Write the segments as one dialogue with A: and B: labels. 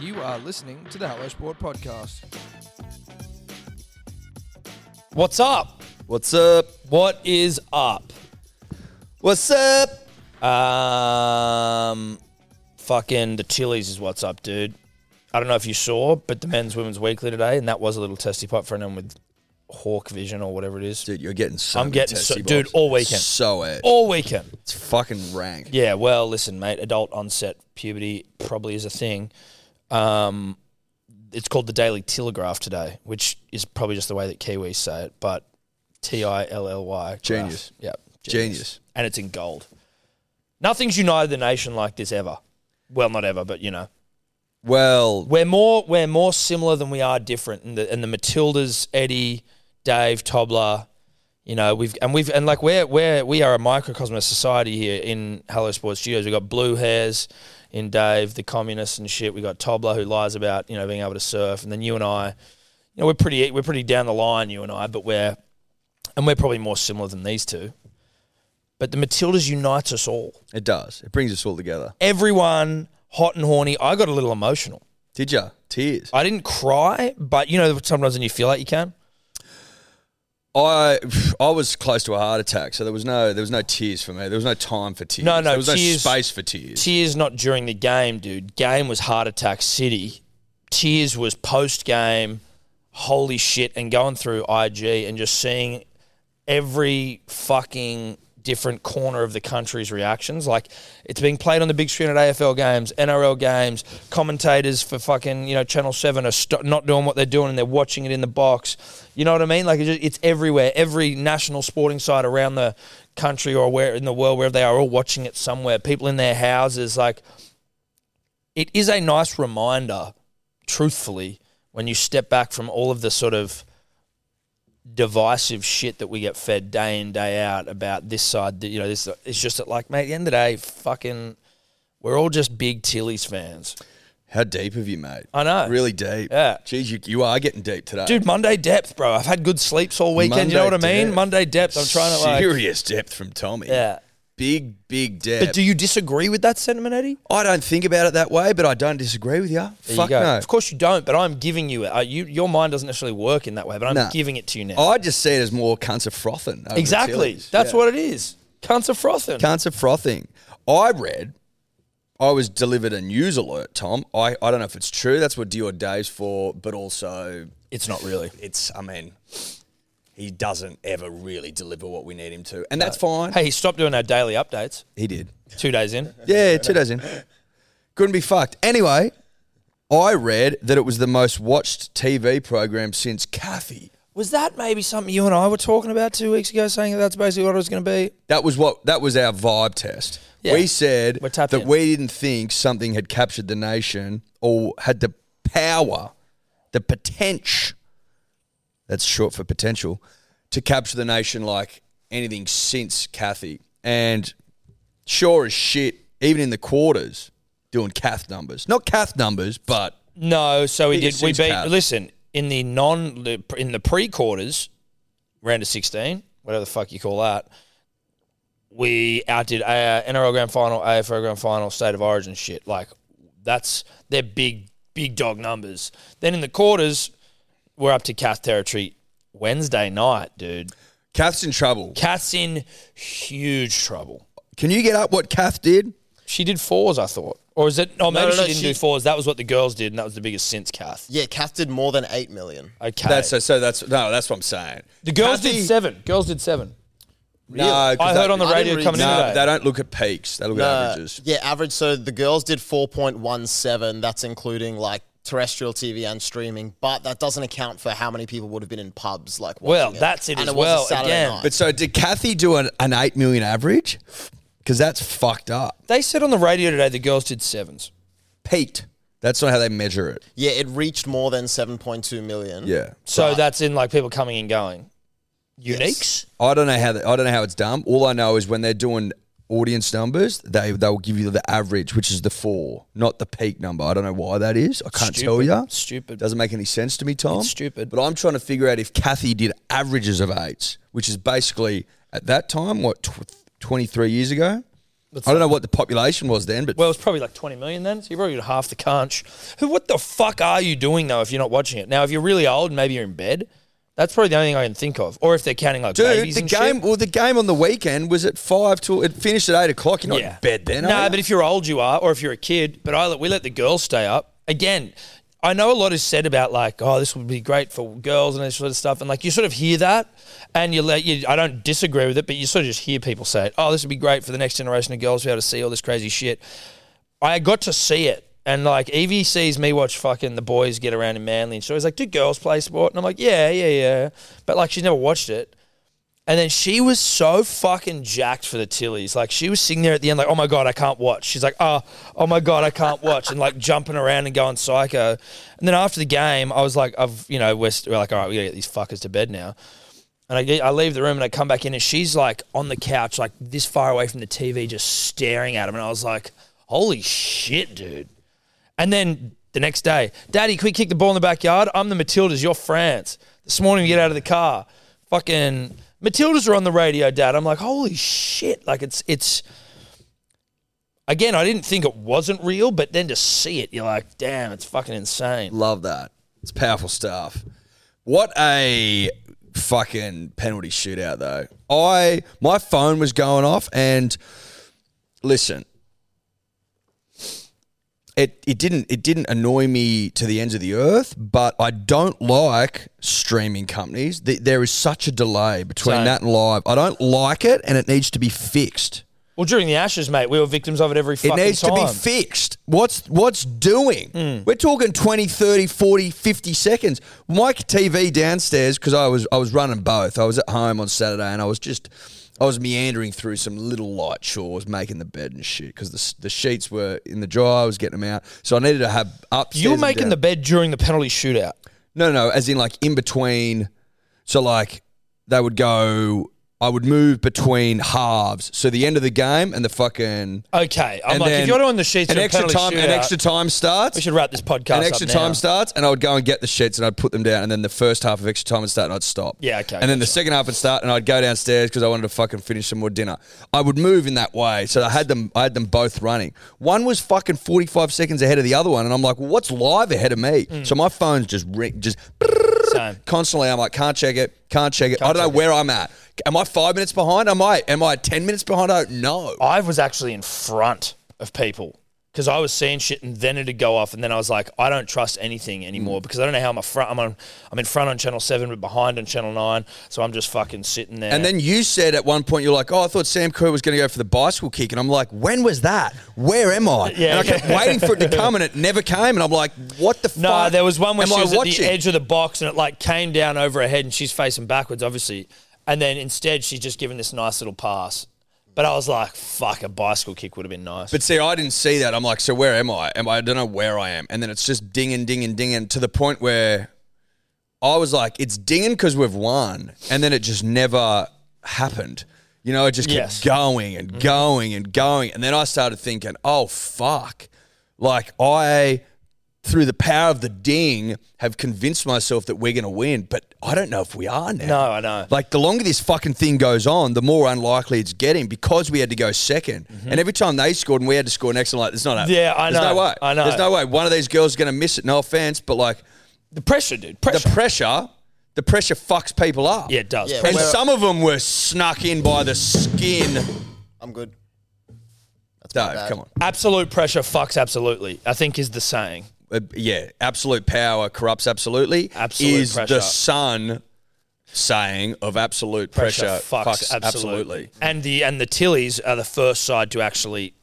A: You are listening to the Hello Sport podcast.
B: What's up?
C: What's up?
B: What is up?
C: What's up?
B: Um, fucking the Chili's is what's up, dude. I don't know if you saw, but the men's women's weekly today, and that was a little testy pop for anyone with hawk vision or whatever it is.
C: Dude, you're getting so
B: I'm
C: many
B: getting
C: testy
B: so- dude,
C: bobs.
B: all weekend.
C: So it.
B: All weekend.
C: It's fucking rank.
B: Yeah, well, listen, mate, adult onset puberty probably is a thing. Um, it's called the Daily Telegraph today, which is probably just the way that Kiwis say it, but T I L L Y.
C: Genius.
B: Yeah.
C: Genius.
B: And it's in gold. Nothing's united the nation like this ever. Well, not ever, but you know.
C: Well,
B: We're more we're more similar than we are different. And the and the Matildas, Eddie, Dave, Tobler, you know, we've and we've and like we're we're we are a microcosm of society here in Hello Sports Studios. We've got blue hairs in Dave, the communists and shit. We got Tobler who lies about, you know, being able to surf, and then you and I, you know, we're pretty we're pretty down the line, you and I, but we're and we're probably more similar than these two. But the Matildas unites us all.
C: it does. It brings us all together.
B: Everyone hot and horny. I got a little emotional.
C: Did ya? Tears.
B: I didn't cry, but you know, sometimes when you feel like you can.
C: I I was close to a heart attack, so there was no there was no tears for me. There was no time for tears.
B: No, no,
C: There was
B: tears-
C: no space for tears.
B: Tears not during the game, dude. Game was heart attack city. Tears was post game. Holy shit! And going through IG and just seeing every fucking different corner of the country's reactions. Like it's being played on the big screen at AFL games, NRL games. Commentators for fucking you know Channel Seven are st- not doing what they're doing and they're watching it in the box. You know what I mean? Like it's, just, it's everywhere. Every national sporting site around the country or where in the world wherever they are, all watching it somewhere. People in their houses. Like it is a nice reminder, truthfully, when you step back from all of the sort of divisive shit that we get fed day in day out about this side. You know, this it's just that like, mate, at the end of the day, fucking, we're all just big Tillies fans.
C: How deep have you, mate?
B: I know.
C: Really deep.
B: Yeah.
C: Jeez, you, you are getting deep today.
B: Dude, Monday depth, bro. I've had good sleeps all weekend. you know what I
C: Monday
B: mean?
C: depth.
B: Monday depth. I'm trying to like,
C: serious depth from Tommy.
B: yeah.
C: Big, big depth.
B: But do you disagree with that sentiment, Eddie?
C: I don't think about it that way, but I don't disagree with you.
B: There
C: Fuck
B: you go.
C: no.
B: Of course you don't, but I'm giving you it. Uh, you your mind doesn't necessarily work in that way, but I'm
C: Nah.
B: giving it to you now.
C: I just see it as more cunts of frothing. over
B: exactly.
C: Tillies.
B: That's
C: Yeah.
B: what it is. Cunts are frothing.
C: Cunts of frothing. I read, I was delivered a news alert, Tom. I, I don't know if it's true. That's what Dior Dave's for, but also
B: it's not really.
C: it's, I mean, he doesn't ever really deliver what we need him to. And that's fine.
B: Hey, he stopped doing our daily updates
C: He did.
B: two days in.
C: Yeah, two days in. Couldn't be fucked. Anyway, I read that it was the most watched TV program since Kathy.
B: Was that maybe something you and I were talking about two weeks ago, saying that that's basically what it was going to be?
C: That was what that was our vibe test.
B: Yeah.
C: We said
B: We're
C: that
B: tapped in.
C: we didn't think something had captured the nation or had the power, the potential. That's short for potential to capture the nation like anything since Kathy. And sure as shit, even in the quarters, doing Kath numbers. Not Kath numbers, but
B: No, so we
C: Biggest
B: did. We
C: since
B: beat.
C: Cavs.
B: Listen, in the non the- in the pre quarters, round of sixteen, whatever the fuck you call that, we outdid uh, NRL Grand Final, AFL Grand Final, State of Origin shit. Like that's they're big big dog numbers. Then in the quarters, we're up to Cath territory. Wednesday night, dude.
C: Kath's in trouble.
B: Cat's in huge trouble.
C: Can you get up what Kath did?
B: She did fours, I thought. Or is it? Oh, maybe
D: no,
B: she
D: no,
B: didn't
D: she-
B: do fours. That was what the girls did, and that was the biggest since Kath.
D: Yeah, Kath did more than 8 million.
B: Okay.
C: That's so, so that's no, that's what I'm saying.
B: the girls
C: Kathy-
B: did seven. Girls did seven.
C: No, 'cause
B: I
C: that-
B: heard on the
D: Uh, I didn't
B: radio
D: read
B: coming
C: No,
B: in
C: but
B: today.
C: they don't look at peaks. They look
D: Uh,
C: at averages.
D: yeah, average. So the girls did 4.17. That's including like terrestrial TV and streaming, but that doesn't account for how many people would have been in pubs like watching
B: Well,
D: it.
B: that's it
D: and
B: as
D: was a
B: well,
D: Saturday
B: again.
D: night.
C: But so did Kathy do an, an eight million average? Because that's fucked up.
B: they said on the radio today the girls did sevens.
C: Peaked. That's not how they measure it.
D: yeah, it reached more than 7.2 million.
C: Yeah.
B: So that's in like people coming and going. Uniques?
C: I don't know how the, I don't know how it's done. All I know is when they're doing audience numbers, they they'll give you the average, which is the four, not the peak number. I don't know why that is. I can't tell
B: Stupid.
C: you.
B: Stupid.
C: Doesn't make any sense to me, Tom.
B: It's stupid.
C: But I'm trying to figure out if Kathy did averages of eights, which is basically at that time what tw- 23 years ago. I don't know what the population was then, but
B: Well, it's probably like 20 million then. So you probably got half the conch. Who? What the fuck are you doing though? If you're not watching it now, if you're really old and maybe you're in bed, that's probably the only thing I can think of. Or if they're counting like
C: dude,
B: babies
C: the
B: and
C: game.
B: shit.
C: Well, the game on the weekend was at five till it finished at eight o'clock. You're not in bed then.
B: No,
C: are you?
B: but if you're old, you are, or if you're a kid. But I let we let the girls stay up. Again, I know a lot is said about like, oh, this would be great for girls and this sort of stuff, and like you sort of hear that, and you let you. I don't disagree with it, but you sort of just hear people say it. Oh, this would be great for the next generation of girls to be able to see all this crazy shit. I got to see it. And like Evie sees me watch fucking the boys get around in Manly and she's always like, Do girls play sport? And I'm like, Yeah, yeah, yeah. But like she's never watched it. And then she was so fucking jacked for the Tillies. Like she was sitting there at the end, like, oh my God, I can't watch. She's like, oh, oh my God, I can't watch. And like jumping around and going psycho. And then after the game, I was like, I've, you know, we're, st- we're like, all right, we gotta get these fuckers to bed now. And I, get- I leave the room and I come back in and she's like on the couch, like this far away from the TV, just staring at him. And I was like, holy shit, dude. And then the next day, Daddy, quick kick the ball in the backyard. I'm the Matildas. You're France. This morning we get out of the car. Fucking Matildas are on the radio, Dad. I'm like, holy shit. Like it's it's again, I didn't think it wasn't real, but then to see it, you're like, damn, it's fucking insane.
C: Love that. It's powerful stuff. What a fucking penalty shootout though. I my phone was going off and listen. It it didn't it didn't annoy me to the ends of the earth, but I don't like streaming companies. Th- There is such a delay between
B: Same.
C: that and live. I don't like it and it needs to be fixed.
B: Well, during the Ashes, mate, we were victims of it every
C: It
B: fucking
C: needs
B: time. Hmm.
C: to be fixed. What's what's doing? We're talking 20, 30, 40, 50 seconds. My TV downstairs because I was I was running both. I was at home on Saturday and I was just I was meandering through some little light chores, making the bed and shit because the, s- the sheets were in the dryer. I was getting them out, so I needed to have upstairs.
B: you were
C: and
B: making
C: down-
B: the bed during the penalty shootout.
C: no, no, as in like in between. So like they would go. I would move between halves. So the end of the game and the fucking.
B: Okay. I'm
C: and
B: like,
C: then
B: if you're doing the sheets
C: an
B: during
C: extra
B: penalty
C: time,
B: shootout,
C: an extra time starts.
B: we should wrap this podcast
C: An extra
B: up now.
C: time starts, and I would go and get the sheets, and I'd put them down, and then the first half of extra time would start, and I'd stop.
B: Yeah, okay,
C: And then the
B: gotcha.
C: second half would start, and I'd go downstairs because I wanted to fucking finish some more dinner. I would move in that way, so I had them. I had them both running. One was fucking forty five seconds ahead of the other one, and I'm like, well, what's live ahead of me? So my phone's just ring, just
B: Mm. Same.
C: constantly. I'm like, can't check it, can't check it. I don't know where I'm at. Am I five minutes behind? Am I? Am I ten minutes behind? I don't know.
B: I was actually in front of people because I was seeing shit, and then it'd go off, and then I was like, I don't trust anything
C: Mm.
B: anymore because I don't know how I'm a front. I'm on, I'm in front on channel seven, but behind on channel nine, so I'm just fucking sitting there.
C: And then you said at one point, you're like, oh, I thought Sam Kerr was going to go for the bicycle kick. And I'm like, when was that? Where am I?
B: Yeah,
C: and I kept waiting for it to come and it never came. And I'm like, what the
B: no,
C: fuck?
B: there was one when
C: am
B: she
C: I
B: was
C: watching?
B: at the edge of the box, and it like came down over her head, and she's facing backwards, obviously. And then instead, she's just given this nice little pass. But I was like, fuck, a bicycle kick would have been nice.
C: But see, I didn't see that. I'm like, so where am I? Am I, I don't know where I am. And then it's just dinging, dinging, dinging to the point where I was like, it's dinging because we've won. And then it just never happened. You know, it just kept
B: Yes. Mm-hmm.
C: going and going and going. And then I started thinking, oh, fuck. Like, I, through the power of the ding, have convinced myself that we're going to win, but I don't know if we are now.
B: no, I know.
C: Like the longer this fucking thing goes on, the more unlikely it's getting because we had to go 2nd And every time they scored and we had to score next, I'm like, it's not happening.
B: Mm-hmm. Yeah, I
C: There's
B: know.
C: No way.
B: I know.
C: There's no way. One of these girls is going to miss it. No offense, but like
B: the pressure, dude. Pressure.
C: the pressure, the pressure fucks people up.
B: yeah, it does.
D: Yeah,
B: Pressure.
C: And
D: Well-
C: some of them were snuck in by the skin.
D: I'm good. That's my
C: No,
D: bad.
C: come on.
B: Absolute pressure fucks absolutely, I think is the saying.
C: Uh, yeah, absolute power corrupts absolutely.
B: Absolute
C: is
B: pressure.
C: the son saying of absolute pressure,
B: pressure, fucks, absolutely. And the and the Tillies are the first side to actually.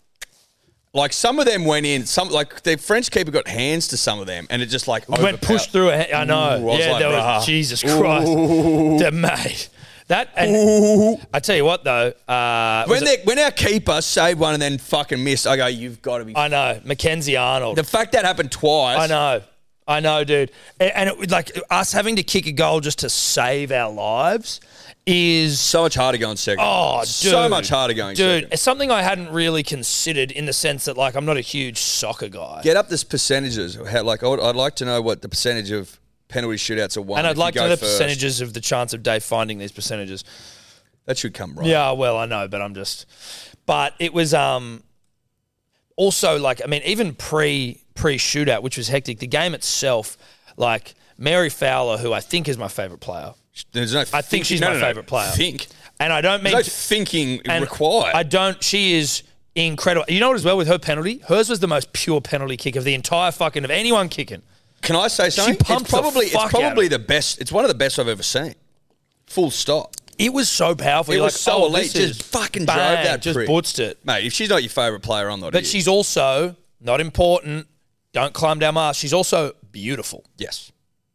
C: Like some of them went in, some like the French keeper got hands to some of them, and it just like
B: Went pushed through. A, I know.
C: Ooh, I Mm, was
B: yeah,
C: like,
B: there
C: "Bruh."
B: was, Jesus Christ, the mate. That and I tell you what though, uh, was
C: When
B: it-
C: they, when our keeper saved one and then fucking missed, I go, you've got to be.
B: I know Mackenzie Arnold.
C: the fact that happened twice.
B: I know, I know, dude. A- And it, was like us having to kick a goal just to save our lives is
C: So much harder going second.
B: Oh, dude.
C: so much harder going
B: Dude,
C: second.
B: it's something I hadn't really considered in the sense that, like, I'm not a huge soccer guy.
C: Get up this percentages. How, like I would, I'd like to know what the percentage of penalty shootouts are won.
B: and I'd
C: if you
B: like to
C: go
B: know the
C: first.
B: percentages of the chance of Dave finding these percentages.
C: That should come right.
B: Yeah, well, I know, but I'm just. But it was um also like I mean even pre pre shootout, which was hectic. The game itself, like Mary Fowler, who I think is my favorite player,
C: There's no.
B: I think she's
C: no,
B: my
C: no, no.
B: favorite player.
C: Think.
B: and I don't mean
C: There's
B: to-
C: no thinking
B: and
C: required.
B: I don't. She is incredible. You know what? As well with her penalty, hers was the most pure penalty kick of the entire fucking of anyone kicking.
C: Can I say something?
B: pumped
C: It's
B: the
C: probably
B: fuck out
C: it's probably
B: of
C: the best. It's one of the best I've ever seen. Full stop.
B: It was so powerful.
C: It
B: You're
C: was
B: like,
C: so
B: oh,
C: elite.
B: this is-
C: Just fucking
B: bang,
C: drove that
B: Just
C: prick.
B: butched it.
C: Mate, if she's not your favourite player, I'm not.
B: But
C: here.
B: she's also not important. Don't climb down my ass. She's also beautiful.
C: yes,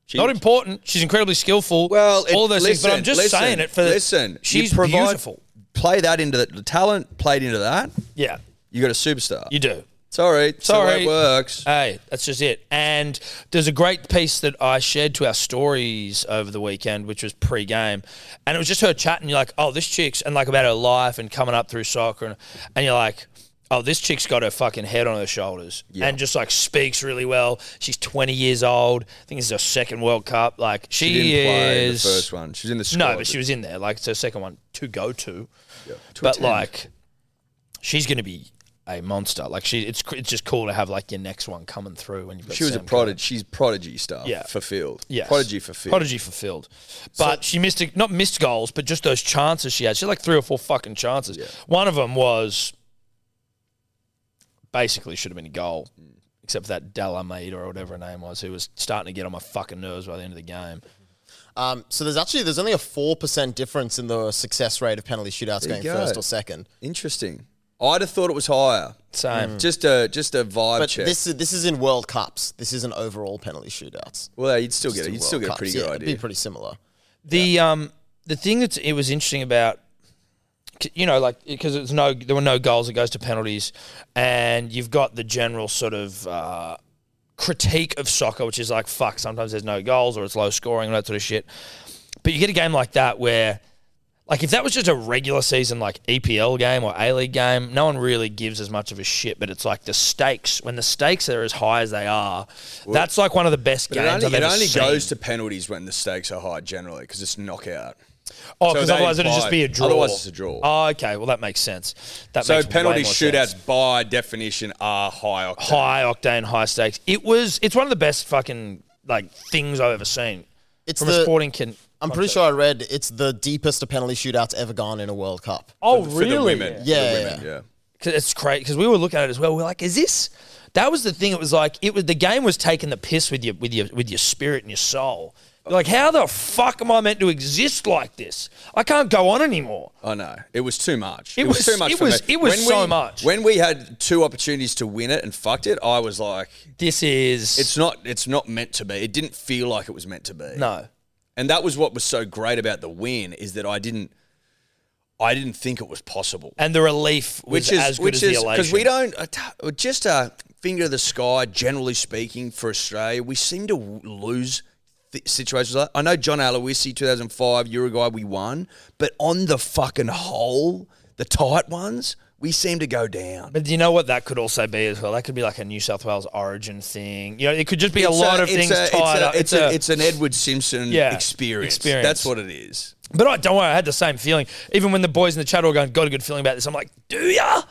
C: she
B: Not
C: is.
B: important. She's incredibly skillful.
C: Well, it-
B: all those things. But
C: listen,
B: I'm just
C: listen,
B: saying it for
C: listen. you
B: She's
C: provide-
B: beautiful.
C: Play that into the, the talent. Played into that.
B: Yeah,
C: You got a superstar.
B: you do.
C: Sorry,
B: Sorry.
C: So it works.
B: Hey, that's just it. And there's a great piece that I shared to our stories over the weekend, which was pre-game, and it was just her chatting. You're like, oh, this chick's and like about her life and coming up through soccer, and, and you're like, oh, this chick's got her fucking head on her shoulders, and just like speaks really well. She's 20 years old. I think this is her second World Cup. Like she,
C: She didn't play
B: is
C: the first one. She's in the squad.
B: no, but she was in there. Like it's her second one to go to
C: To
B: but
C: attend.
B: like she's going to be a monster. Like she, it's cr- it's just cool to have like your next one coming through when you've got
C: she was a
B: Sam
C: prodigy. She's prodigy stuff.
B: Yeah.
C: fulfilled.
B: Yes.
C: prodigy fulfilled.
B: Prodigy fulfilled. But she missed a, not missed goals, but just those chances she had. She had like three or four fucking chances. One of them was basically should have been a goal, except for that Dalamade or whatever her name was, who was starting to get on my fucking nerves by the end of the game.
D: Um, so there's actually there's only a four percent difference in the success rate of penalty shootouts
C: There
D: going
C: you go.
D: first or second.
C: Interesting. I'd have thought it was higher.
B: Same.
C: Just a just a vibe
D: But
C: check.
D: this is this is in World Cups. This isn't overall penalty shootouts.
C: well, you'd still get
D: It's
C: it.
D: in
C: You'd still
D: World
C: get a
D: Cups.
C: pretty
D: Yeah,
C: good
D: It'd be
C: idea.
D: pretty similar.
B: The um the thing that it was interesting about c- you know like because it's no there were no goals it goes to penalties and you've got the general sort of uh, critique of soccer which is like fuck sometimes there's no goals or it's low scoring and that sort of shit but you get a game like that where like if that was just a regular season like EPL game or A League game, no one really gives as much of a shit. But it's like the stakes when the stakes are as high as they are, that's like one of the best
C: But it
B: games
C: only,
B: I've
C: it
B: ever
C: only
B: seen.
C: goes to penalties when the stakes are high generally because it's knockout.
B: Oh,
C: So
B: because
C: they
B: otherwise it'd just
C: implied-
B: be a draw.
C: otherwise it's a draw.
B: Oh, okay. Well, that makes sense. That
C: So
B: makes way
C: penalty
B: more
C: shootouts
B: sense.
C: by definition are high octane.
B: high octane, high stakes. It was. It's one of the best fucking like things I've ever seen
D: It's
B: from a
D: the-
B: sporting. Con-
D: I'm pretty sure I read it's the deepest a penalty shootout's ever gone in a World Cup.
B: Oh,
C: for
B: really?
C: the women.
D: Yeah,
C: For the women,
D: yeah.
C: yeah.
B: 'Cause it's crazy because we were looking at it as well. We're like, is this? That was the thing. It was like it was the game was taking the piss with your with your with your spirit and your soul. You're like, how the fuck am I meant to exist like this? I can't go on anymore.
C: I know it was too much. It,
B: was-
C: was, too much.
B: it
C: for
B: was-
C: me.
B: it was
C: When
B: so
C: we-
B: much.
C: When we had two opportunities to win it and fucked it, I was like,
B: This is
C: "It's not. It's not meant to be." It didn't feel like it was meant to be.
B: no.
C: and that was what was so great about the win is that I didn't, I didn't think it was possible.
B: And the relief was
C: Which is
B: as good
C: which
B: as
C: is
B: the elation.
C: because we don't uh, t- just a finger to the sky. Generally speaking, for Australia, we seem to w- lose. th- Situations like I know John Aloisi, 2005 Uruguay, we won, but on the fucking whole, the tight ones, we seem to go down.
B: But do you know what that could also be as well? That could be like a New South Wales origin thing. You know, it could just be a
C: It's
B: lot of
C: it's
B: things
C: a- it's
B: tied
C: a-
B: up.
C: It's, a, it's an Edward Simpson
B: Yeah,
C: experience.
B: experience.
C: That's what it is.
B: but I don't worry, I had the same feeling. Even when the boys in the chat were going, got a good feeling about this, I'm like, do ya?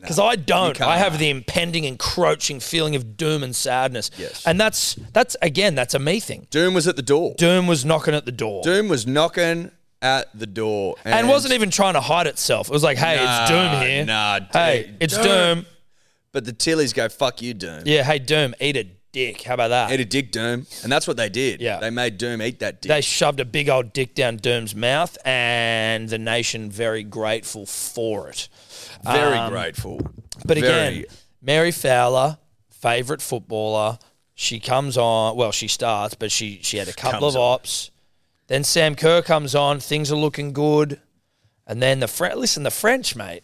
B: Because I don't.
C: can't.
B: I have the impending, encroaching feeling of doom and sadness.
C: Yes.
B: And that's that's again, that's a me thing.
C: Doom was at the door.
B: Doom was knocking at the door.
C: Doom was knocking at the door,
B: And wasn't even trying to hide itself. It was like, hey, it's
C: Nah,
B: Doom here.
C: nah, dude.
B: hey, it's
C: Doom.
B: Doom.
C: But the Tillies go, "Fuck you, Doom."
B: Yeah, hey, Doom, eat a dick. How about that?
C: Eat a dick, Doom, and that's what they did.
B: Yeah.
C: they made Doom eat that dick.
B: They shoved a big old dick down Doom's mouth, and the nation very grateful for it. Um,
C: Very grateful.
B: But
C: Very.
B: again, Mary Fowler, favourite footballer, she comes on. Well, she starts, but she she had a couple
C: Comes
B: of
C: on.
B: ops. Then Sam Kerr comes on. Things are looking good, and then the French. Listen, the French, mate.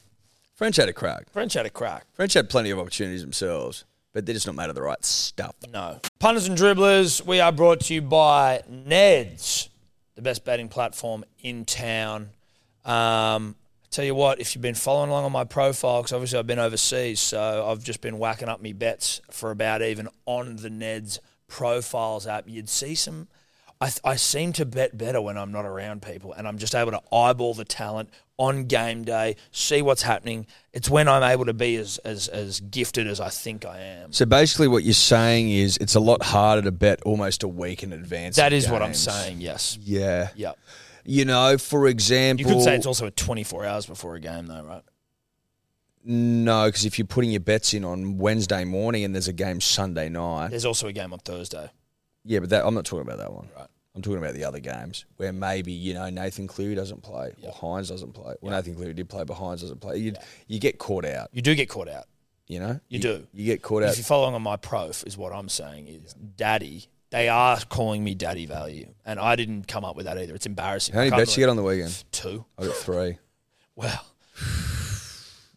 C: French had a crack.
B: French had a crack.
C: French had plenty of opportunities themselves, but they're just not made of the right stuff.
B: No. Punters and dribblers, we are brought to you by Neds, the best betting platform in town. Um, tell you what, if you've been following along on my profile, because obviously I've been overseas, so I've just been whacking up me bets for about even on the Neds profiles app, you'd see some. I, I seem to bet better when I'm not around people and I'm just able to eyeball the talent on game day, see what's happening. It's when I'm able to be as as, as gifted as I think I am.
C: So basically, what you're saying is it's a lot harder to bet almost a week in advance.
B: That
C: of
B: is what I'm
C: games.
B: saying. Yes.
C: Yeah.
B: Yep.
C: You know, for
B: You
C: example,
B: could say it's also at 24 hours before a game, though, right?
C: no, because if you're putting your bets in on Wednesday morning and there's a game Sunday night,
B: There's also a game on Thursday.
C: yeah, but that, I'm not talking about that one.
B: Right.
C: I'm talking about the other games where maybe you know Nathan Cleary doesn't play or Hines doesn't play. Well, Nathan Cleary did play, but Hines doesn't play. You you get caught out.
B: You do get caught out.
C: You know,
B: You do.
C: You get caught out.
B: If you're following on my prof, is what I'm saying is daddy. They are calling me daddy value, and I didn't come up with that either. It's embarrassing.
C: How many
B: I can't
C: bets you get on the weekend?
B: believe- Two.
C: I got three.
B: Well,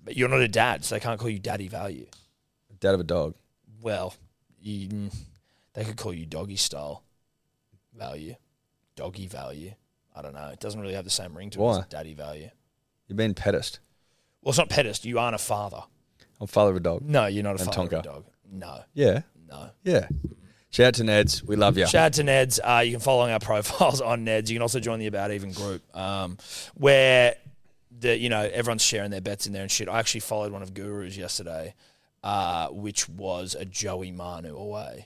B: but you're not a dad, so they can't call you daddy value.
C: Dad of a dog.
B: Well, you, mm, they could call you doggy style value, doggy value. I don't know. It doesn't really have the same ring to it.
C: Why?
B: as daddy value.
C: You've been pedest.
B: Well, it's not pedest. You aren't a father.
C: I'm father of a dog.
B: No, you're not a
C: And
B: father of a
C: Tonka.
B: dog. No,
C: Yeah,
B: no.
C: yeah. Shout out to Neds. We love you.
B: Shout out to Neds. Uh, you can follow our profiles on Neds. You can also join the About Even group, um, where the you know everyone's sharing their bets in there and shit. I actually followed one of Guru's yesterday, uh, which was a Joey Manu away.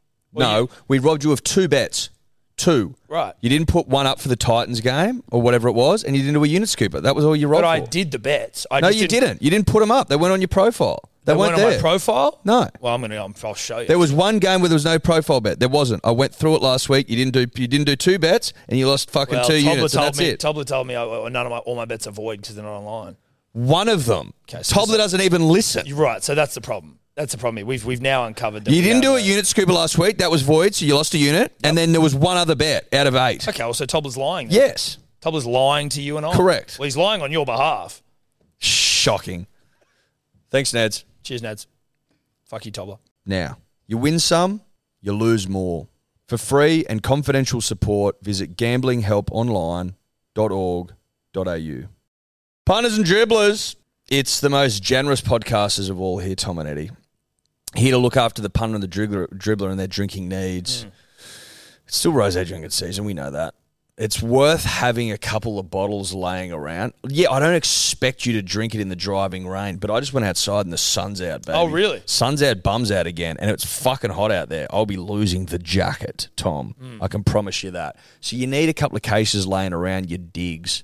C: no, we robbed you of two bets. Two.
B: Right.
C: You didn't put one up for the Titans game or whatever it was, and you didn't do a unit scooper. That was all you robbed
B: But I
C: for.
B: did the bets. I
C: no,
B: just
C: you didn't. You didn't put them up. They weren't on your profile. They,
B: They
C: weren't
B: weren't
C: there.
B: on my profile.
C: No.
B: Well, I'm gonna. I'm, I'll show you.
C: There was one game where there was no profile bet. There wasn't. I went through it last week. You didn't do. You didn't do two bets, and you lost fucking
B: well,
C: two
B: Tobler
C: units. and
B: told
C: that's
B: me.
C: it.
B: Tobler told me oh, oh, none of my all my bets are void because they're not online.
C: one of them.
B: Okay, so
C: Tobler
B: this-
C: doesn't even listen. You,
B: You're right. So that's the problem. That's the problem. here. We've we've now uncovered. That we
C: didn't do
B: have
C: a unit scooper last week. That was void, so you lost a unit. And then there was one other bet out of eight.
B: Okay. Well, so Tobler's lying. Then.
C: Yes.
B: Tobler's lying to you and I.
C: Correct.
B: Well, he's lying on your behalf.
C: Shocking. Thanks, Neds.
B: Cheers, Nads. Fuck you, Tobler.
C: Now, you win some, you lose more. For free and confidential support, visit gamblinghelponline.org.au. Punters and dribblers, it's the most generous podcasters of all here, Tom and Eddie. Here to look after the punter and the dribbler, dribbler and their drinking
B: Hmm.
C: needs. It's still rose drinking season, we know that. It's worth having a couple of bottles laying around. Yeah, I don't expect you to drink it in the driving rain, but I just went outside and the sun's out, baby.
B: Oh, really?
C: Sun's out, bums out again, and it's fucking hot out there. I'll be losing the jacket, Tom.
B: Hmm.
C: I can promise you that. So you need a couple of cases laying around your digs.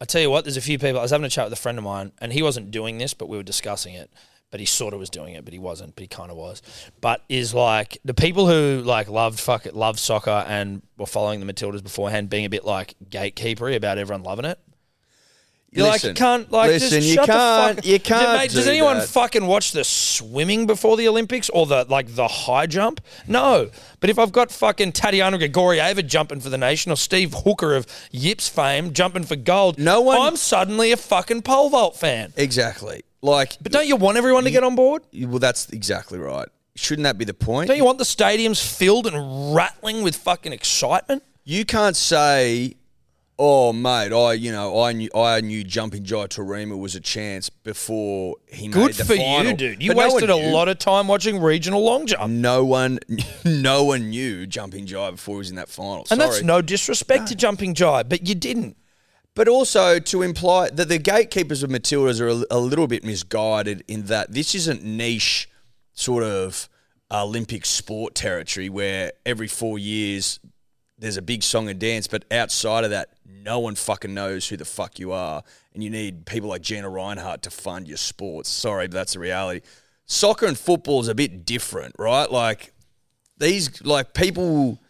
B: I tell you what, there's a few people. I was having a chat with a friend of mine, and he wasn't doing this, but we were discussing it. But he sort of was doing it, but he wasn't. But he kind of was. But is like the people who like loved fuck it, loved soccer, and were following the Matildas beforehand, being a bit like gatekeepery about everyone loving it. You're
C: Listen,
B: like, you can't, like,
C: listen,
B: just
C: you
B: shut
C: can't-
B: the fuck.
C: you can't
B: Mate, does
C: do
B: anyone
C: that.
B: fucking watch the swimming before the Olympics or the like the high jump? No, but if I've got fucking Tatiana Grigorieva jumping for the nation or Steve Hooker of Yips fame jumping for gold,
C: No one-
B: I'm suddenly a fucking pole vault fan.
C: Exactly. Like,
B: But don't you want everyone to get on board?
C: well, that's exactly right. Shouldn't that be the point?
B: Don't you want the stadiums filled and rattling with fucking excitement?
C: You can't say, "Oh, mate, I you know I knew I knew jumping Jai Tarima was a chance before he
B: Good
C: made the
B: for
C: final."
B: you, dude. You
C: But no one
B: wasted a
C: knew.
B: lot of time watching regional long jump.
C: No one, no one knew jumping Jai before he was in that final.
B: And
C: Sorry.
B: that's no disrespect to jumping jive, but you didn't.
C: But also to imply that the gatekeepers of Matildas are a, a little bit misguided in that this isn't niche sort of Olympic sport territory where every four years there's a big song and dance, but outside of that, no one fucking knows who the fuck you are. And you need people like Gina Reinhart to fund your sports. Sorry, but that's the reality. Soccer and football is a bit different, right? Like these, like people.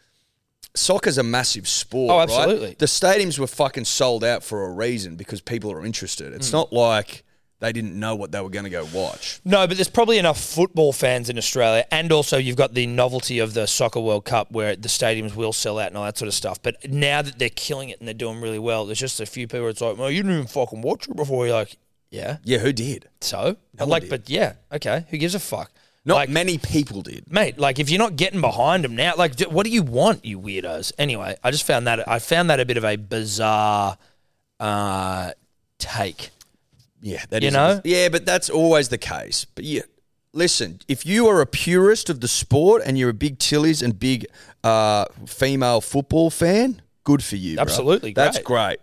C: Soccer's a massive sport.
B: Oh,
C: right?
B: absolutely.
C: The stadiums were fucking sold out for a reason because people are interested.
B: Mm.
C: It's not like they didn't know what they were going to go watch.
B: No, but there's probably enough football fans in Australia, and also you've got the novelty of the Soccer World Cup where the stadiums will sell out and all that sort of stuff. But now that they're killing it and they're doing really well, there's just a few people it's like, well, you didn't even fucking watch it before. You're like, yeah,
C: Yeah, who did?
B: so? I'm like, but yeah, okay, who gives a fuck?
C: Not
B: like,
C: many people did.
B: mate, like if you're not getting behind them now, like d- what do you want, you weirdos? Anyway, I just found that, I found that a bit of a bizarre uh, take.
C: Yeah, that
B: You
C: is-
B: know?
C: Yeah, but that's always the case. But yeah, listen, if you are a purist of the sport and you're a big Tillies and big uh, female football fan, good for you. bruh.
B: Absolutely,
C: that's great.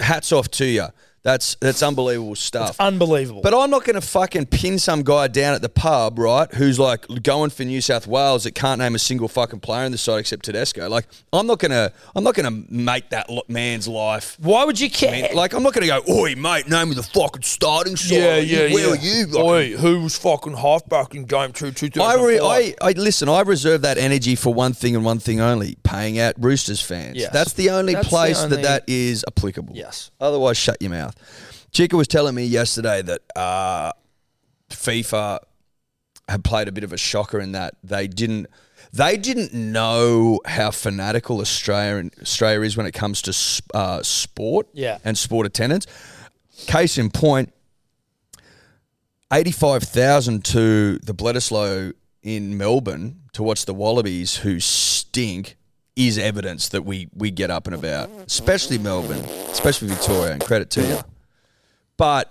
C: Hats off to you. That's that's unbelievable stuff.
B: Unbelievable.
C: But I'm not going to fucking pin some guy down at the pub, right? Who's like going for New South Wales that can't name a single fucking player in the side except Tedesco. Like I'm not gonna, I'm not gonna make that lo- man's life.
B: why would you care?
C: I mean, like I'm not gonna go, oi mate, name me the fucking starting side. Where are you? Like,
B: Oi, who was fucking halfback in game two, two
C: I,
B: thousand?
C: re- I, I listen. I reserve that energy for one thing and one thing only: paying out Roosters fans.
B: Yes.
C: That's the only
B: That's the
C: place
B: only-
C: that that is applicable.
B: Yes.
C: Otherwise, shut your mouth. Chica was telling me yesterday that uh, FIFA had played a bit of a shocker in that they didn't they didn't know how fanatical Australia Australia is when it comes to s- uh, sport
B: Yeah.
C: and sport attendance. Case in point, eighty-five thousand to the Bledisloe in Melbourne to watch the Wallabies, who stink, is evidence that we we get up and about, especially Melbourne, especially Victoria, and credit to you. But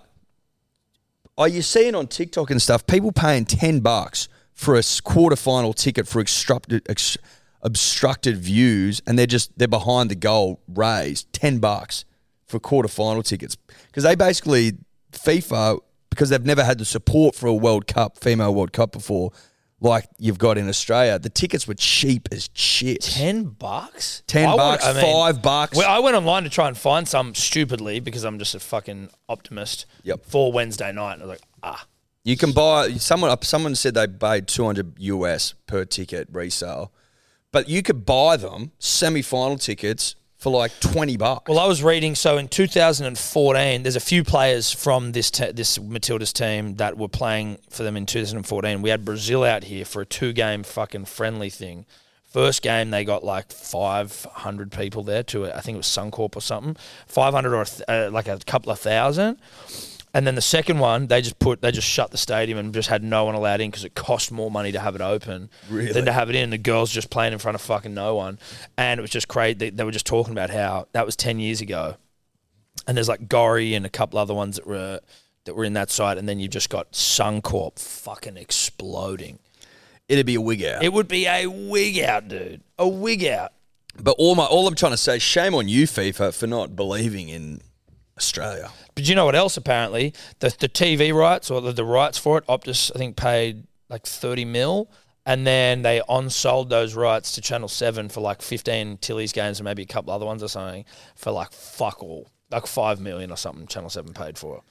C: are you seeing on TikTok and stuff people paying ten bucks for a s- quarterfinal ticket for obstructed ex, obstructed views, and they're just they're behind the goal raised ten bucks for quarterfinal tickets because they basically FIFA because they've never had the support for a World Cup female World Cup before like you've got in Australia. The tickets were cheap as shit.
B: ten bucks,
C: 10
B: I would-
C: bucks,
B: I mean,
C: 5 bucks.
B: Well, I went online to try and find some stupidly because I'm just a fucking optimist.
C: Yep.
B: For Wednesday night, and I was like, ah,
C: You can buy someone. uh, Someone said they paid two hundred US per ticket resale, but you could buy them semi-final tickets for like twenty bucks.
B: Well, I was reading. So in 2014, there's a few players from this te- this Matildas team that were playing for them in 2014. We had Brazil out here for a two game fucking friendly thing. First game, they got like 500 people there to I think it was Suncorp or something, 500 or a th- uh, like a couple of thousand. And then the second one, they just put they just shut the stadium and just had no one allowed in because it cost more money to have it open than to have it in. The girls just playing in front of fucking no one, and it was just crazy. They, they were just talking about how that was ten years ago, and there's like Gorry and a couple other ones that were that were in that site, and then you've just got Suncorp fucking exploding.
C: It'd be a wig out.
B: It would be a wig out, dude. A wig out.
C: but all my all I'm trying to say, shame on you, FIFA, for not believing in Australia.
B: But you know what else? Apparently, the the TV rights or the, the rights for it, Optus I think paid like thirty mil, and then they on sold those rights to Channel Seven for like fifteen Tilly's games and maybe a couple other ones or something for like fuck all, like five million or something. Channel Seven paid for.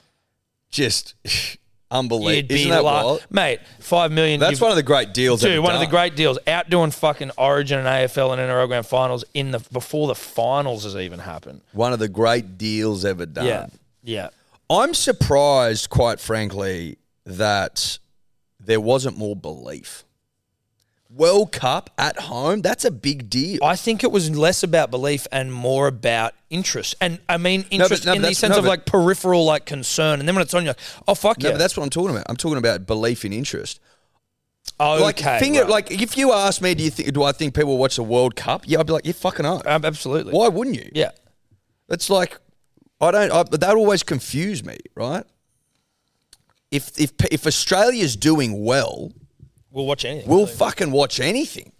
C: Just
B: You'd
C: unbelievable.
B: be
C: Isn't that
B: la-
C: wild?
B: mate, five million.
C: That's
B: you've-
C: one of the great deals.
B: Dude,
C: ever
B: one of the
C: done.
B: great deals. Out doing fucking Origin and AFL and NRL Grand Finals in the before the finals has even happened.
C: one of the great deals ever done.
B: Yeah, yeah.
C: I'm surprised, quite frankly, that there wasn't more belief. World Cup at home, that's a big deal.
B: I think it was less about belief and more about interest. And I mean interest
C: no,
B: in the
C: but that's-
B: sense
C: no,
B: of
C: but-
B: like peripheral like concern. And then when it's on you're like, oh fuck
C: No,
B: yeah.
C: but that's what I'm talking about. I'm talking about belief in interest.
B: okay,
C: Like, finger,
B: right.
C: like if you ask me, do you think do I think people watch the World Cup? Yeah, I'd be like, you fucking are.
B: Um, absolutely.
C: Why wouldn't you?
B: Yeah.
C: It's like I don't. I, that always confused me, right? If if if Australia's doing well,
B: We'll watch anything.
C: We'll fucking watch anything.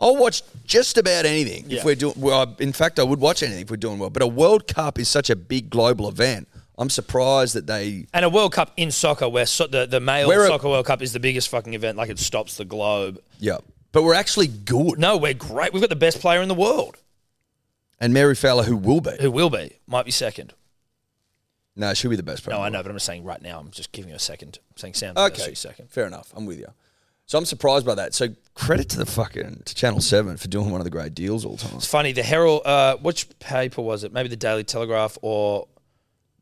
C: I'll watch just about anything
B: Yeah.
C: if we're doing. Well, I- in fact, I would watch anything if we're doing well. But a World Cup is such a big global event. I'm surprised that they.
B: and a World Cup in soccer where so- the, the male
C: We're a-
B: soccer World Cup is the biggest fucking event, like it stops the globe.
C: Yeah, but we're actually good.
B: No, we're great. We've got the best player in the world.
C: And Mary Fowler, who will be.
B: Who will be? Might be second.
C: No, she'll be the best player.
B: No, I know, but I'm just saying right now. I'm just giving her a second. I'm saying Sam okay.
C: Okay.
B: she's second.
C: Fair enough. I'm with you. So I'm surprised by that. So credit to the fucking to Channel 7 for doing one of the great deals all time.
B: It's funny. The Herald. Uh, which paper was it? Maybe the Daily Telegraph or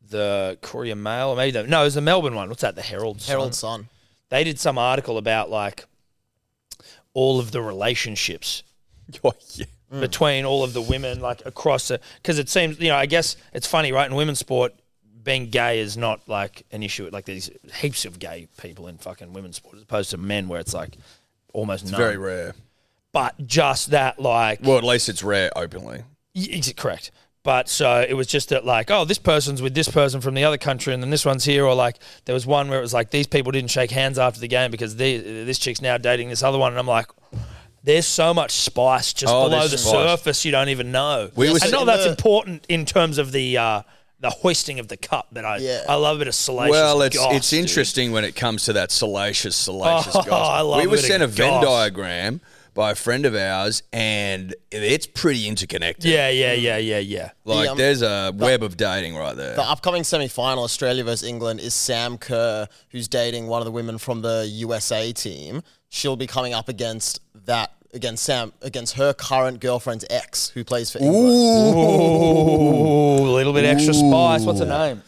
B: the Courier Mail, or maybe the, no, it was the Melbourne one. What's that? The Herald.
D: Herald Sun.
B: They did some article about like all of the relationships
C: Oh, yeah.
B: between all of the women like across the because it seems you know I guess it's funny right in women's sport being gay is not like an issue like there's heaps of gay people in fucking women's sport as opposed to men where it's like almost none
C: Very rare.
B: but just that like
C: Well, at least it's rare openly.
B: Y- Is it correct? But so it was just that, like, oh, this person's with this person from the other country, and then this one's here, or like there was one where it was like these people didn't shake hands after the game because they, this chick's now dating this other one, and I'm like, there's so much spice just
C: Oh,
B: below
C: there's
B: the
C: spice.
B: surface you don't even know.
C: We were
B: and not
D: in
B: that's
D: the-
B: important in terms of the uh, the hoisting of the cup that I
D: Yeah.
B: I love a bit of salacious.
C: Well, it's
B: goss,
C: it's
B: dude.
C: interesting when it comes to that salacious, salacious
B: Oh,
C: gossip.
B: I love
C: we
B: a
C: were
B: bit of
C: sent a Venn
B: goss.
C: diagram by a friend of ours, and it's pretty interconnected.
B: Yeah, yeah, yeah, yeah, yeah.
C: Like
D: um,
C: there's a web of dating right there.
D: The upcoming semi final, Australia versus England, is Sam Kerr, who's dating one of the women from the USA team. She'll be coming up against that against Sam against her current girlfriend's ex, who plays for England.
B: Ooh, a little bit extra spice. What's her name?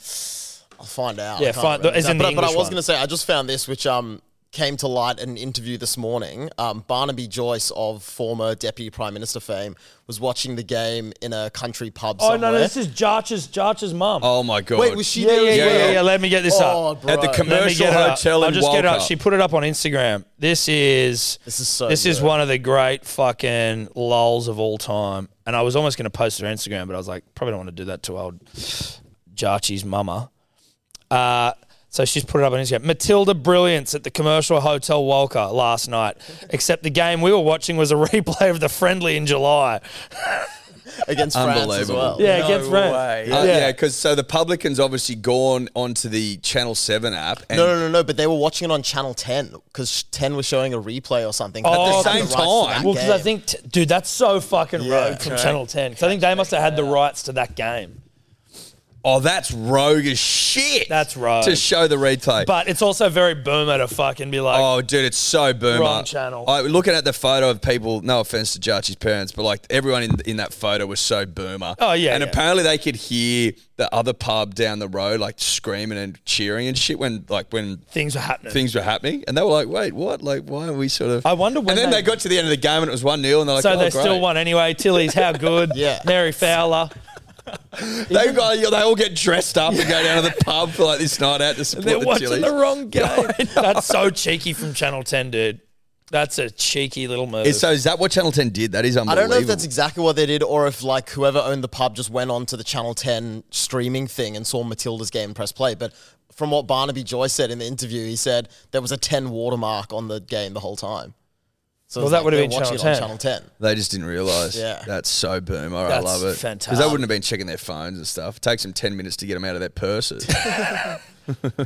D: I'll find out.
B: Yeah,
D: I can't
B: find-
D: remember
B: as in
D: that.
B: the
D: but, but I
B: English
D: was
B: one.
D: going to say, I just found this, which um came to light in an interview this morning. Um, Barnaby Joyce, of former Deputy Prime Minister fame, was watching the game in a country pub
B: Oh no,
D: somewhere.
B: no, this is Jarch's Jarch's mum.
C: oh my god!
D: Wait, was she
B: Yeah,
D: there
B: yeah,
D: as
B: yeah,
D: well?
B: yeah, yeah. Let me get this
D: Oh,
B: up.
D: bro.
C: At the com-
B: Let me
C: Commercial
B: get it up.
C: hotel
B: I'll
C: in
B: just get it up.
C: Walcott.
B: She put it up on Instagram. This is
D: This is so
B: this is
D: good.
B: one of the great fucking lulls of all time. And I was almost going to post her Instagram, but I was like, probably don't want to do that to old Jarchi's mama. Uh, so she's put it up on Instagram. Matilda Brilliance at the Commercial Hotel Walker last night. Except the game we were watching was a replay of the friendly in July.
D: against France as
C: Unbelievable.
D: well.
B: Yeah, against France. Yeah.
C: Uh, yeah, because so the publican's obviously gone onto the Channel Seven app, and
D: No, no, no, no. But they were watching it on Channel Ten because Ten was showing a replay or something. At
B: Oh,
C: same time.
B: Well, because I think, t- dude, that's so fucking
D: Yeah.
B: rogue from Channel 10. 'Cause I think they must have had the rights to that game.
C: oh, that's rogue as shit.
B: That's rogue.
C: to show the replay.
B: But it's also very boomer to fucking be like,
C: Oh, dude, it's so boomer.
B: Wrong channel.
C: I, looking at the photo of people, no offense to Jarchi's parents, but like everyone in, in that photo was so boomer.
B: Oh, yeah,
C: And
B: yeah.
C: apparently they could hear the other pub down the road like screaming and cheering and shit when like when
B: things are happening.
C: things were happening, and they were like, "Wait, what? Like, why are we sort of?"
B: I wonder when
C: And then
B: they-
C: they, got to the end of the game, and it was one 0 and they're like,
B: so
C: "Oh,
B: they
C: great."
B: still won anyway. Tilly's how good.
D: Yeah.
B: Mary Fowler.
C: They got, they all get dressed up and go down to the pub for like this night out to support
B: They're
C: the
B: watching
C: Chili's.
B: the wrong game. That's so cheeky from Channel 10, dude. That's a cheeky little move.
C: Is- so is that what Channel Ten did? That is
D: I
C: unbelievable.
D: don't know if that's exactly what they did, or if like whoever owned the pub just went on to the Channel Ten streaming thing and saw Matilda's game and press play. But from what Barnaby Joyce said in the interview, he said there was a ten watermark on the game the whole time. So it
B: Well,
D: was
B: that
D: like
B: would've
D: they were
B: been
D: watching
B: Channel
D: it
B: 10.
D: on Channel Ten.
C: They just didn't realise.
D: Yeah.
C: That's so boomer. I
B: That's
C: love it. Because they
B: fantastic.
C: wouldn't have been checking their phones and stuff. It takes them 10 minutes to get them out of their purses.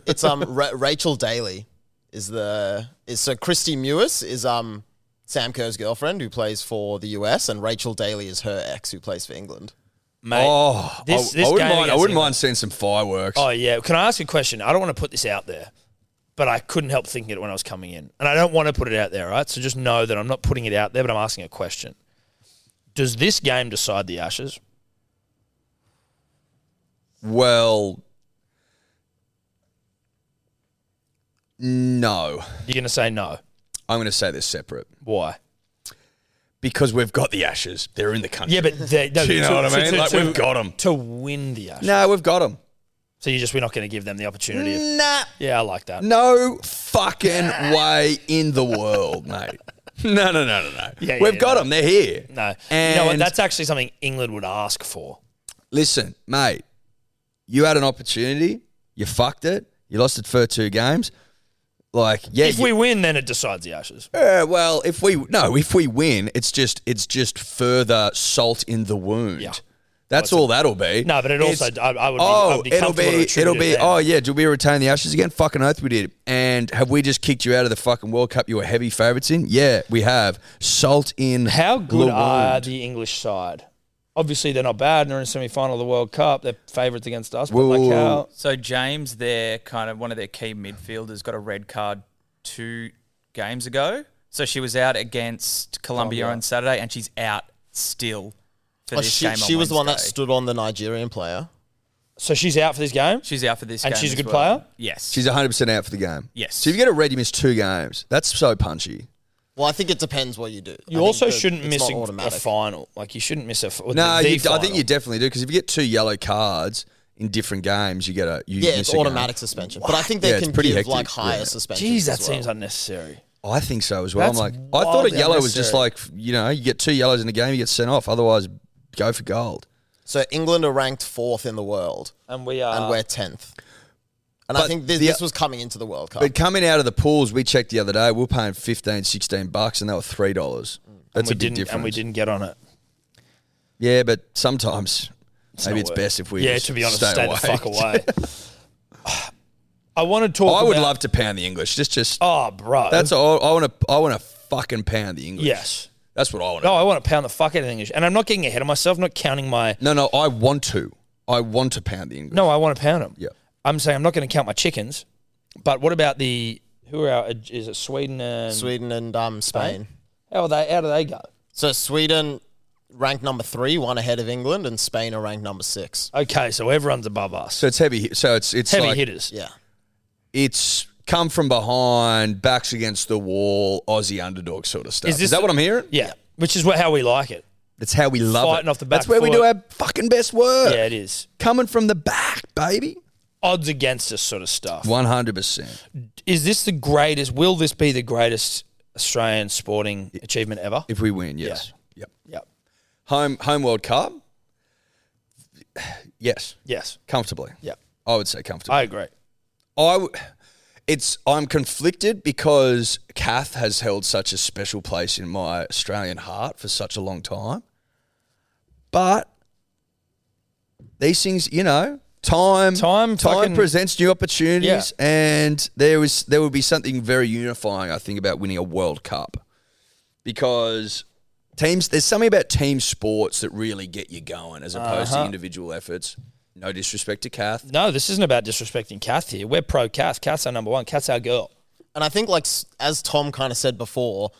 D: It's um Ra- Rachel Daly is the is so Christy Mewis is um Sam Kerr's girlfriend who plays for the US, and Rachel Daly is her ex who plays for England.
B: Mate,
C: oh,
B: this-
C: I,
B: this
C: I wouldn't,
B: game
C: mind, I
B: against
C: wouldn't
B: England.
C: mind seeing some fireworks.
B: Oh yeah. Can I ask you a question? I don't want to put this out there, but I couldn't help thinking it when I was coming in, and I don't want to put it out there, right? So just know that I'm not putting it out there, but I'm asking a question. Does this game decide the Ashes?
C: Well, no.
B: You're going to say no.
C: I'm going to say they're separate
B: Why?
C: because we've got the Ashes. They're in the country.
B: Yeah, but they, no,
C: Do you know
B: to-
C: what I
B: to-
C: mean?
B: to-
C: Like,
B: to-
C: we've got 'em.
B: to win the Ashes.
C: No, we've got them.
B: So you just we're not going to give them the opportunity. of-
C: Nah.
B: yeah, I like that.
C: No fucking way in the world, mate. No, no, no, no, no.
B: Yeah, yeah,
C: we've
B: yeah,
C: got
B: no.
C: them. They're here.
B: No,
C: And
B: you know what? That's actually something England would ask for.
C: listen, mate, you had an opportunity, you fucked it, you lost it for two games. Like, yeah,
B: If
C: you-
B: we win, then it decides the Ashes.
C: Uh, well, if we no, if we win, it's just it's just further salt in the wound.
B: Yeah.
C: That's all that'll be.
B: No, but it also I, I would. Be, I
C: Oh,
B: would be
C: it'll
B: comfortable to
C: be,
B: attribute
C: it'll
B: it
C: be.
B: then.
C: Oh yeah, do we retain the ashes again? Fucking oath, we did. And have we just kicked you out of the fucking World Cup? You were heavy favourites in. Yeah, we have. Salt in.
B: How
C: the
B: good are
C: wound.
B: the English side? obviously they're not bad. and They're in a semi final of the World Cup. They're favourites against us. But
C: Whoa.
B: like how
E: So James, their kind of one of their key midfielders, got a red card two games ago. So she was out against Colombia on Saturday, and she's out still for
D: Oh,
E: this
D: she
E: game.
D: she
E: on
D: was the one that
E: Wednesday.
D: stood on the Nigerian player.
B: so she's out for this game.
E: She's out for this,
B: And
E: game
B: she's a
E: as
B: good
E: well.
B: player?
E: Yes,
C: She's 100% out for the game.
E: Yes.
C: So if you get a red, you miss two games. That's so punchy.
D: Well, I think it depends what you do. I
B: You
D: think
B: also
D: that
B: shouldn't
D: it's
B: miss
D: not
B: a, a
D: automatic.
B: final. Like you shouldn't miss a. f- the-
C: No,
B: the
C: you, I think
B: final.
C: you definitely do because if you get two yellow cards in different games, you get a you
D: yeah,
C: miss
D: it's
C: a game.
D: automatic suspension. But I think they
C: Yeah, it's
D: can
C: pretty
D: give
C: hectic,
D: like higher
C: yeah.
D: suspensions.
B: Jeez, that
D: as well.
B: seems unnecessary.
C: I think so as well. I'm like,
B: That's
C: I thought a
B: wildly
C: yellow was just
B: unnecessary.
C: like you know, you get two yellows in a game, you get sent off. Otherwise, go for gold.
D: So England are ranked fourth in the world,
B: And we um, are.
E: Uh,
D: and we're tenth. And I
C: But
D: think this,
C: the-
D: this was coming into the World Cup.
C: But coming out of the pools, we checked the other day, we were paying 15, 16 bucks, and they were three dollars.
B: and
C: That's
B: we
C: a big
B: didn't.
C: difference.
B: And we didn't get on it.
C: Yeah, but sometimes maybe
B: not
C: it's
B: worth it.
C: best if we
B: yeah,
C: just
B: to be honest,
C: stay,
B: stay,
C: away.
B: the fuck away. I want to talk.
C: I would
B: about-
C: love to pound the English. Just, just
B: Oh, bro.
C: that's all. I want to. I want to fucking pound the English.
B: yes.
C: that's what I want.
B: No, I want to pound the fuck out of the English, and I'm not getting ahead of myself. I'm not counting my.
C: No, no, I want to. I want to pound the English.
B: No, I want to pound them.
C: Yeah.
B: I'm saying I'm not going to count my chickens. But what about the who are our, is it Sweden and
D: Sweden and um, Spain.
B: how are they how do they go?
D: So Sweden ranked number three, one ahead of England, and Spain are ranked number six.
B: Okay, so everyone's above us.
C: So it's heavy. So it's it's
B: Heavy
C: like
B: hitters.
D: Yeah.
C: it's come from behind, backs against the wall, Aussie underdog sort of stuff. Is,
B: this-
C: that what I'm hearing?
B: Yeah. Which is what, how we like it.
C: That's how we love
B: Fighting
C: it.
B: off the back
C: That's where we
B: foot.
C: do our fucking best work.
B: Yeah, it is.
C: Coming from the back, baby.
B: Odds against us sort of stuff.
C: One hundred percent.
B: Is this the greatest will this be the greatest Australian sporting achievement ever?
C: If we win, yes. Yep.
B: Yep.
C: Home home World Cup. Yes,
B: Yes.
C: comfortably.
B: Yep.
C: I would say comfortably.
B: I agree.
C: I, w- it's I'm conflicted because Kath has held such a special place in my Australian heart for such a long time. But these things, you know, time
B: Time fucking-
C: presents new opportunities,
B: Yeah.
C: and there was there would be something very unifying, I think, about winning a World Cup because. Teams, there's something about team sports that really get you going, as opposed
B: Uh-huh.
C: to individual efforts. No disrespect to Kath,
B: No, this isn't about disrespecting Kath here. We're pro Kath. Kath's our number one. Kath's our girl.
D: And I think, like s- as Tom kind of said before,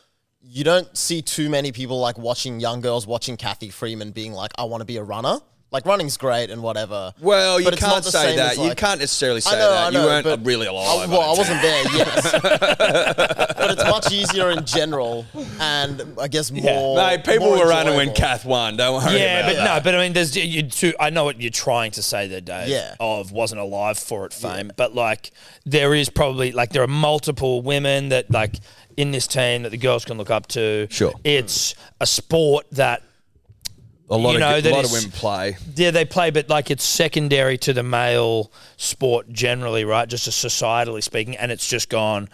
D: you don't see too many people like watching young girls watching Kathy Freeman being like, "I want to be a runner." Like running's great and whatever.
C: Well, you
D: but it's not
C: can't
D: the
C: say
D: same
C: that.
D: as,
C: you
D: like-
C: can't necessarily say
D: I know,
C: that.
D: I know,
C: you weren't
D: but-
C: really
D: I,
C: alive.
D: well,
C: at
D: I
C: the
D: wasn't there, yes. but it's much easier in general, and I guess more.
C: time. Mate, people
D: more
C: were running when
D: enjoyable.
C: Kath won. Don't worry
B: Yeah,
C: about
B: but
C: that.
B: no, but I mean, there's you two. I know what you're trying to say there, Dave.
D: Yeah.
B: of wasn't alive for it fame, but like there is probably like there are multiple women that like in this team that the girls can look up to.
C: Sure.
B: it's a sport that
C: A lot,
B: You
C: of,
B: know,
C: a
B: that
C: lot of
B: is-
C: women play.
B: yeah they play, but like it's secondary to the male sport generally, right? Just as societally speaking, and it's just gone,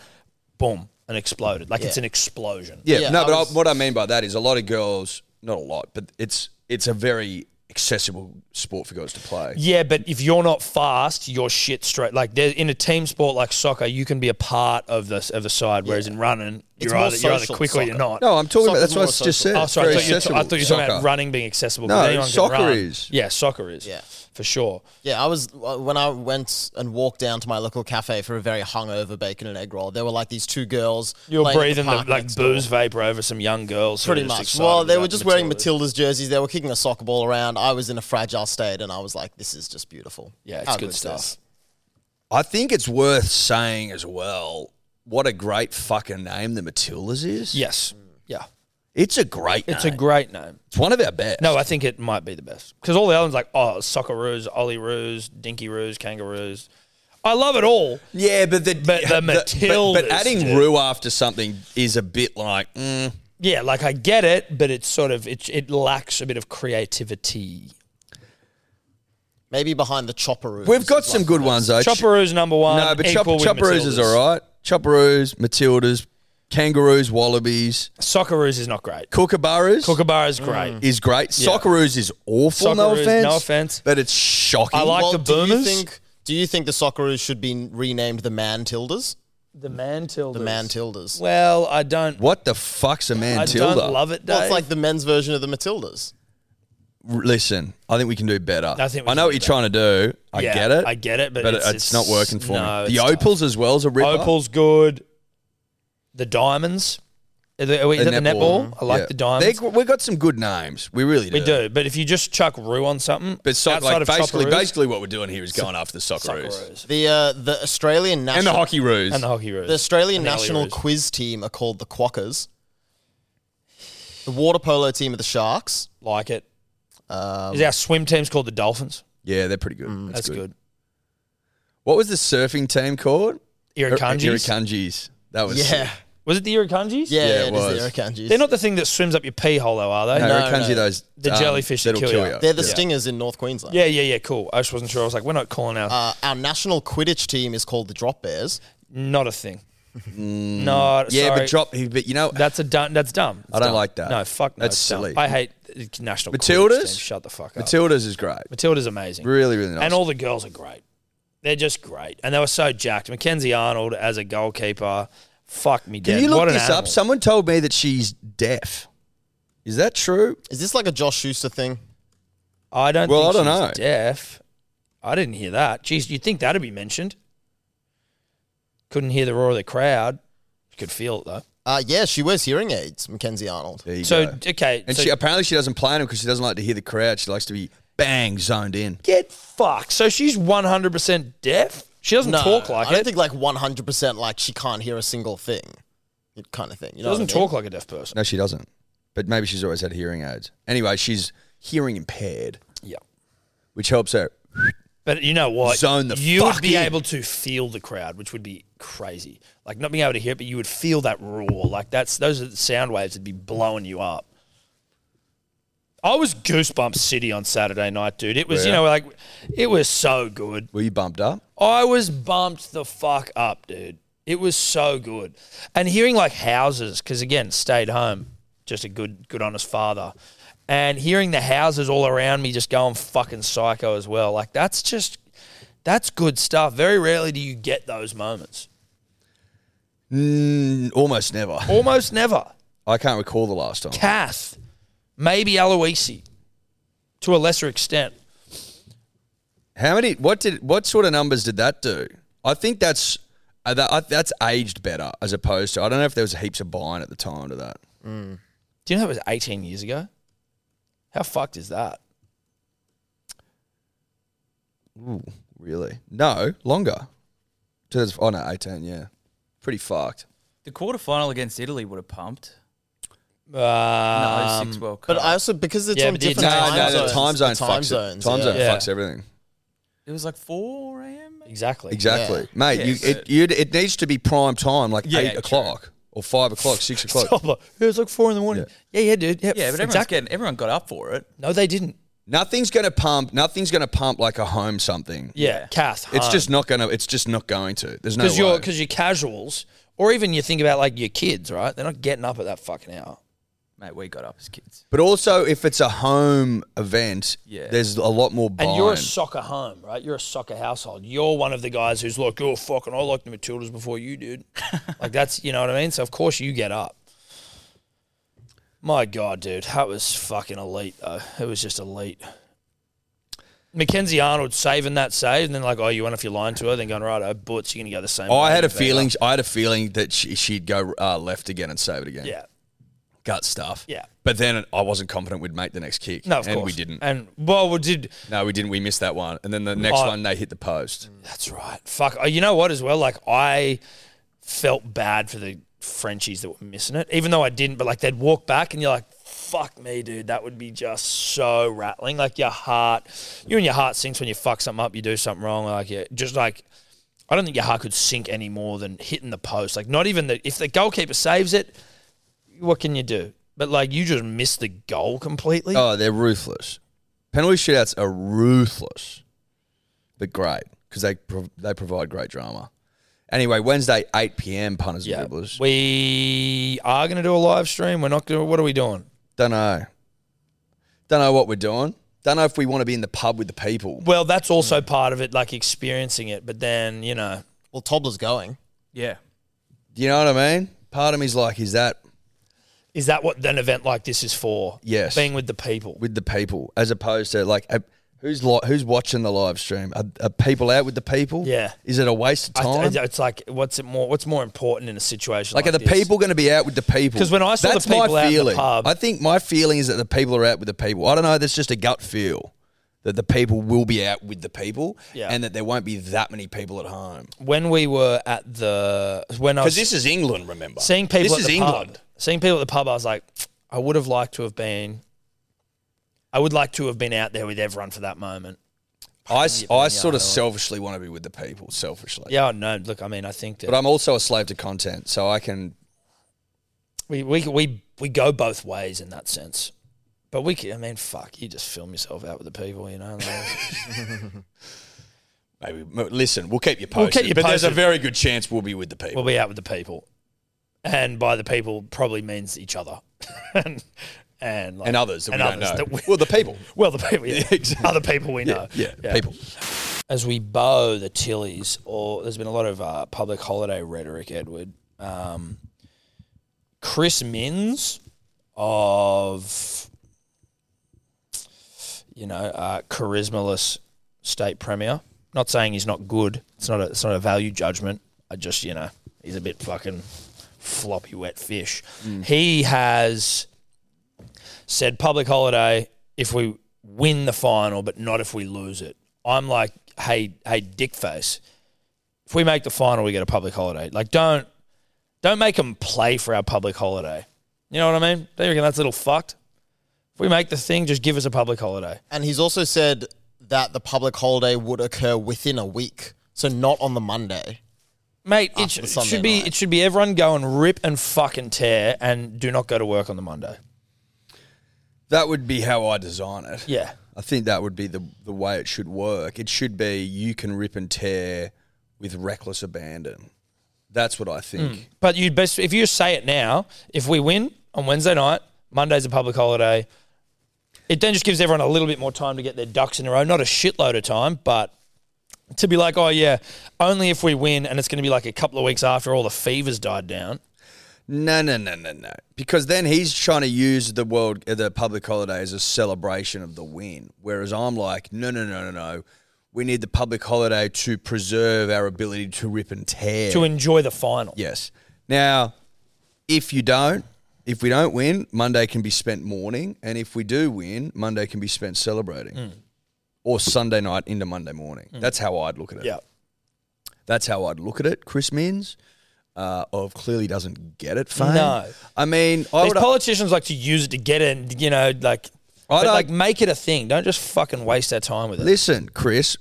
B: boom, and exploded. Like it's
D: Yeah.
B: an explosion.
C: Yeah,
D: Yeah,
C: no,
D: I
C: but
D: was-
C: I, what I mean by that is a lot of girls, not a lot, but it's it's a very accessible sport for girls to play.
B: Yeah, but if you're not fast, you're shit straight. Like there, in a team sport like soccer, you can be a part of the of the side, whereas in running, you're
D: more
B: either you're either
D: social,
B: quick or you're
D: soccer.
B: not.
C: No, I'm talking
D: Soccer's
C: about that's what I
D: more
C: just said.
D: social.
B: oh,
C: It's
B: sorry, I
C: very
B: thought, you were t- I
C: accessible,
B: thought you were talking about
C: soccer.
B: running being accessible.
C: No,
B: but anyone can
C: soccer
B: run.
C: is.
B: Yeah, soccer is.
D: Yeah.
B: for sure.
D: Yeah, I was uh, when I went and walked down to my local cafe for a very hungover bacon and egg roll. There were like these two girls.
B: You're
D: playing in
B: breathing the,
D: park
B: like
D: next door.
B: booze vapor over some young girls. who are
D: Pretty
B: just
D: much.
B: excited
D: Well, they
B: about
D: were just wearing
B: Matildas.
D: Matilda's jerseys. They were kicking a soccer ball around. I was in a fragile state, and I was like, "This is just beautiful."
B: Yeah, it's
D: How
B: good
D: good's
B: stuff.
D: this?
C: I think it's worth saying as well what a great fucking name the Matildas is.
B: Yes.
D: Mm.
B: Yeah.
C: It's a great
B: It's
C: name.
B: a great name.
C: it's one of our best.
B: No, I think it might be the best because all the other ones like oh, Socceroos, Ollieroos, Dinkyroos, Kangaroos. I love it all.
C: Yeah, but the
B: But the
C: but, but
B: Matildas,
C: adding
B: dude.
C: Rue after something is a bit like mm,
B: Yeah, like I get it, but it's sort of it, it lacks a bit of creativity.
D: Maybe behind the chopper.
C: we've got some good ones though.
B: Chopperoo's number one.
C: no, but Chop-
B: equal with
C: Chopperoos is
B: Matildas.
C: all right. Chopperoos, Matildas, Kangaroos, Wallabies,
B: Socceroos is not great.
C: Kookaburras
B: Kookaburra's great.
C: is great. Socceroos is awful. Mm. no
B: Socceroos,
C: offense,
B: no offense.
C: but it's shocking.
B: I like
D: Well,
B: the
D: do you
B: Boomers.
D: think? Do you think the Socceroos should be renamed the Mantilders?
B: The Mantilders.
D: The Mantilders.
B: Well, I don't.
C: what the fuck's a
B: I
C: Mantilda?
B: don't love it, Dave.
D: Well, it's like the men's version of the Matildas.
C: r- listen, I think we can do better.
B: I think we
C: I
B: can
C: know
B: do
C: what you're trying to do. I
B: Yeah,
C: get it.
B: I get it, but
C: but
B: it's-
C: it's,
B: it's-
C: not working for
B: no,
C: me. The
B: it's
C: opals as well as a ripper.
B: Opal's good. The diamonds. Are they- are we- Is
C: The
B: that the
C: netball.
B: netball? I like
C: Yeah.
B: the diamonds.
C: They're- We've got some good names. We really do.
B: we do, but if you just chuck rue on something,
C: But so,
B: outside
C: like,
B: of
C: basically,
B: Chopperoos,
C: basically, what we're doing here is going after the Socceroos.
B: Socceroos.
D: The uh, the Australian
C: and the
D: national
C: hockey roos.
B: and the hockey roos,
D: the Australian
B: and the alley
D: national
B: roos.
D: quiz team are called the Quackers. The water polo team are the Sharks.
B: like it.
D: Um,
B: Is our swim team's called the Dolphins?
C: yeah, they're pretty good.
B: Mm, That's, good.
C: What was the surfing team called? Er,
B: Irukandjis.
C: Irukandjis. That was
D: yeah,
B: Was it the Irukandjis?
D: yeah,
C: Yeah, it
D: it is
C: was.
D: the Irukandjis.
B: They're not the thing that swims up your pee hole, though, are they?
C: No,
D: No,
C: Irukandji,
D: no.
C: those
B: The
C: um,
B: jellyfish that
C: that'll
B: kill you.
D: They're the
C: Yeah.
D: stingers in North Queensland.
B: Yeah, yeah, yeah. Cool. I just wasn't sure. I was like, we're not calling our.
D: Uh, our national Quidditch team is called the Drop Bears.
B: not a thing. not.
C: mm, Yeah,
B: sorry.
C: but drop. But you know,
B: That's a dumb. That's dumb. It's
C: I don't
B: dumb.
C: like that.
B: No, fuck. No,
C: That's
B: it's dumb.
C: silly.
B: I hate the national. quidditch
C: Matildas?
B: team. Shut the fuck up.
C: Matilda's is great.
B: Matilda's amazing.
C: Really, really nice.
B: And all the girls are great. They're just great, and they were so jacked. Mackenzie Arnold as a goalkeeper. Fuck me.
C: Can
B: dead.
C: you look
B: What an
C: this
B: animal.
C: up? Someone told me that she's deaf. Is that true?
D: Is this like a Josh Schuster thing?
B: I don't.
C: Well,
B: think
C: I don't
B: she's Deaf. I didn't hear that. Jeez, you'd think that'd be mentioned. Couldn't hear the roar of the crowd. Could feel it though.
D: Uh, yeah, she wears hearing aids, Mackenzie Arnold.
C: There you
B: So
C: go.
B: okay,
C: And
B: so
C: she apparently she doesn't play them because she doesn't like to hear the crowd. She likes to be bang zoned in.
B: get fucked. So she's one hundred percent deaf. She doesn't
D: No,
B: talk like
D: I don't
B: it.
D: think like 100% like she can't hear a single thing. Kind of thing. You
B: she
D: know
B: doesn't
D: what I mean?
B: talk like a deaf person.
C: No, she doesn't. But maybe she's always had hearing aids. Anyway, she's hearing impaired,
B: Yeah.
C: which helps her.
B: But you know what?
C: Zone the
B: you would
C: fuck
B: be
C: in.
B: able to feel the crowd, which would be crazy. Like not being able to hear it, but you would feel that roar. Like that's those are the sound waves that'd be blowing you up. I was goosebumps city on Saturday night, dude. It was you
C: Yeah.
B: know like it was so good.
C: Were you bumped up?
B: I was bumped the fuck up, dude. It was so good. And hearing like houses, because again, stayed home, just a good, good, honest father. And hearing the houses all around me just going fucking psycho as well. Like that's just, that's good stuff. Very rarely do you get those moments.
C: Mm, almost never.
B: Almost never.
C: I can't recall the last time.
B: Kath, maybe Aloisi to a lesser extent.
C: How many? What did? What sort of numbers did that do? I think that's uh, that, I, that's aged better as opposed to. I don't know if there was heaps of buying at the time to that.
B: Do you know it was 18 years ago? How fucked is that?
C: Really? No, longer. 2000 Oh no, eighteen. Yeah, pretty fucked.
E: The quarterfinal against Italy would have pumped.
B: Um,
E: No, 06 World Cup.
D: Um, But I also, because it's
B: Yeah,
D: on
B: but the
D: different
B: Italian-
D: time,
B: No, no,
D: zones,
C: the time zone
D: the
C: fucks
D: time
C: it.
D: zones.
C: time
D: yeah.
C: zone
B: Yeah.
C: fucks everything.
E: it was like 4 a.m. maybe?
B: exactly.
C: Exactly,
D: Yeah.
C: mate.
E: Yeah,
C: you, it,
E: but-
C: you, it needs to be prime time, like
E: Yeah,
C: eight
E: true.
C: o'clock or five o'clock, six o'clock.
B: Stop it. It was like four in the morning. Yeah, yeah, dude. Yeah,
E: Yeah, but everyone's
B: exactly.
E: getting, everyone got up for it.
B: No, they didn't.
C: Nothing's gonna pump. Nothing's gonna pump like a home something.
B: Yeah, Kath.
C: It's
B: home.
C: just not gonna. It's just not going to. There's no
B: because you're
C: way.
B: because your casuals, or even you think about like your kids, right? They're not getting up at that fucking hour.
E: Mate, we got up as kids.
C: But also, if it's a home event,
E: Yeah.
C: there's a lot more
B: And
C: buying.
B: you're a soccer home, right? You're a soccer household. You're one of the guys who's like, oh fucking, I like the Matildas before you did. like that's you know what I mean. So of course you get up. My God, dude, that was fucking elite though. It was just elite. Mackenzie Arnold saving that save, and then like, oh, you went off your line to her, then going right, oh, butts, you're gonna go the same.
C: I
B: way
C: had a
B: and beat her."
C: feeling. I had a feeling that she, she'd go uh, left again and save it again.
B: Yeah,
C: gut stuff.
B: Yeah.
C: But then I wasn't confident we'd make the next kick.
B: no, of
C: and
B: course,
C: we didn't.
B: And well, we did.
C: No, we didn't. We missed that one. And then the next
B: I-
C: one, they hit the post.
B: That's right. Fuck. Oh, you know what? As well, like I felt bad for the Frenchies that were missing it, even though I didn't. But like they'd walk back, and you're like, "Fuck me, dude. That would be just so rattling." Like your heart, you and your heart sinks when you fuck something up. You do something wrong. Like yeah, just like I don't think your heart could sink any more than hitting the post. Like not even the if the goalkeeper saves it, what can you do? But like you just missed the goal completely.
C: Oh, they're ruthless. Penalty shootouts are ruthless, but great because they prov- they provide great drama. Anyway, Wednesday, 8 p.m. Punters
B: yeah.
C: and Dribblers.
B: We are going to do a live stream. We're not going. to What are we doing?
C: Don't know. Don't know what we're doing. Don't know if we want to be in the pub with the people.
B: Well, that's also part of it, like experiencing it. But then, you know,
D: Well, Tobler's going.
E: Yeah.
C: You know what I mean? Part of me's like, is that
B: Is that what an event like this is for?
C: Yes.
B: being with the people.
C: with the people as opposed to like a, who's li- who's watching the live stream? Are, are people out with the people?
B: Yeah.
C: Is it a waste of
B: I
C: time?
B: th- it's like what's it more? What's more important in a situation
C: like,
B: like,
C: are the
B: this?
C: people going to be out with the people?
B: 'Cause when I saw the
C: That's
B: people
C: my
B: out in the
C: feeling.
B: pub-
C: I think my feeling is that the people are out with the people. I don't know. That's just a gut feel that the people will be out with the people,
B: Yeah.
C: and that there won't be that many people at home.
B: When we were at the when I was
C: Because this is England, remember?
B: seeing people
C: This
B: at
C: is
B: the
C: England.
B: pub, seeing people at the pub, I was like, I would have liked to have been. I would like to have been out there with everyone for that moment.
C: I, s- I sort
B: yeah,
C: of selfishly want to be with the people, selfishly.
B: Yeah, no, look, I mean, I think that
C: But I'm also a slave to content, so I can.
B: we, we we we go both ways in that sense. But we, can, I mean, fuck, you just film yourself out with the people, you know. like-
C: Maybe m- listen. We'll keep you posted.
B: We'll keep you
C: but there's a
B: posted.
C: very good chance we'll be with the people.
B: we'll be out with the people, and by the people probably means each other, and and, like,
C: and others that we
B: and others
C: don't know.
B: that we-
C: well, the people.
B: well, the people, yeah,
C: Yeah, exactly.
B: other people we know,
C: yeah, people.
B: as we bow the Tillies, or there's been a lot of uh, public holiday rhetoric, Edward. Um, Chris Minns of, you know, uh, charismaless state premier. Not saying he's not good. It's not a, it's not a value judgment. I just, you know, he's a bit fucking floppy wet fish. He has said public holiday if we win the final, but not if we lose it. I'm like, hey, hey, dickface. If we make the final, we get a public holiday. Like, don't, don't make them play for our public holiday. You know what I mean? Don't you reckon that's a little fucked? If we make the thing, just give us a public holiday.
D: And he's also said that the public holiday would occur within a week, so not on the Monday.
B: Mate, it,
D: After
B: sh-
D: Sunday
B: should be
D: night.
B: it should be everyone go and rip and fucking tear and do not go to work on the Monday.
C: That would be how I design it.
B: Yeah.
C: I think that would be the the way it should work. It should be you can rip and tear with reckless abandon. That's what I think.
B: But you'd best if you say it now. If we win on Wednesday night, Monday's a public holiday. It then just gives everyone a little bit more time to get their ducks in a row. Not a shitload of time, but to be like, oh yeah, only if we win, and it's going to be like a couple of weeks after all the fever's died down. Hmm.
C: No, no, no, no, no. Because then he's trying to use the world, uh, the public holiday as a celebration of the win. Whereas I'm like, no, no, no, no, no. We need the public holiday to preserve our ability to rip and tear.
B: To enjoy the final,
C: Yes. Now, if you don't, if we don't win, Monday can be spent mourning, and if we do win, Monday can be spent celebrating,
B: Hmm.
C: or Sunday night into Monday morning. That's how I'd look at it.
B: yeah,
C: That's how I'd look at it. Chris Minns, uh, of clearly doesn't get it. Fame.
B: No.
C: I mean, I
B: These
C: would.
B: politicians like to use it to get in, you know, like, but,
C: don't-
B: like make it a thing. Don't just fucking waste our time with it.
C: Listen, Chris,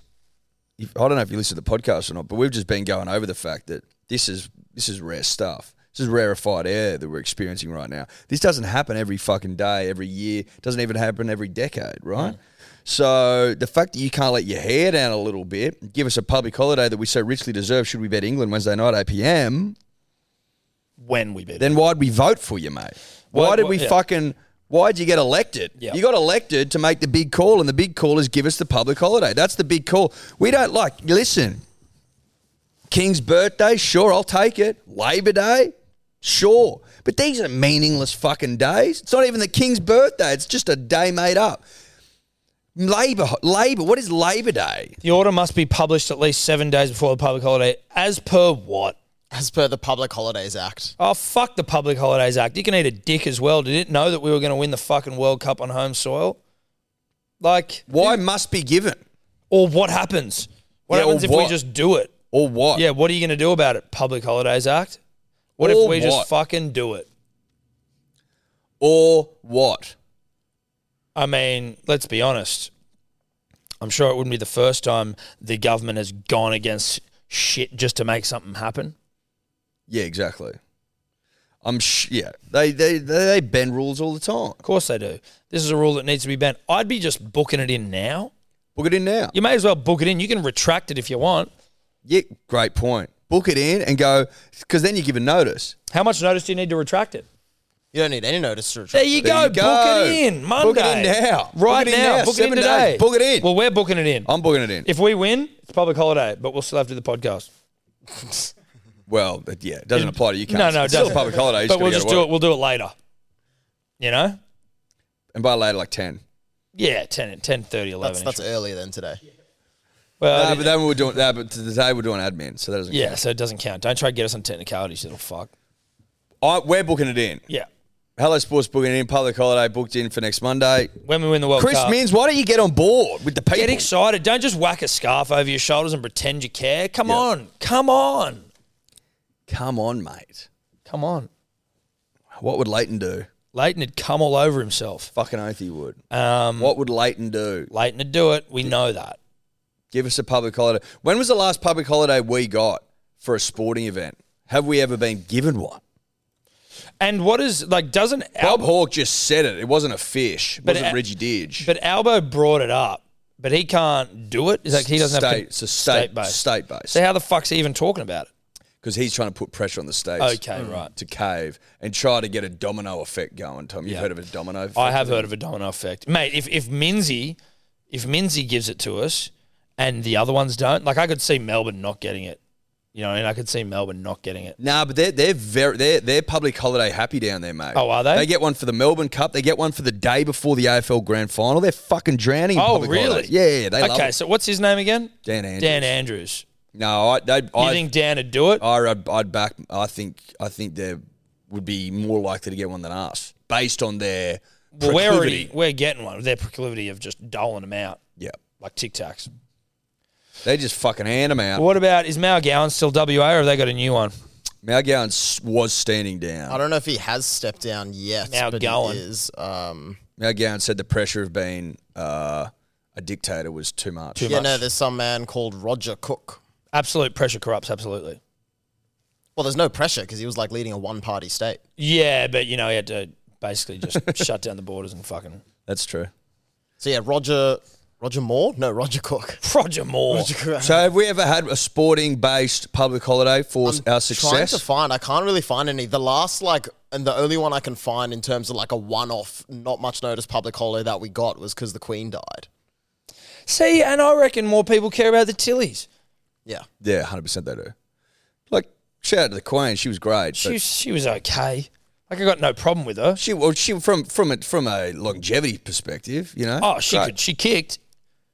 C: if, I don't know if you listen to the podcast or not, but we've just been going over the fact that this is this is rare stuff. This is rarefied air that we're experiencing right now. This doesn't happen every fucking day, every year. Doesn't even happen every decade, right? So the fact that you can't let your hair down a little bit, give us a public holiday that we so richly deserve, should we bet England Wednesday night 8 p.m.,
B: When we beat,
C: then why'd we vote for you, mate? Why
B: Why-
C: did
B: why-
C: we
B: yeah.
C: fucking? Why'd you get elected?
B: Yeah.
C: You got elected to make the big call, and the big call is give us the public holiday. That's the big call. We don't like. Listen, King's birthday, sure, I'll take it. Labor Day, sure, but these are meaningless fucking days. It's not even the King's birthday. It's just a day made up. Labor, labor. What is Labor Day?
B: the order must be published at least seven days before the public holiday, as per what.
D: As per the Public Holidays Act.
B: Oh fuck the Public Holidays Act. You can eat a dick as well. Did it know that we were going to win the fucking World Cup on home soil? Like,
C: Why must be given
B: or what happens? What
C: Yeah, or
B: happens if
C: what?
B: we just do it?
C: or what?
B: Yeah, what are you going to do about it? Public Holidays Act. What
C: Or
B: if we
C: what?
B: just fucking do it?
C: or what?
B: I mean, let's be honest. I'm sure it wouldn't be the first time the government has gone against shit just to make something happen.
C: Yeah, exactly. I'm sh- yeah. They, they they they bend rules all the time.
B: Of course they do. This is a rule that needs to be bent. I'd be just booking it in now.
C: Book it in now.
B: You may as well book it in. You can retract it if you want.
C: Yeah, great point. Book it in and go because then you give a notice.
B: How much notice do you need to retract it?
D: You don't need any notice to
B: There
D: retract.
B: you,
C: There
B: go.
C: you go.
B: Book it in Monday.
C: Book it in now.
B: Right
C: Book it in
B: now.
C: now.
B: Book
C: Seven
B: it in today.
C: days. Book it in. Oh.
B: Well, we're booking it in.
C: I'm booking it in.
B: if we win, it's public holiday, but we'll still have to do the podcast.
C: well, but yeah, it doesn't apply to you. Cunts.
B: No, no, it
C: it's still a
B: doesn't.
C: public holiday. you
B: but we'll
C: gotta
B: just
C: go to
B: do
C: work.
B: it. We'll do it later. You know?
C: And by later, like 10.
B: Yeah, 10, 10 30, 11.
D: That's,
B: -ish.
D: that's earlier than today.
B: well,
C: No, but then we were doing that, but today we're doing admin, so that doesn't
B: yeah, so it doesn't count. Don't try to get us on technicalities, little fuck.
C: count. I, we're booking it in.
B: Yeah.
C: Hello Sports booking it in, public holiday booked in for next Monday.
B: When we win the World
C: Chris
B: Cup.
C: Minns, why don't you get on board with the people?
B: Get excited. Don't just whack a scarf over your shoulders and pretend you care. Come
C: Yeah.
B: on. Come on.
C: Come on, mate.
B: Come on.
C: What would Leighton do?
B: Leighton had come all over himself.
C: Fucking oath he would.
B: Um,
C: What would Leighton do?
B: Leighton to do it. We know that.
C: Give us a public holiday. When was the last public holiday we got for a sporting event? Have we ever been given one?
B: And what is like? Doesn't
C: Bob
B: Al-
C: Hawke just said it. It wasn't a fish. It
B: But
C: wasn't
B: a-
C: Reggie Didge.
B: but Albo brought it up, but he can't do it. It's like he doesn't
C: state,
B: have
C: it's a state,
B: state-based.
C: state
B: So
C: based
B: how the fuck's he even talking about it?
C: because he's trying to put pressure on the states. Mm.
B: Okay, right.
C: To cave and try to get a domino effect going. Tom, you've
B: Yeah.
C: heard of a domino? Effect?
B: I have heard of a domino effect, mate. If if Minzy, if Minzy gives it to us, and the other ones don't, like I could see Melbourne not getting it, you know, and I could see Melbourne not getting it.
C: Nah, but they're they're very they're they're public holiday happy down there, mate.
B: Oh, are they?
C: They get one for the Melbourne Cup. They get one for the day before the AFL Grand Final. They're fucking drowning. In
B: Oh,
C: public
B: really?
C: holidays. Yeah, yeah, yeah, they love
B: okay,
C: it.
B: so what's his name again?
C: Dan Andrews.
B: Dan Andrews.
C: no, I they,
B: You
C: I,
B: think Dan would do it?
C: I I'd, I'd back. I think I think they would be more likely to get one than us based on their
B: well, we're already
C: proclivity.
B: we're getting one. Their proclivity of just doling them out
C: Yeah,
B: like Tic Tacs.
C: they just fucking hand them out.
B: What about is Mal Gowan still WA or have they got a new one?
C: Mal Gowan s- was standing down.
D: I don't know if he has stepped down yet.
B: Now
D: but
B: going.
D: He is. Um,
C: Mal Gowan said the pressure of being uh, a dictator was too much.
D: yeah, no, there's some man called Roger Cook.
B: Absolute pressure corrupts absolutely.
D: Well, there's no pressure because he was like leading a one party state.
B: Yeah, but you know he had to basically just shut down the borders and fucking
C: That's true.
D: So yeah, Roger. Roger Moore? No, Roger Cook.
B: Roger Moore.
C: So have we ever had a sporting based public holiday for
D: I'm
C: our
D: Trying
C: success?
D: to find, I can't really find any. The last like, and the only one I can find in terms of like a one-off, not much notice public holiday that we got was because the Queen died.
B: See, and I reckon more people care about the Tillies.
D: Yeah,
C: yeah, hundred percent they do. Like shout out to the Queen, she was great.
B: She
C: She,
B: was, she was okay. Like I got no problem with her.
C: she well, she from from a, from a longevity perspective, you know.
B: Oh, she
C: Great.
B: could. She kicked.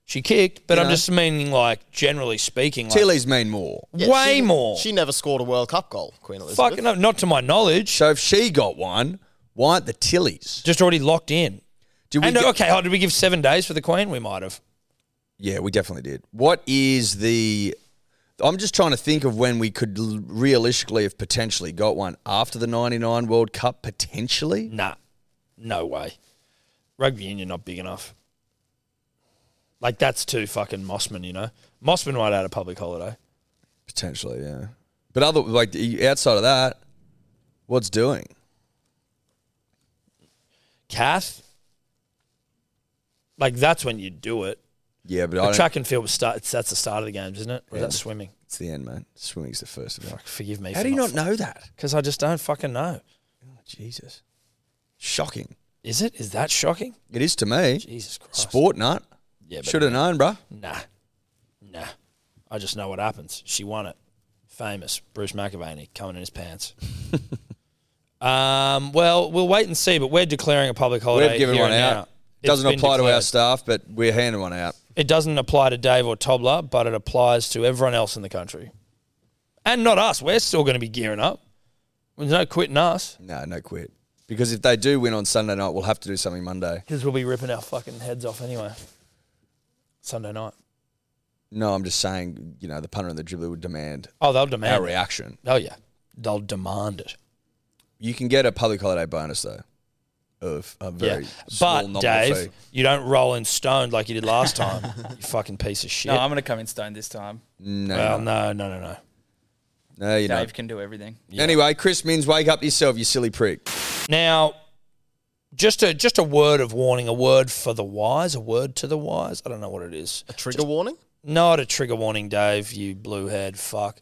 B: She kicked. But
C: You
B: I'm
C: know.
B: just meaning like generally speaking, like,
C: Tilly's mean more.
D: Yeah,
B: way
D: she-
B: more.
D: She never scored a World Cup goal, Queen Elizabeth.
B: Fucking up, not to my knowledge.
C: So if she got one, why aren't the Tillies?
B: Just already locked in.
C: Did we
B: And
C: get-
B: okay, oh, did we give seven days for the Queen? We might have.
C: Yeah, we definitely did. What is the? I'm just trying to think of when we could l- realistically have potentially got one after the '99 World Cup. Potentially,
B: Nah, no way. Rugby union not big enough. Like that's too fucking Mossman, you know. Mossman might have had a public holiday.
C: potentially, yeah. But other like outside of that, what's doing?
B: Cath. Like that's when you do it.
C: Yeah, but I
B: But
C: don't,
B: track and field was start. it's- That's the start of the games, isn't it? Or
C: Yeah.
B: is that swimming?
C: it's the end, man. Swimming's the first of it.
B: Forgive me.
C: How do you not know that?
B: Because I just don't fucking know.
C: Jesus, shocking.
B: Is it? Is that shocking?
C: It is to me.
B: Jesus Christ.
C: Sport nut.
B: Yeah, but
C: Should have known, bruh.
B: Nah, nah. I just know what happens. She won it. Famous Bruce McAvaney coming in his pants. um. Well, we'll wait and see. But we're declaring a public holiday.
C: We've given
B: here
C: one
B: and
C: out.
B: now. It's
C: Doesn't
B: been
C: apply to our
B: declared.
C: staff, but we're handing one out.
B: It doesn't apply to Dave or Tobler, but it applies to everyone else in the country, and not us. We're still going to be gearing up. There's no quitting us
C: No, no quit. Because if they do win on Sunday night, we'll have to do something Monday.
B: because we'll be ripping our fucking heads off anyway. Sunday night.
C: No, I'm just saying, you know, the punter and the dribbler would demand
B: Oh, they'll
C: our
B: demand. it.
C: reaction.
B: Oh yeah, they'll demand it.
C: You can get a public holiday bonus though, of a very
B: yeah,
C: small
B: but
C: nominal
B: Dave,
C: fee.
B: you don't roll in stone like you did last time. you fucking piece of shit.
E: No, I'm going to come in stone this time.
C: No,
B: well,
C: no,
B: no, no, no, no.
C: no, you
E: Dave
C: don't.
E: can do everything.
C: Anyway, Chris Minns, wake up yourself, you silly prick.
B: Now, just a just a word of warning, a word for the wise, a word to the wise. I don't know what it is.
D: a trigger warning.
B: Not a trigger warning, Dave, you blue head fuck.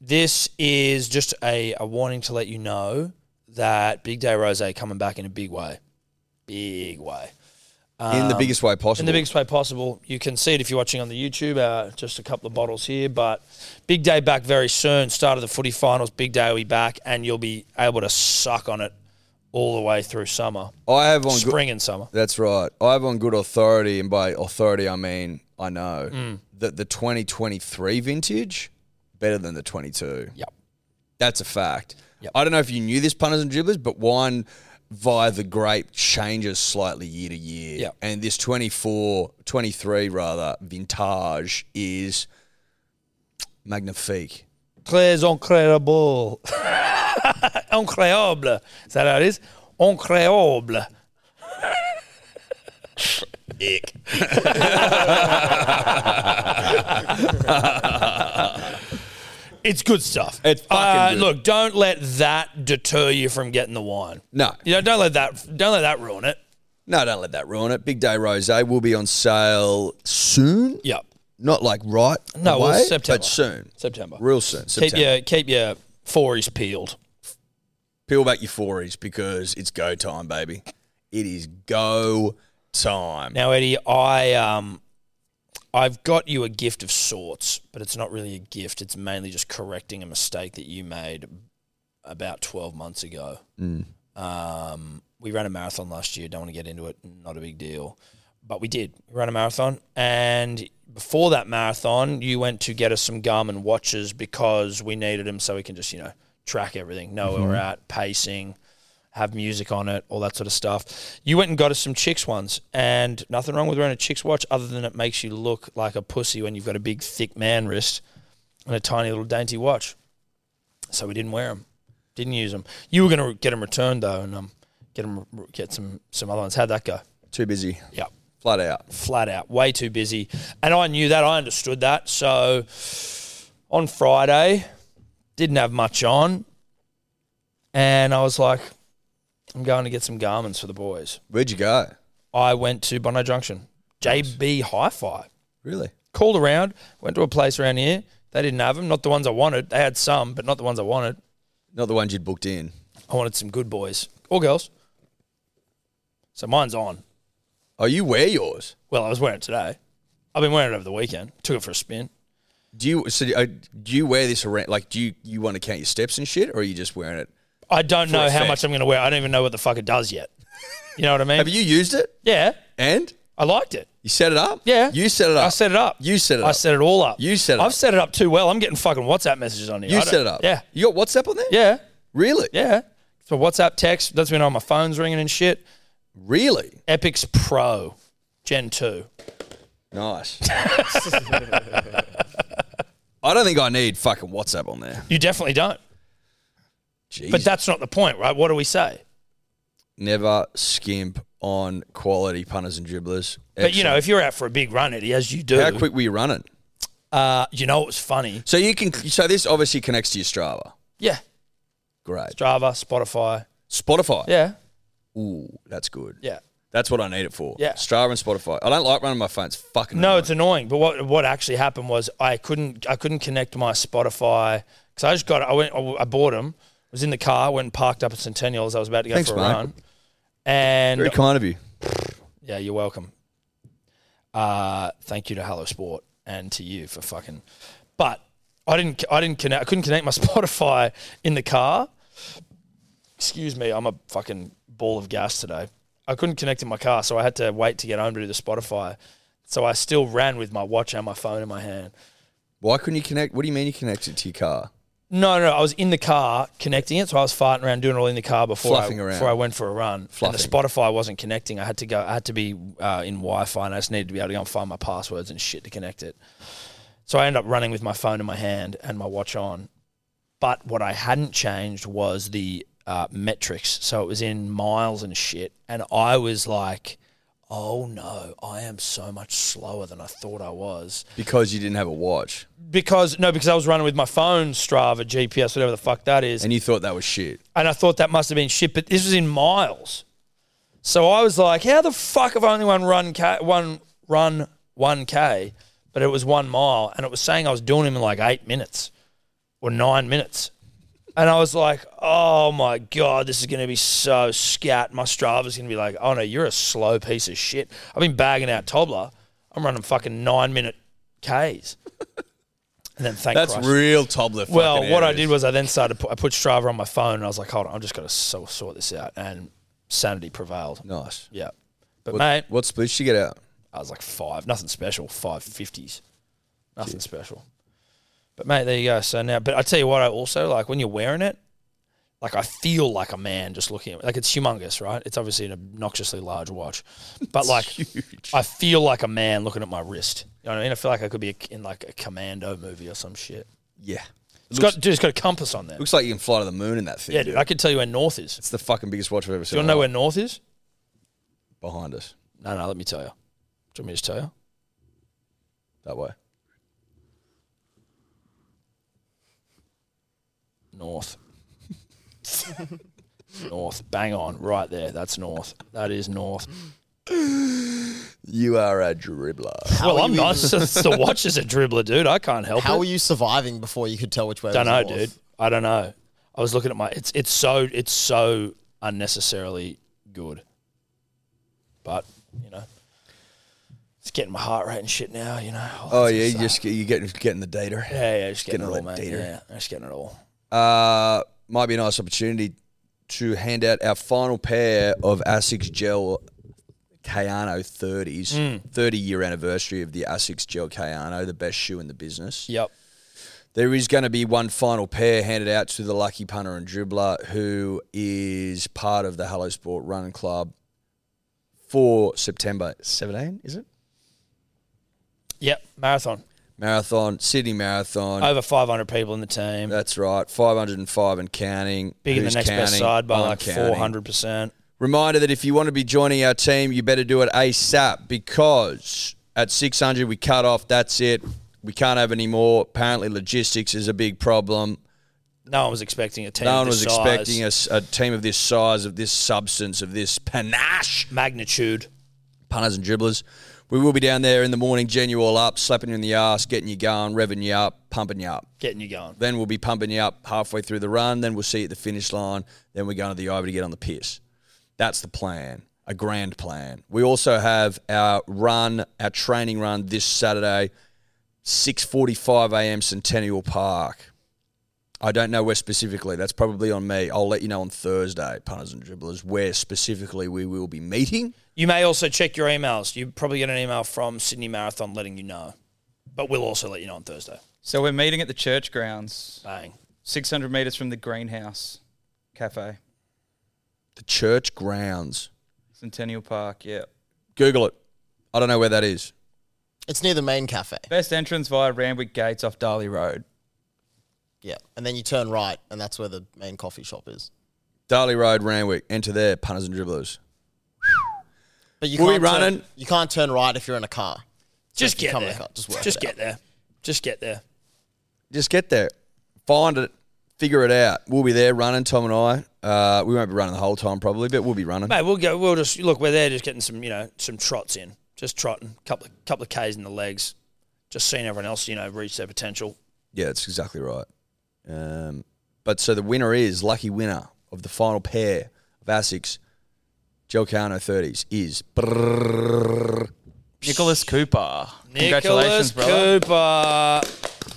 B: This is just a, a warning to let you know that Big Day Rose coming back in a big way. Big way.
C: in the biggest way possible.
B: Um, In the biggest way possible. You can see it if you're watching on the YouTube. Uh, just a couple of bottles here, but big day back very soon. Start of the footy finals. Big day will be back, and you'll be able to suck on it all the way through summer,
C: I have on good,
B: spring and summer.
C: That's right. I have on good authority, and by authority I mean I know
B: Mm.
C: that the 2023 vintage better than the 22.
B: Yep.
C: That's a fact. I don't know if you knew this, punters and dribblers, but wine via the grape changes slightly year to year.
B: Yep.
C: And this 24, 23 rather, vintage is magnifique.
B: Très incredible. incroyable. Is that how it is? Incroyable. Ick. it's good stuff.
C: It's fucking
B: Uh,
C: good.
B: Look, don't let that deter you from getting the wine.
C: No.
B: You know, don't let that don't let that ruin it.
C: No, don't let that ruin it. Big Day Rosé will be on sale soon.
B: Yep.
C: Not like right
B: No, well,
C: away,
B: September.
C: but soon.
B: September.
C: Real soon. September.
B: Keep your keep your fories peeled.
C: peel back your fories because it's go time, baby. It is go time.
B: Now, Eddie, I um, I've got you a gift of sorts, but it's not really a gift. It's mainly just correcting a mistake that you made about twelve months ago. Um, we ran a marathon last year. Don't want to get into it. Not a big deal, but we did we ran a marathon. And before that marathon, you went to get us some Garmin watches because we needed them, so we can just you know track everything, know where we're at, pacing, have music on it, all that sort of stuff. You went and got us some chicks ones, and nothing wrong with wearing a chicks watch other than it makes you look like a pussy when you've got a big, thick man wrist and a tiny little dainty watch. So we didn't wear them, didn't use them. You were going to get them returned though, and um, get them get some some other ones. How'd that go?
C: Too busy.
B: Yeah,
C: Flat out.
B: flat out, way too busy. And I knew that, I understood that. So on Friday, didn't have much on, and I was like, I'm going to get some garments for the boys.
C: Where'd you go?
B: I went to Bondi Junction, JB Hi-Fi.
C: Really?
B: Called around, went to a place around here. They didn't have them, not the ones I wanted. They had some, but not the ones I wanted.
C: Not the ones you'd booked in.
B: I wanted some good boys or girls. So mine's on.
C: Oh, you wear yours?
B: Well, I was wearing it today. I've been wearing it over the weekend. Took it for a spin.
C: Do you so uh, do you wear this around? Like, do you you want to count your steps and shit, or are you just wearing it?
B: I don't know how
C: effect.
B: much I'm going to wear. I don't even know what the fuck it does yet. You know what I mean?
C: Have you used it?
B: yeah,
C: And
B: I liked it.
C: you set it up?
B: Yeah.
C: You set it up.
B: I set it up.
C: You set it
B: I
C: up.
B: set it all up.
C: You set it
B: I've
C: up.
B: set it up too well. I'm getting fucking WhatsApp messages on here. I
C: You
B: don't-
C: set it up.
B: Yeah.
C: You got WhatsApp on there?
B: Yeah.
C: Really?
B: Yeah. So WhatsApp text. That's when all my phone's ringing and shit.
C: Really?
B: Epix Pro Gen 2.
C: Nice. I don't think I need fucking WhatsApp on there.
B: You definitely don't.
C: Jesus.
B: But that's not the point, right? What do we say?
C: never skimp on quality punters and dribblers.
B: But you know, if you're out for a big run, Eddie, as you do,
C: how quick were you running?
B: uh, you know it was funny.
C: So you can. So this obviously connects to your Strava.
B: Yeah.
C: Great.
B: Strava, Spotify.
C: Spotify.
B: Yeah.
C: Ooh, that's good.
B: Yeah.
C: That's what I need it for.
B: Yeah.
C: Strava and Spotify. I don't like running my phone. It's fucking.
B: No,
C: annoying.
B: it's annoying. But what what actually happened was I couldn't I couldn't connect my Spotify because I just got I went I bought them. Was in the car, went and parked up at Centennial as I was about to go
C: Thanks,
B: for a
C: mate.
B: run. And
C: very kind of you.
B: yeah, you're welcome. Uh, thank you to Hello Sport and to you for fucking. But I didn't I didn't connect I couldn't connect my Spotify in the car. Excuse me, I'm a fucking ball of gas today. I couldn't connect in my car, so I had to wait to get home to do the Spotify. So I still ran with my watch and my phone in my hand.
C: Why couldn't you connect? What do you mean you connect it to your car?
B: No, no, I was in the car connecting it, so I was farting around doing it all in the car before I,
C: Fluffing around.
B: before I went for a run. And
C: Fluffing.
B: the Spotify wasn't connecting. I had to go. I had to be uh, in Wi-Fi, and I just needed to be able to go and find my passwords and shit to connect it. So I ended up running with my phone in my hand and my watch on. But what I hadn't changed was the uh, metrics, so it was in miles and shit. And I was like, "Oh no, I am so much slower than I thought I was."
C: Because you didn't have a watch
B: Because no, because I was running with my phone, Strava, GPS, whatever the fuck that is
C: and you thought that was shit.
B: and I thought that must have been shit, but this was in miles. So I was like, how the fuck have I only one run K, one run 1K, but it was one mile, and it was saying I was doing him in like eight minutes or nine minutes. And I was like, oh my God, this is going to be so scat. My Strava's going to be like, oh no, you're a slow piece of shit. I've been bagging out Tobler. I'm running fucking nine minute Ks. And then thank
C: That's
B: Christ.
C: real toddler.
B: Well,
C: fucking
B: what I
C: errors.
B: did was I then started. Put, I put Strava on my phone, and I was like, "Hold on, I'm just going to so sort this out." And sanity prevailed.
C: nice.
B: Yeah, but
C: What,
B: mate,
C: what split did you get out?
B: I was like five, nothing special, five fifties, nothing special. But mate, there you go. So now, but I tell you what, I also like when you're wearing it. Like I feel like a man just looking at it. Like it's humongous, right? It's obviously an obnoxiously large watch, but like I feel like a man looking at my wrist. You know what I mean? I feel like I could be in like a commando movie or some shit.
C: Yeah,
B: It's got dude, it's got a compass on there.
C: looks like you can fly to the moon in that thing.
B: Yeah, dude, I could tell you where north is.
C: It's the fucking biggest watch I've ever
B: Do
C: seen.
B: you want to know where north is?
C: Behind us,
B: No, no, let me tell you. Do you want me to just tell you?
C: that way.
B: North. north. Bang on. Right there. That's north. That is north.
C: You are a dribbler.
B: well, I'm not. It's the watch is a dribbler, dude. I can't help
D: How
B: it.
D: were you surviving before you could tell which way?
B: don't know,
D: was north?
B: dude. I don't know. I was looking at my it's it's so it's so unnecessarily good. But, you know. It's getting my heart rate and shit now, you know. all
C: Oh
B: that
C: yeah, you
B: sort of stuff.
C: just get- you getting getting the data.
B: yeah, yeah, just getting,
C: getting
B: it all,
C: all that
B: mate.
C: data.
B: Yeah, just getting it all.
C: Uh, might be a nice opportunity to hand out our final pair of Asics Gel Kayano 30s,
B: Mm.
C: 30 year anniversary of the Asics Gel Kayano, the best shoe in the business.
B: Yep.
C: There is going to be one final pair handed out to the lucky punter and dribbler who is part of the Hello Sport Run Club for September 17, is it?
B: Yep. Marathon.
C: Marathon, Sydney Marathon.
B: Over 500 people in the team.
C: That's right, 505 and counting.
B: Bigger than
C: Who's
B: the next best
C: counting?
B: side by
C: I'm
B: like
C: counting.
B: 400%.
C: Reminder that if you want to be joining our team, you better do it ASAP because at 600 we cut off. That's it. We can't have any more. Apparently, logistics is a big problem.
B: No one was expecting a team.
C: No
B: of
C: one was
B: this size,
C: expecting a, s- a team of this size, of this substance, of this panache.
B: magnitude.
C: Punters and dribblers. We will be down there in the morning, gen you all up, slapping you in the ass, getting you going, revving you up, pumping you up.
B: Getting you going.
C: Then we'll be pumping you up halfway through the run. Then we'll see you at the finish line. Then we're going to the Ivy to get on the piss. That's the plan, a grand plan. We also have our run, our training run this Saturday, 6.45 a.m. Centennial Park. I don't know where specifically. That's probably on me. I'll let you know on Thursday, punters and dribblers, where specifically we will be meeting.
B: You may also check your emails. You probably get an email from Sydney Marathon letting you know. But we'll also let you know on Thursday.
E: So we're meeting at the church grounds,
B: Bang.
E: 600 meters from the greenhouse cafe,
C: The church grounds.
E: Centennial Park. Yeah.
C: Google it. I don't know where that is.
D: It's near the main cafe.
E: Best entrance via Randwick Gates off Darley Road.
D: Yeah, and then you turn right, and that's where the main coffee shop is.
C: Darley Road, Ranwick. Enter there, punters and dribblers.
D: But you
C: Were we
D: can't turn-
C: running?
D: you can't turn right if you're in a car.
B: Just
D: you
B: get
D: come in
B: there.
D: the car, just
B: Just,
D: work it
B: get there. Just get there.
C: just get there, find it, figure it out. We'll be there running, Tom and I. Uh, we won't be running the whole time probably, but we'll be running.
B: Mate, we'll go. We'll just look. We're there, just getting some, you know, some trots in. Just trotting, couple of couple of k's in the legs. Just seeing everyone else, you know, reach their potential.
C: Yeah, that's exactly right. Um, but so the winner is lucky winner of the final pair of Asics Gelcano 30s is brrrr,
E: Nicholas Cooper.
B: Nicholas
E: Congratulations, brother.
B: Cooper.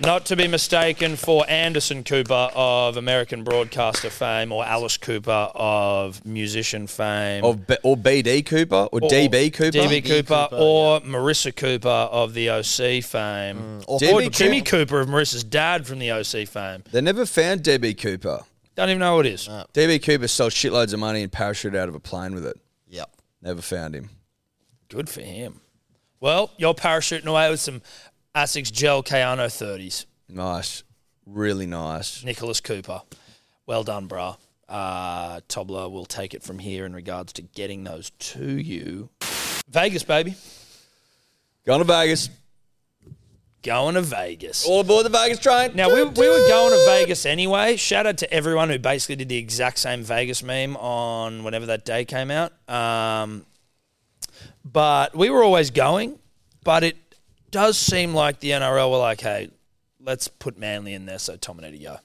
B: Not to be mistaken for Anderson Cooper of American broadcaster fame or Alice Cooper of musician fame.
C: of B- or BD Cooper or,
B: or
C: DB Cooper.
B: DB Cooper,
D: Cooper,
B: or Marissa Cooper of the OC fame.
D: Or
C: Jimmy
B: or
C: Cooper.
B: Jimmy Cooper of Marissa's dad from the OC fame.
C: They never found DB Cooper.
B: Don't even know who it is.
C: DB Cooper sold shitloads of money and parachuted out of a plane with it.
D: Yep.
C: Never found him.
B: Good for him. Well, you're parachuting away with some Asics Gel Kayano 30s.
C: Nice, really nice.
B: Nicholas Cooper. Well done, brah. Uh, Tobler will take it from here in regards to getting those to you. Vegas, baby.
C: Going to Vegas.
B: Going to Vegas.
C: All aboard the Vegas train.
B: Now, we, we were going to Vegas anyway. Shout out to everyone who basically did the exact same Vegas meme on whenever that day came out. Um, but we were always going, but it does seem like the NRL were like, hey, let's put Manly in there so Tom and Eddie go.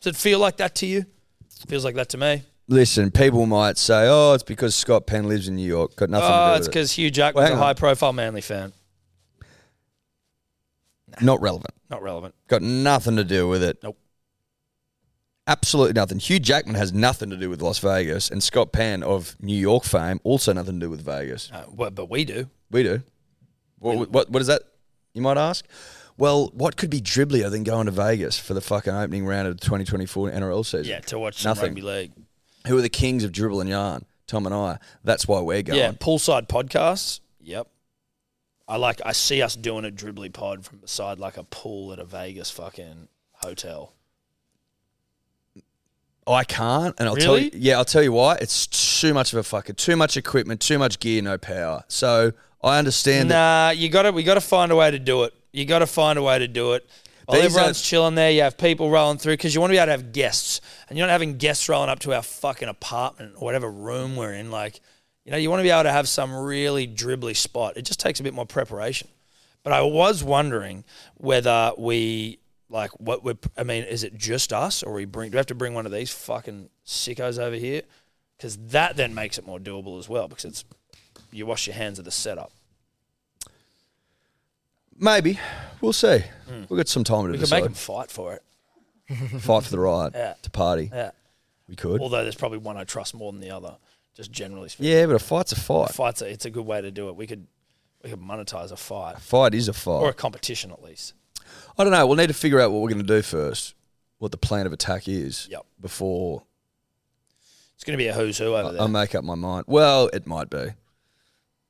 B: Does it feel like that to you? Feels like that to me.
C: Listen, people might say, "Oh, it's because Scott Penn lives in New York." Got nothing
B: Oh,
C: to
B: it's
C: do with it.
B: because Hugh Jack
C: Well,
B: was a
C: hang on.
B: high profile Manly fan.
C: Not relevant.
B: Not relevant.
C: Got nothing to do with it.
B: Nope.
C: Absolutely nothing. Hugh Jackman has nothing to do with Las Vegas, and Scott Penn of New York fame also nothing to do with Vegas.
B: No, Uh, but, but we do.
C: We do. What, what, what is that, you might ask? Well, what could be dribblier than going to Vegas for the fucking opening round of the 2024 NRL season?
B: Yeah, to watch some
C: Nothing.
B: rugby league.
C: Who are the kings of dribble and yarn? Tom and I. That's why we're going.
B: Yeah, poolside podcasts. Yep. I like. I see us doing a dribbly pod from beside like a pool at a Vegas fucking hotel.
C: I can't, and I'll tell you.
B: Really?
C: Yeah, I'll tell you why. It's too much of a fucker. Too much equipment. Too much gear. No power. So I understand that
B: nah, you got to. We got to find a way to do it. You got to find a way to do it. While
C: These
B: everyone's
C: are-
B: chilling there, you have people rolling through because you want to be able to have guests, and you're not having guests rolling up to our fucking apartment or whatever room we're in. Like, you know, you want to be able to have some really dribbly spot. It just takes a bit more preparation. But I was wondering whether we like what we. I mean, is it just us, or we bring? Do we have to bring one of these fucking sickos over here? Because that then makes it more doable as well. Because it's you wash your hands of the setup.
C: maybe we'll see. We've got some time to
B: Hmm. We could make
C: decide.
B: them fight for it.
C: Fight for the ride
B: Yeah.
C: to party.
B: Yeah.
C: We could.
B: Although there's probably one I trust more than the other, just generally speaking.
C: yeah, but a fight's a fight.
B: Fights, are, it's a good way to do it. We could, we could monetize a fight
C: Fight is a
B: or a
C: fight.
B: competition at least.
C: I don't know. We'll need to figure out what we're going to do first. What the plan of attack is
B: Yep.
C: before
B: It's going to be a who's who over
C: I,
B: there.
C: I make up my mind. Well, it might be.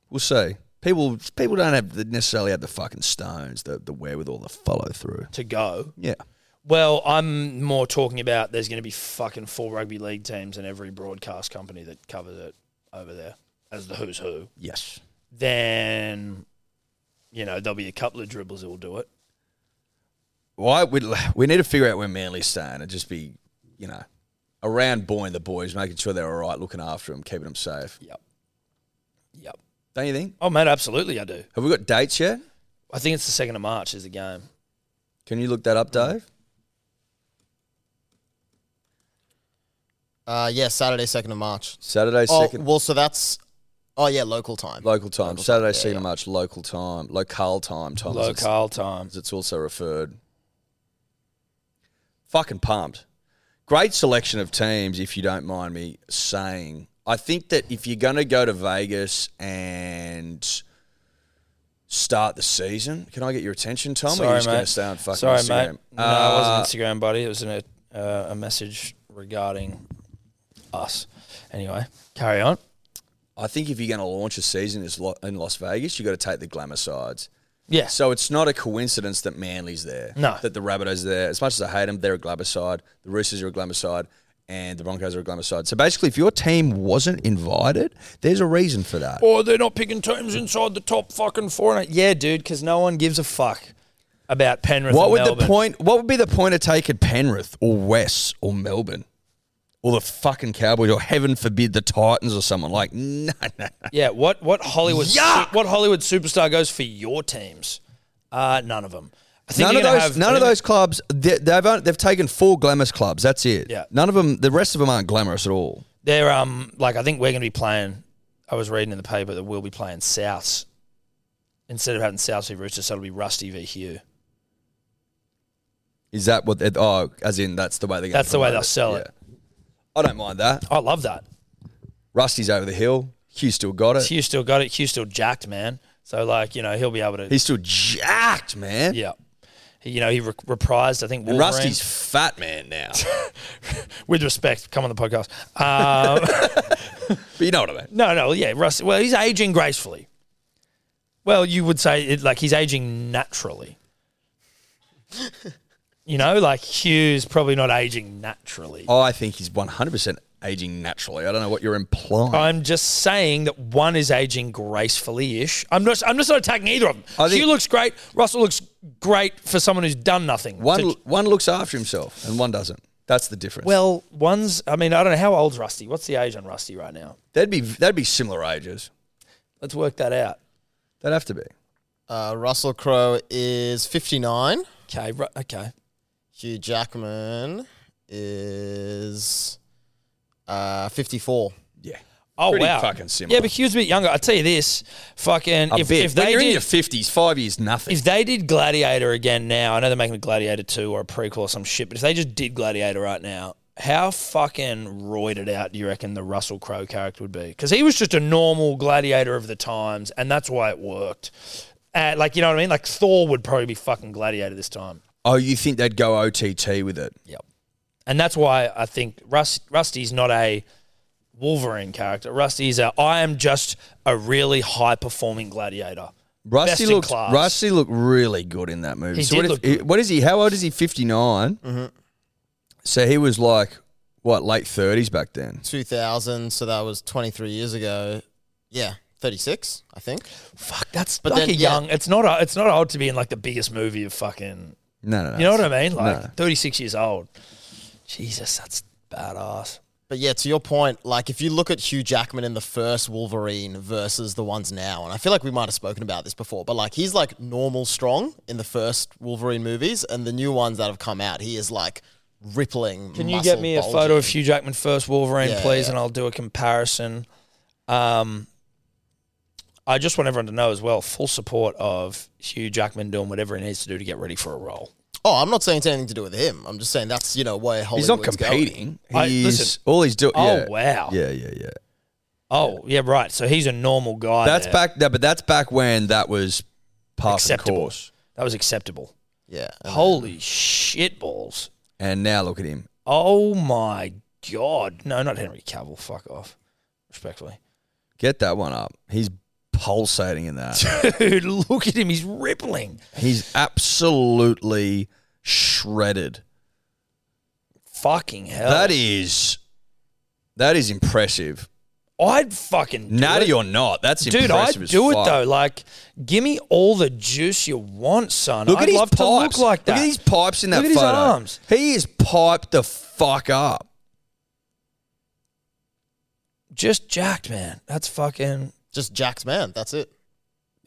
C: We'll see. People people don't have the, necessarily have the fucking stones, the the wherewithal, the follow through.
B: to go.
C: Yeah.
B: Well, I'm more talking about there's going to be fucking four rugby league teams and every broadcast company that covers it over there as the who's who.
C: Yes.
B: Then, you know, there'll be a couple of dribblers that will do it.
C: Why we we need to figure out where Manly's staying and just be, you know, around buoying the boys, making sure they're all right, looking after them, keeping them safe.
B: Yep. Yep.
C: Don't you think?
B: Oh, man, absolutely, I do.
C: Have we got dates yet?
B: I think it's the second of March is the game.
C: Can you look that up, Dave?
D: Uh, yeah, Saturday, 2nd of March.
C: Saturday,
D: Oh,
C: second
D: well, so that's. Oh, yeah, local time.
C: local time. Saturday, second of March, local time, locale time. Time. as it's-
B: Local time.
C: as it's also referred. Fucking pumped. Great selection of teams, if you don't mind me saying. I think that if you're going to go to Vegas and start the season, can I get your attention, Tom? or are you just going to stay on fucking
B: Sorry,
C: Instagram?
B: mate. No,
C: Uh,
B: it wasn't Instagram, buddy. It was in a, uh, a message regarding us. Anyway, carry on.
C: Uh, I think if you're going to launch a season is lo- in Las Vegas, you've got to take the glamour sides.
B: Yeah.
C: So it's not a coincidence that Manly's there.
B: No.
C: That the Rabbitohs are there. As much as I hate them, they're a glamour side. The Roosters are a glamour side. And the Broncos are a glamour side. So basically, if your team wasn't invited, there's a reason for that.
B: Or they're not picking teams inside the top fucking four. And yeah, dude, because no one gives a fuck about Penrith.
C: What
B: and
C: would the
B: Melbourne.
C: point? What would be the point of taking Penrith or West or Melbourne or the fucking Cowboys or heaven forbid the Titans or someone like? No, no, no.
B: Yeah. What what Hollywood su-
C: Yuck!
B: what Hollywood superstar goes for your teams? Uh, none of them. I think
C: None
B: you're
C: of
B: gonna
C: those.
B: have-
C: none of those clubs. They, they've only- they've taken four glamorous clubs. That's it.
B: Yeah.
C: None of them. The rest of them aren't glamorous at all.
B: They're um like I think we're going to be playing. I was reading in the paper that we'll be playing Souths instead of having Souths v Roosters, so it'll be Rusty v Hugh.
C: Is that what? They, oh, as in that's the way they.
B: That's the way they'll sell it.
C: I don't mind that.
B: I love that.
C: Rusty's over the hill. Hugh still got it.
B: Hugh still got it. Hugh still jacked, man. So like you know he'll be able to.
C: He's still jacked, man.
B: yeah. He- You know, he re- reprised, I think,
C: And
B: Wolverine.
C: Rusty's fat man now.
B: with respect, come on the podcast. Um,
C: but you know what I mean.
B: no, no, yeah, Rusty. Well, he's aging gracefully. Well, you would say it, like he's aging naturally. you know, like Hugh's probably not aging naturally.
C: I think he's 100% aging naturally. I don't know what you're implying.
B: I'm just saying that one is aging gracefully ish. I'm not. I'm just not attacking either of them.
C: I think-
B: Hugh looks great. Russell looks great for someone who's done nothing.
C: one
B: So-
C: one looks after himself and one doesn't. That's the difference.
B: well, one's. I mean, I don't know how old's Rusty. What's the age on Rusty right now?
C: they'd be they'd be similar ages.
B: Let's work that out.
C: They'd have to be.
D: Uh, Russell Crowe is 59.
B: Okay. Ru- Okay.
D: Hugh Jackman is uh, 54.
C: Yeah.
B: Oh
C: Pretty
B: wow,
C: fucking similar.
B: Yeah, but Hugh's a bit younger. I will tell you this, fucking
C: A
B: if,
C: bit.
B: if
C: when
B: they
C: you're in
B: did,
C: your fifties, five years, nothing.
B: if they did Gladiator again now, I know they're making a Gladiator two or a prequel or some shit, but if they just did Gladiator right now, how fucking roided out do you reckon the Russell Crowe character would be? Because he was just a normal gladiator of the times, and that's why it worked. Uh, like you know what I mean? Like Thor would probably be fucking Gladiator this time.
C: Oh, you think they'd go OTT with it?
B: Yep. And that's why I think Rust, Rusty's not a Wolverine character. Rusty's a I am just a really high performing gladiator. Best
C: Rusty
B: in
C: looked
B: class.
C: Rusty looked really good in that movie.
B: He
C: so
B: did
C: what, if-
B: look good. Mm-hmm.
C: what is he? How old is he? Fifty So he was like what late thirties back then.
D: 2000, so that was 23 years ago. Yeah, 36, I think.
B: Fuck, that's
D: But
B: like
D: then,
B: a
D: yeah.
B: young. It's not. A, it's not old to be in like the biggest movie of fucking.
C: No, no, no.
B: You know what I mean? Like
C: no.
B: thirty six years old. Jesus, that's badass.
D: But yeah, to your point, like if you look at Hugh Jackman in the first Wolverine versus the ones now, and I feel like we might have spoken about this before, but like he's like normal strong in the first Wolverine movies, and the new ones that have come out, he is like rippling.
B: Can you get me a photo of Hugh Jackman first Wolverine,
D: Yeah,
B: please,
D: yeah.
B: and I'll do a comparison. Um, I just want everyone to know as well, full support of Hugh Jackman doing whatever he needs to do to get ready for a role.
D: Oh, I'm not saying it's anything to do with him. I'm just saying that's you know where Hollywood's
C: He's not
D: going.
C: competing.
B: I-
C: He's
B: listen.
C: all he's doing.
B: Oh,
C: yeah.
B: wow.
C: Yeah, yeah, yeah.
B: Oh yeah, right. So he's a normal guy.
C: That's
B: there.
C: back. No, but that's back when that was part
B: Acceptable.
C: of the course.
B: That was acceptable.
D: Yeah. uh,
B: Holy shit balls!
C: And now look at him.
B: Oh my god! No, not Henry Cavill. Fuck off. Respectfully,
C: Get that one up. He's pulsating in that.
B: dude. Look at him. He's rippling.
C: He's absolutely shredded.
B: Fucking hell.
C: That is that is impressive.
B: I'd fucking do
C: Natty
B: it.
C: or not, that's
B: Dude, I'd
C: impressive.
B: do
C: as
B: it
C: fuck.
B: though. Like, give me all the juice you want, son.
C: Look
B: I'd
C: at his
B: love
C: pipes.
B: to look like that.
C: Look at his pipes in that
B: Look at his
C: photo.
B: arms.
C: He is piped the fuck up.
B: Just jacked, man. That's fucking
D: Just jacked man. That's it.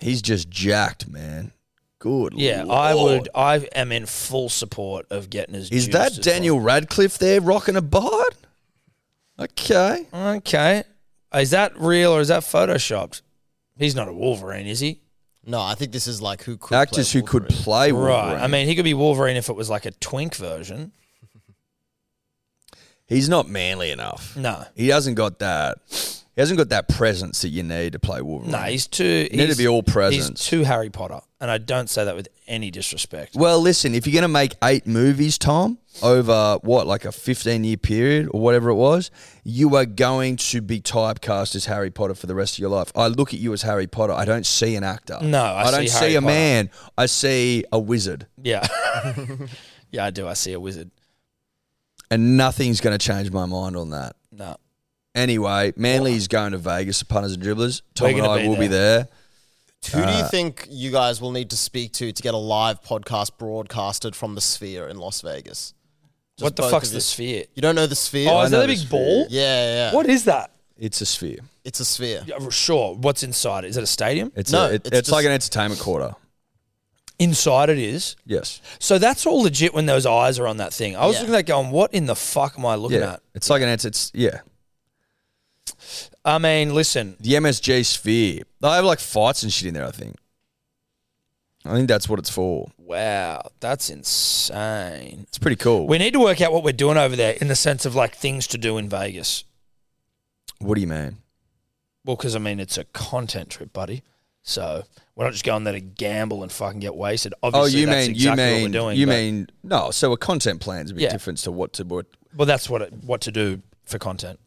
C: He's just jacked, man. Good.
B: yeah. I
C: Lord.
B: would. I am in full support of getting his.
C: Is
B: juice
C: that
B: as
C: Daniel Radcliffe there rocking a bod? Okay.
B: well. Okay. Is that real or is that photoshopped? He's not a Wolverine, is he?
D: No, I think this is like who could
C: Actors
D: play
C: who could
D: Wolverine.
C: play Wolverine.
B: Right. I mean, he could be Wolverine if it was like a twink version.
C: he's not manly enough.
B: No.
C: He hasn't got that. He hasn't got that presence that you need to play Wolverine.
B: No, he's too.
C: You need to
B: he's-
C: be all
B: He's
C: presence.
B: too Harry Potter, and I don't say that with any disrespect.
C: Well, listen, if you're going to make eight movies, Tom, over what, like a 15 year period or whatever it was, you are going to be typecast as Harry Potter for the rest of your life. I look at you as Harry Potter. I don't see an actor.
B: No, I see
C: don't see
B: Harry
C: a
B: Potter.
C: man. I see a wizard.
B: Yeah. yeah, I do. I see a wizard.
C: And nothing's going to change my mind on that.
B: No.
C: Anyway, Manly is going to Vegas, the punters and dribblers.
B: We're
C: Tom and
B: gonna
C: I
B: be
C: will be there.
D: Who do
C: Uh,
D: you think you guys will need to speak to to get a live podcast broadcasted from the Sphere in Las Vegas? Just
B: what the
D: both
B: fuck's
D: of
B: the
D: you.
B: sphere?
D: You don't know the Sphere?
B: Oh,
C: I
B: is that
C: know
B: a
C: the
B: big
C: sphere.
B: ball?
D: Yeah, yeah. yeah.
B: What is that?
C: It's a sphere.
D: It's a sphere.
B: Yeah, Sure. What's inside? it? Is it a stadium?
C: It's,
D: No,
C: a, it-
D: it's
C: it's,
D: just-
C: like an entertainment quarter.
B: Inside it is.
C: Yes.
B: So that's all legit when those eyes are on that thing. I was
D: Yeah.
B: looking at that going, what in the fuck am I looking
C: Yeah.
B: at?
C: It's like an ent- it's yeah.
B: I mean, listen,
C: The MSG sphere. They have like fights and shit in there, I think. I think that's what it's for.
B: wow, that's insane.
C: It's pretty cool.
B: We need to work out what we're doing over there in the sense of like things to do in Vegas.
C: what do you mean?
B: Well, because I mean, it's a content trip, buddy. So we're not just going there to gamble and fucking get wasted. Obviously,
C: oh, you
B: that's
C: mean
B: exactly
C: you mean
B: what we're doing.
C: you
B: but-
C: mean no? So a content plan is a bit
B: Yeah.
C: different to what to what
B: Well, that's what it, what to do for content.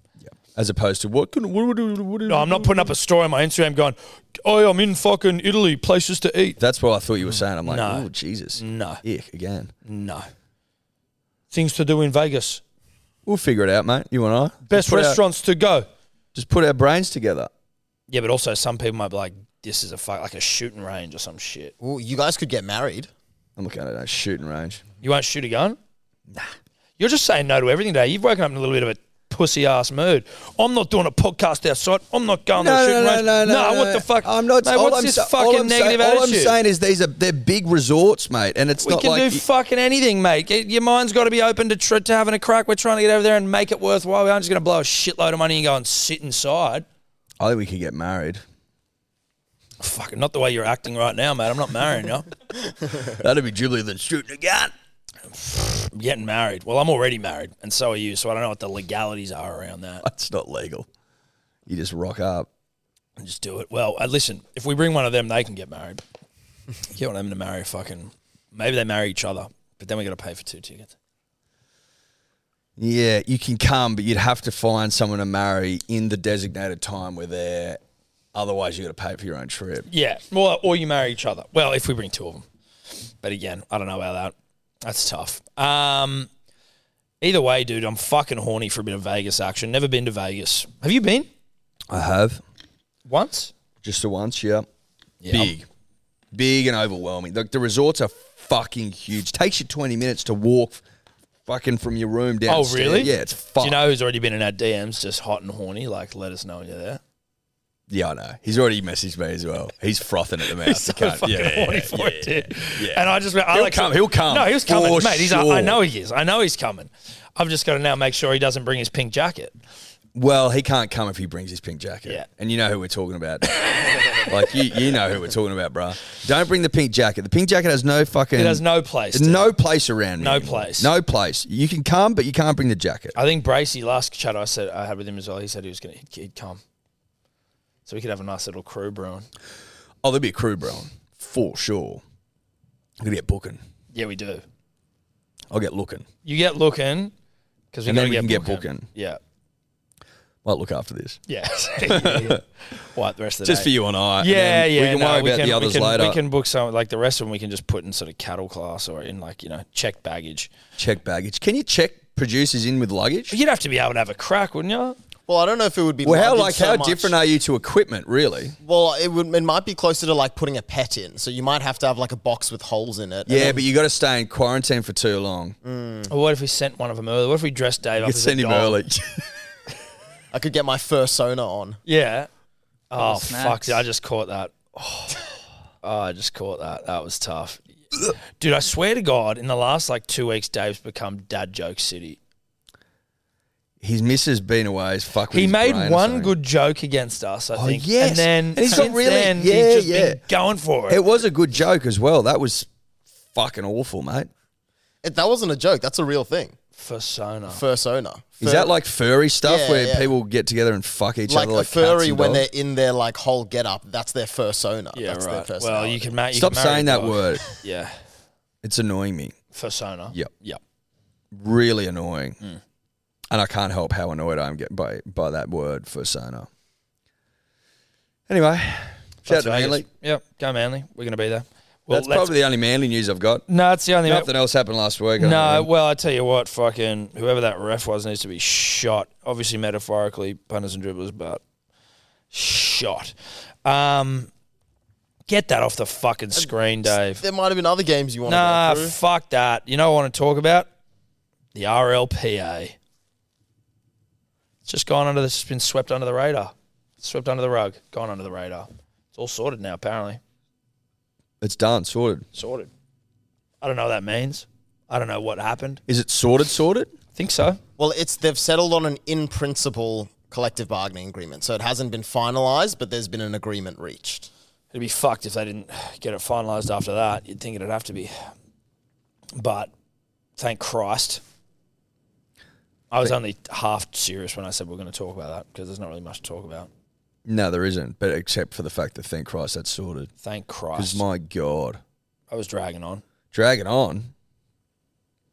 C: as opposed to what can what, what, what,
B: No, I'm not putting up a story on my Instagram going, "Oh, I'm in fucking Italy, places to eat."
C: That's what I thought you were saying. I'm like,
B: No.
C: oh Jesus,
B: No,
C: ick again.
B: no. Things to do in Vegas.
C: We'll figure it out, mate. You and I. Just
B: Best
C: put our-
B: restaurants to go.
C: just put our brains together.
B: Yeah, but also some people might be like, "This is a fuck like a shooting range or some shit."
D: Well, you guys could get married.
C: I'm looking at a shooting range.
B: You won't shoot a gun? Nah. You're just saying no to everything today. You've woken up in a little bit of a pussy ass mood. I'm not doing a podcast outside. I'm not going to a shooting range. what the fuck?
C: I'm not.
B: Mate,
C: all
B: what's
C: I'm
B: this
C: sa- all
B: fucking
C: I'm
B: negative
C: saying,
B: attitude?
C: All I'm saying is these are they're big resorts, mate, and it's
B: We
C: not
B: can
C: like
B: do fucking anything, mate. Get- Your mind's got to be open to, tr- to having a crack. We're trying to get over there and make it worthwhile. We aren't just going to blow a shitload of money and go and sit inside.
C: I think we could get married.
B: Fuck, not the way you're acting right now, mate. I'm not marrying you.
C: That'd be jubilee than shooting a gun.
B: I'm getting married. Well, I'm already married, and so are you. So I don't know what the legalities are around that.
C: That's not legal. You just rock up.
B: and just do it. Well, uh, listen, if we bring one of them, they can get married. Get one of them to marry a fucking. Maybe they marry each other, but then we got to pay for two tickets.
C: Yeah, you can come, but you'd have to find someone to marry in the designated time we're there. Otherwise, you got to pay for your own trip.
B: Yeah, well, or you marry each other. Well, if we bring two of them, but again, I don't know about that. That's tough. Um, either way, dude, I'm fucking horny for a bit of Vegas action. Never been to Vegas. Have you been
C: I have
B: once?
C: just the once. Yeah,
B: Yeah,
C: big, big and overwhelming. Like the resorts are fucking huge. Takes you twenty minutes to walk, fucking from your room
B: Oh,
C: downstairs.
B: really?
C: Yeah, it's
B: Do
C: fuck.
B: you know who's already been in our DMs, just hot and horny? Like, let us know you're there.
C: Yeah, I know. He's already messaged me as well. He's frothing at the mouth. He's
B: so fucking horny for it, dude.
C: yeah.
B: And I just went, I
C: He'll
B: like,
C: come, he'll come,
B: No, he was coming,
C: for
B: mate. He's, I- I
C: sure.
B: know he is. I know he's coming. I've just got to now make sure he doesn't bring his pink jacket.
C: Well, he can't come if he brings his pink jacket.
B: Yeah.
C: And you know who we're talking about. like you, you know who we're talking about, bruh. Don't bring the pink jacket. The pink jacket has no fucking.
B: It has no place.
C: There's
B: dude.
C: no place around me.
B: No
C: anymore.
B: place.
C: No place. You can come, but you can't bring the jacket. Oh,
B: I think Bracey last chat I said I had with him as well. He said he was going to he'd come, so we could have a nice little crew brewing.
C: Oh, there'll be a crew brewing for sure. I'm gonna get booking.
B: Yeah, we do.
C: I'll get looking.
B: You get looking because we
C: And then
B: gotta
C: we
B: get
C: can get
B: booking.
C: booking.
B: Yeah,
C: Might look after this.
B: yeah. yeah, yeah. What the rest of the
C: Just
B: day.
C: for you and I. and
B: Yeah,
C: then
B: yeah.
C: We can
B: no,
C: worry
B: we
C: about
B: can,
C: the
B: we
C: others
B: can-
C: later.
B: We can book some like the rest of them. We can just put in sort of cattle class or in like you know checked baggage.
C: Check baggage. Can you check producers in with luggage?
B: You'd have to be able to have a crack, wouldn't you?
D: Well, I don't know if it would be.
C: Well, how
D: luggage
C: like
D: so
C: how
D: much.
C: different are you to equipment, really?
D: Well, it would. It might be closer to like putting a pet in. So you might have to have like a box with holes in it. and
C: Yeah,
D: then-
C: but you got to stay in quarantine for too long.
B: Or what if we sent one of them early? What if we dressed Dave up?
C: Mm. You
B: As
C: send
B: a
C: him
B: dog?
C: early.
D: I could get my fursona on.
B: Yeah. Oh
E: snacks.
B: fuck! I just caught that. Oh, Oh, I just caught that. That was tough, dude. I swear to God, in the last like two weeks, Dave's become dad joke city.
C: his missus been away as fuck. With
B: He
C: his brain
B: made
C: or
B: one
C: something. Oh,
B: good joke against us, I think.
C: yes.
B: and then
C: And he's got
B: since
C: really-
B: then,
C: yeah,
B: he's just been
C: yeah.
B: going for it.
C: It was a good joke as well. That was fucking awful, mate.
D: It, that wasn't a joke. That's a real thing.
B: Persona.
D: Fursona.
C: Is that like furry stuff
D: Yeah,
C: where
D: yeah.
C: people get together and fuck each
D: like
C: other like
D: a furry
C: cats and
D: when
C: dogs?
D: they're in their like whole get up? That's their fursona.
B: yeah,
D: that's Their
B: right. Well,
D: personality.
B: you can, ma- you
C: Stop
B: can marry
C: saying
B: a
C: that
B: dog.
C: word.
B: Yeah,
C: It's annoying me.
B: persona.
C: Yep.
B: Yep.
C: Really annoying. And I can't help how annoyed I am getting by by that word fursona. Anyway, shout out
B: That's
C: to
B: Vegas.
C: Manly.
B: Yep. Go Manly. We're gonna be there. Well,
C: That's
B: let's-
C: probably the only Manly news I've got.
B: no. It's the only
C: Nothing else happened last week. I don't
B: No,
C: think.
B: well, I tell you what, fucking whoever that ref was needs to be shot. Obviously, metaphorically, punters and dribblers, but shot. Um, get that off the fucking screen, Dave.
D: There might have been other games you want
B: Nah,
D: to go through.
B: fuck that. You know what I want to talk about? The RLPA. It's just gone under. The, it's been swept under the radar. Swept under the rug. Gone under the radar. It's all sorted now, apparently.
C: it's done, sorted.
B: Sorted. I don't know what that means. I don't know what happened.
C: Is it sorted? Sorted?
B: I think so.
D: Well, it's they've settled on an in principle collective bargaining agreement. So it hasn't been finalized, but there's been an agreement reached.
B: It'd be fucked if they didn't get it finalised after that. You'd think it'd have to be. But thank Christ. I was only half serious when I said we're going to talk about that because there's not really much to talk about.
C: No, there isn't. But except for the fact that thank Christ that's sorted.
B: Thank
C: Because
B: Christ.
C: my God,
B: I was dragging on.
C: drag it on.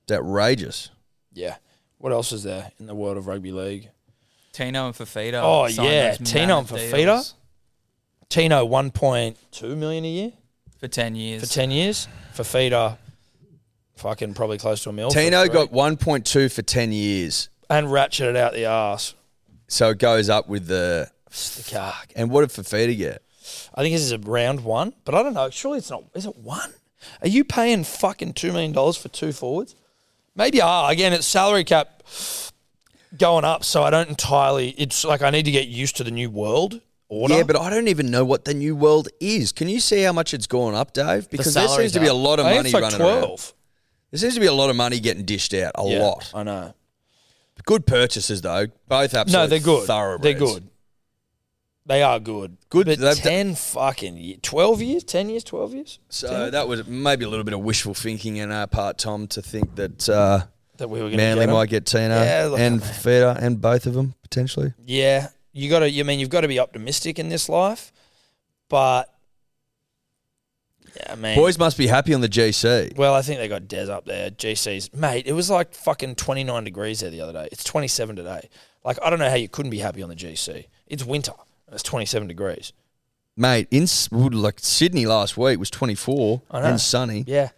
C: It's outrageous.
B: Yeah. What else is there in the world of rugby league?
E: Tino and Fafita.
B: Oh,
E: signed
B: yeah,
E: those
B: Tino and
E: mammoth
B: Fafita?
E: deals
B: Tino, 1.2 million a year
E: for ten
B: for
E: years.
B: 10 years. For Fafita, fucking probably close to a mil. for
C: Tino
B: three.
C: got 1.2 for 10 years.
B: And ratcheted out the arse.
C: So it goes up with the.
B: The cat.
C: And what did Fafita get?
B: I think this is a round one, but I don't know. Surely it's not. Is it one? Are you paying fucking two million dollars for two forwards? Maybe I are. Again, it's salary cap going up, so I don't entirely. It's like I need to get used to the new world order.
C: Yeah, but I don't even know what the new world is. Can you see how much it's gone up, Dave? Because there seems
D: salary's
C: to be a
D: up.
C: lot of
B: I think
C: money
B: it's like
C: running around.
B: twelve.
C: There seems to be a lot of money getting dished out. A
B: Yeah,
C: lot.
B: I know.
C: Good purchases though. Both absolutely.
B: No, they're good.
C: Thoroughbreds.
B: They're good. They are good.
C: Good,
B: But
C: they've d-
B: 10 fucking ye- 12 years? 10 years? 12 years?
C: So that was maybe a little bit of wishful thinking in our part, Tom, to think that uh,
B: That we were going to
C: Manly
B: get 'em.
C: might get Tina
B: Yeah, look,
C: and Fida and both of them potentially.
B: Yeah, you got to. You mean you've got to be optimistic in this life, but yeah, man.
C: Boys must be happy on the GC.
B: well, I think they got Dez up there. GC's mate. It was like fucking twenty nine degrees there the other day. It's twenty seven today. Like I don't know how you couldn't be happy on the GC. It's winter. And it's twenty seven degrees.
C: Mate, in S- like Sydney last week was 24
B: I know.
C: and sunny.
B: Yeah,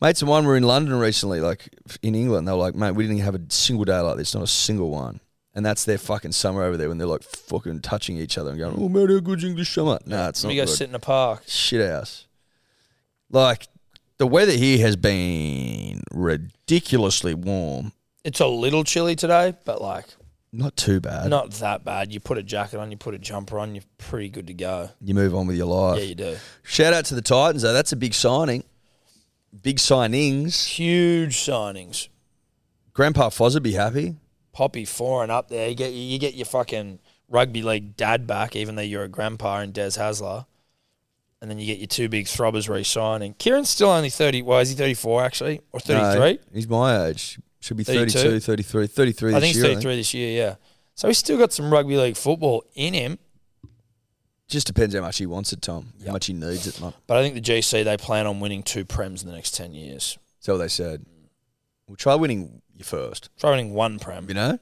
C: Mates of mine were in London recently, like in England. They were like, mate, we didn't have a single day like this, not a single one. And that's their fucking summer over there when they're like fucking touching each other and going, oh, mate, how good's English summer? No, it's not
B: we go
C: good.
B: sit in a park.
C: Shit house. Like, the weather here has been ridiculously warm.
B: It's a little chilly today, but like
C: Not too bad.
B: not that bad. You put a jacket on, you put a jumper on, you're pretty good to go.
C: You move on with your life.
B: Yeah, you do.
C: Shout out to the Titans, though. That's a big signing. Big signings.
B: Huge signings.
C: Grandpa Foz would be happy.
B: Poppy four and up there. You get you get your fucking rugby league dad back, even though you're a grandpa and Des Hasler. And then you get your two big throbbers re-signing. Kieran's still only thirty. Well, is he thirty four actually, or thirty
C: No,
B: three?
C: Uh, he's my age. Should be 32,
B: 32?
C: 33, 33
B: I
C: this
B: think he's
C: year. I
B: thirty
C: think.
B: three this year. Yeah. So he's still got some rugby league football in him,
C: Just depends how much he wants it, Tom. How much he needs it, Mum.
B: but I think the GC they plan on winning two prems in the next ten years.
C: So they said. We'll try winning you first.
B: Try winning one prem.
C: You know,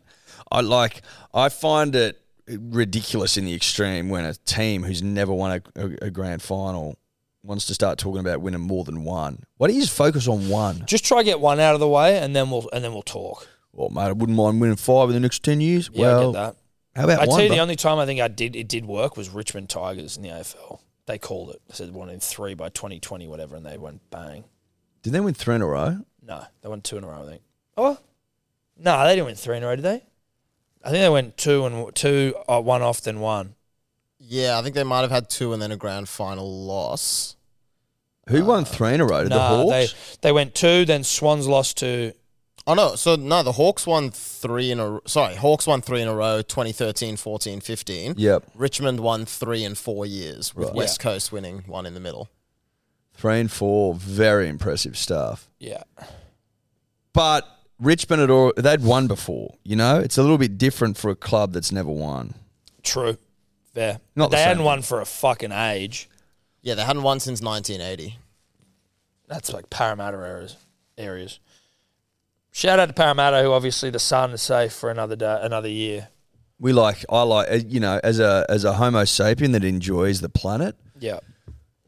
C: I like. I find it ridiculous in the extreme when a team who's never won a, a, a grand final wants to start talking about winning more than one. Why don't you just focus on one?
B: Just try get one out of the way, and then we'll and then we'll talk.
C: Well, mate, I wouldn't mind winning five in the next ten years.
B: Yeah,
C: well,
B: I get that.
C: how about
B: I
C: one?
B: tell you, the
C: bro?
B: only time I think I did it did work was Richmond Tigers in the AFL. They called it. They said one in three by twenty twenty, whatever, and they went bang.
C: Did they win three in a row?
B: No, they won two in a row. I think. Oh, no, they didn't win three in a row, did they? I think they went two and two, uh, one off, then one.
D: Yeah, I think they might have had two and then a grand final loss.
C: Who won three in a row? Did the
B: Nah, they
C: Hawks?
B: they went two, then Swans lost to
D: Oh no, so no, the Hawks won three in a sorry, Hawks won three in a row 2013, 14, 15.
C: Yep,
D: Richmond won three in four years, with West Coast winning one in the middle.
C: three and four. Very impressive stuff.
B: yeah.
C: But Richmond had all, they'd won before. You know, it's a little bit different for a club that's never won.
B: True, fair.
C: Not the
B: they
C: same.
B: hadn't won for a fucking age.
D: Yeah, they hadn't won since 1980.
B: That's like Parramatta areas. areas. Shout out to Parramatta, who obviously the Sun is safe for another day, another year.
C: we like I like uh, you know as a as a Homo sapien that enjoys the planet.
B: Yeah.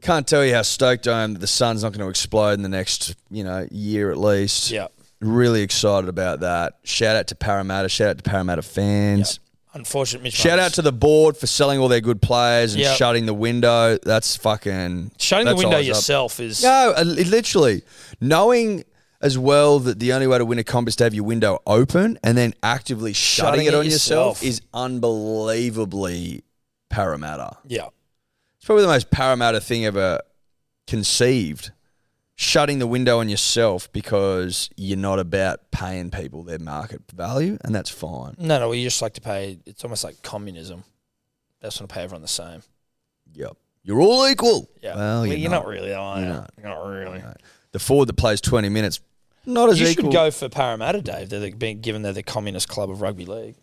C: Can't tell you how stoked I am that the sun's not going to explode in the next you know year at least.
B: Yeah.
C: really excited about that. Shout out to Parramatta. Shout out to Parramatta fans.
B: Unfortunate Mitch
C: Shout out to the board for selling all their good players and
B: Yep.
C: shutting the window. That's fucking
B: Shutting the
C: that's
B: window
C: eyes up.
B: yourself is
C: No, uh, li- literally knowing as well that the only way to win a comp is to have your window open and then actively shutting,
B: Shutting
C: it
B: it
C: on
B: yourself.
C: yourself. is unbelievably Parramatta.
B: yeah.
C: It's probably the most Parramatta thing ever conceived. Shutting the window on yourself because you're not about paying people their market value, and that's fine.
B: No, no, we just like to pay. It's almost like communism. They just want to pay everyone the same.
C: Yep, you're all equal.
B: Yeah.
C: well,
B: Well,
C: you're, not.
B: really. though, are you?
C: You're
B: You're
C: not.
B: not, really.
C: The forward that plays 20 minutes, not as
B: You
C: equal.
B: should go for Parramatta, Dave. They're the, being given they're the communist club of rugby league.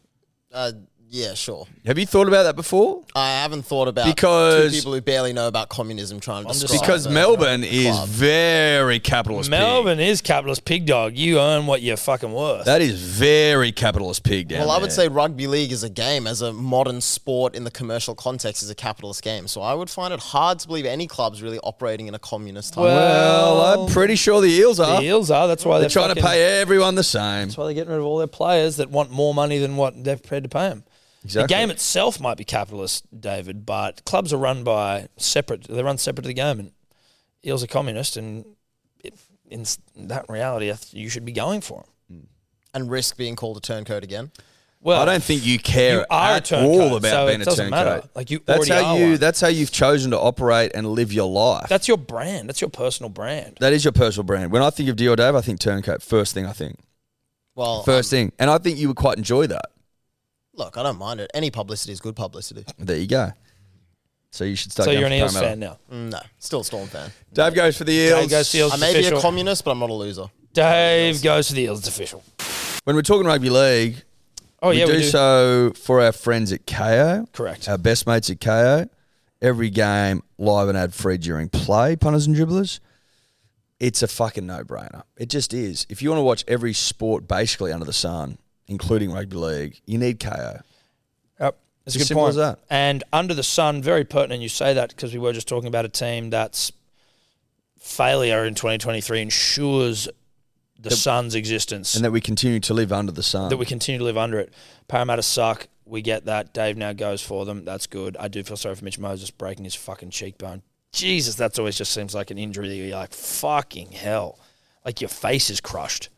D: Uh, yeah, sure.
C: Have you thought about that before?
D: I haven't thought about
C: Because-
D: two people who barely know about communism trying to
B: I'm just-
D: describe
C: Because
D: it.
C: Melbourne is
D: club.
C: very capitalist. pig.
B: Melbourne is capitalist pig dog. You earn what you're fucking worth.
C: That is very capitalist pig down
D: Well, I would
C: there.
D: say rugby league as a game, as a modern sport in the commercial context, is a capitalist game. So I would find it hard to believe any club's really operating in a communist type.
C: Well, I'm pretty sure the Eels are.
B: the Eels are. That's why they're,
C: They're trying to
B: fucking-
C: pay everyone the same.
B: That's why they're getting rid of all their players that want more money than what they're prepared to pay them.
C: Exactly.
B: The game itself might be capitalist, David, but clubs are run by separate. They're run separate to the game, and Eels are communist, and it, in s- that reality, I th- you should be going for them.
D: and risk being called a turncoat again.
B: Well,
C: I don't think you care
B: you are a
C: at
B: turncoat,
C: all about
B: so
C: being
B: it
C: a
B: doesn't
C: turncoat.
B: matter. Like, you
C: that's
B: already
C: how
B: are
C: you.
B: one.
C: That's how you've chosen to operate and live your life.
B: that's your brand. That's your personal brand.
C: that is your personal brand. When I think of Dior Dave, I think turncoat. First thing I think.
D: Well,
C: First thing, and I think you would quite enjoy that.
D: look, I don't mind it. Any publicity is good publicity.
C: There you go. So you should start.
B: So
C: going
B: you're an
C: for
B: Eels
C: Parramatta.
B: fan now.
D: Mm, No, still a Storm fan.
C: Dave goes for the Eels.
B: Dave goes for the Eels.
D: I may be a
B: official.
D: communist, but I'm not a loser.
B: Dave goes for the Eels. It's official.
C: When we're talking rugby league,
B: Oh yeah,
C: we do so for our friends at KO.
B: Correct.
C: Our best mates at KO. Every game live and ad free during play, punters and dribblers. It's a fucking no brainer. It just is. If you want to watch every sport basically under the sun, including rugby league, you need KO.
B: Yep. That's a
C: As
B: good
C: simple
B: point.
C: as that.
B: And under the sun, very pertinent you say that because we were just talking about a team that's failure in 2023 ensures the, sun's existence
C: And that we continue to live under the sun.
B: that we continue to live under it. Parramatta suck. We get that. Dave now goes for them. That's good. I do feel sorry for Mitch Moses breaking his fucking cheekbone. Jesus, that's always just seems like an injury that you're like, fucking hell. Like your face is crushed.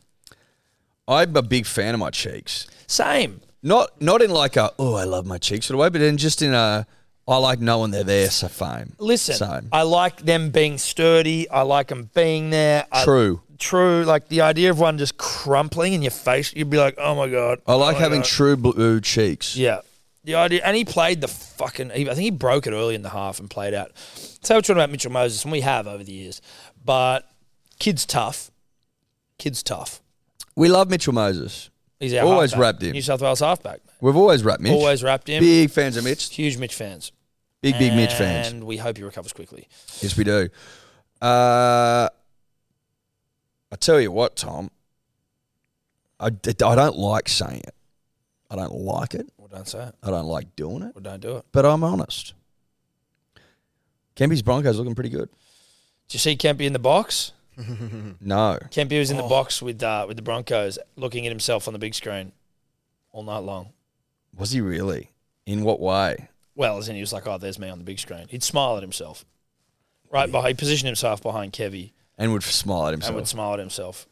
C: I'm a big fan of my cheeks.
B: Same.
C: Not not in like a oh I love my cheeks sort of way, but in just in a I like knowing they're there. So fame.
B: Listen,
C: Same.
B: I like them being sturdy. I like them being there. I-
C: True.
B: true. Like the idea of one just crumpling in your face, you'd be like, oh my god.
C: I like
B: Oh my
C: having
B: God."
C: true blue cheeks.
B: yeah. The idea, and he played the fucking. he- I think he broke it early in the half and played out. Say what you want about Mitchell Moses, and we have over the years, but kid's tough. Kid's tough.
C: We love Mitchell Moses.
B: He's our
C: Always
B: halfback.
C: wrapped him.
B: New South Wales halfback.
C: We've always wrapped Mitch.
B: Always wrapped him.
C: Big fans of Mitch.
B: Huge Mitch fans.
C: Big, big Mitch fans.
B: And we hope he recovers quickly.
C: Yes, we do. Uh, I tell you what, Tom. I, d- I don't like saying it. I don't like it.
B: Well, don't say it.
C: I don't like doing it.
B: Well, don't do it.
C: But I'm honest. Kempy's Broncos looking pretty good.
B: Did you see Kempy in the box?
C: No.
B: Kempy was in the box with uh, with the Broncos, looking at himself on the big screen all night long.
C: Was he really? In what way?
B: Well, as in he was like, "Oh, there's me on the big screen." He'd smile at himself, right behind. He positioned himself behind Kevy
C: And would smile at
B: and would
C: himself.
B: smile at himself.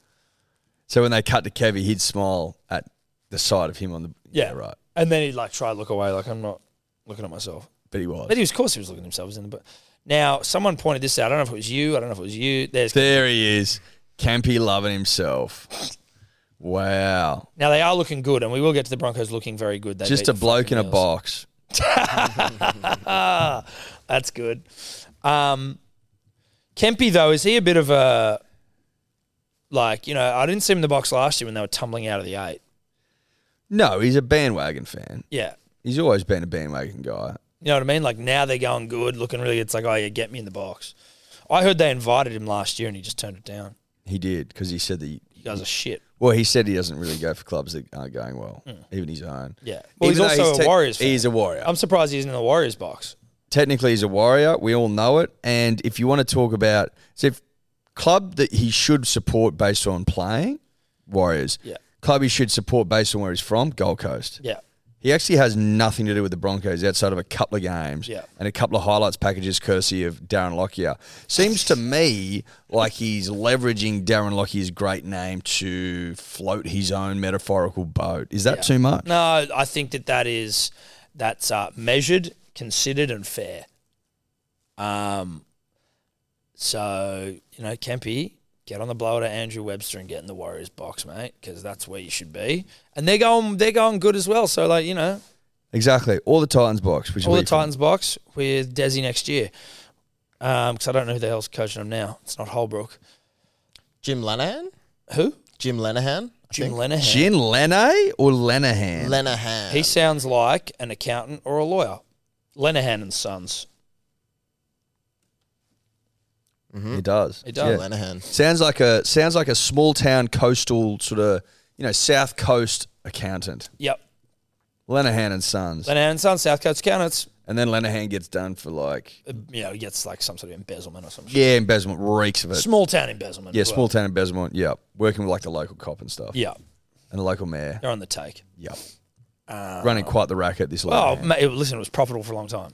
C: so when they cut to Kevy, he'd smile at the sight of him on the.
B: Yeah.
C: right.
B: And then he'd like try to look away, like I'm not looking at myself.
C: But he was.
B: But he was, of course, he was looking at himself. He was in the box. Now, someone pointed this out. I don't know if it was you. I don't know if it was you. There's
C: There he is. Campy loving himself. Wow.
B: now they are looking good, and we will get to the Broncos looking very good. They
C: Just
B: beat
C: a bloke in a
B: fucking Eels.
C: box.
B: Ah, that's good. Um, Kempy though, is he a bit of a like you know? I didn't see him in the box last year when they were tumbling out of the eight.
C: No, he's a bandwagon fan.
B: Yeah,
C: He's always been a bandwagon guy.
B: you know what I mean. Like now they're going good, looking really. It's like oh yeah, get me in the box. I heard they invited him last year and he just turned it down.
C: He did because he said that. He,
B: You guys are shit.
C: well, he said he doesn't really go for clubs that aren't going well, even his own.
B: Yeah. Hmm. Well, he's
C: Even though
B: also a
C: tec-
B: Warriors fan.
C: He's a warrior.
B: I'm surprised he isn't in the Warriors box.
C: Technically, he's a warrior. We all know it. And if you want to talk about, so if club that he should support based on playing, Warriors.
B: Yeah.
C: Club he should support based on where he's from, Gold Coast.
B: Yeah.
C: He actually has nothing to do with the Broncos outside of a couple of games
B: Yeah.
C: and a couple of highlights packages courtesy of Darren Lockyer. Seems to me like he's leveraging Darren Lockyer's great name to float his own metaphorical boat. Is that too much?
B: No, I think that that is that's uh, measured, considered, and fair. Um, so you know, Kempy, get on the blower to Andrew Webster and get in the Warriors box, mate, because that's where you should be. And they're going, they're going good as well. So like you know,
C: Exactly. All the Titans box, which is
B: all
C: where
B: the
C: you're from.
B: Titans box with Desi next year. Um, because I don't know who the hell's coaching them now. It's not Holbrook.
D: Jim Lanahan?
B: Who?
D: Jim Lanahan? I
B: Jim
D: think.
B: Lenahan.
C: Jin Lene or Lenahan?
D: Lanahan.
B: He sounds like an accountant or a lawyer. Lenahan and Sons.
C: He does.
B: He
D: Jim
B: Hmm? does.
D: Lanahan.
C: Sounds like a sounds like a small town coastal sort of you know south coast accountant.
B: Yep.
C: Lenahan and Sons,
B: Lenahan and Sons, South Coast accountants. Uh,
C: and then Lenahan gets done for like
B: you know, gets like some sort of embezzlement or some shit.
C: yeah embezzlement reeks of it.
B: Small town embezzlement.
C: yeah,
B: as well.
C: small town embezzlement. Yeah, working with like the local cop and stuff,
B: Yeah,
C: and the local mayor.
B: they're on the take.
C: Yep, running quite the racket. This
B: Oh,
C: Lenahan.
B: mate, it- listen, it was profitable for a long time.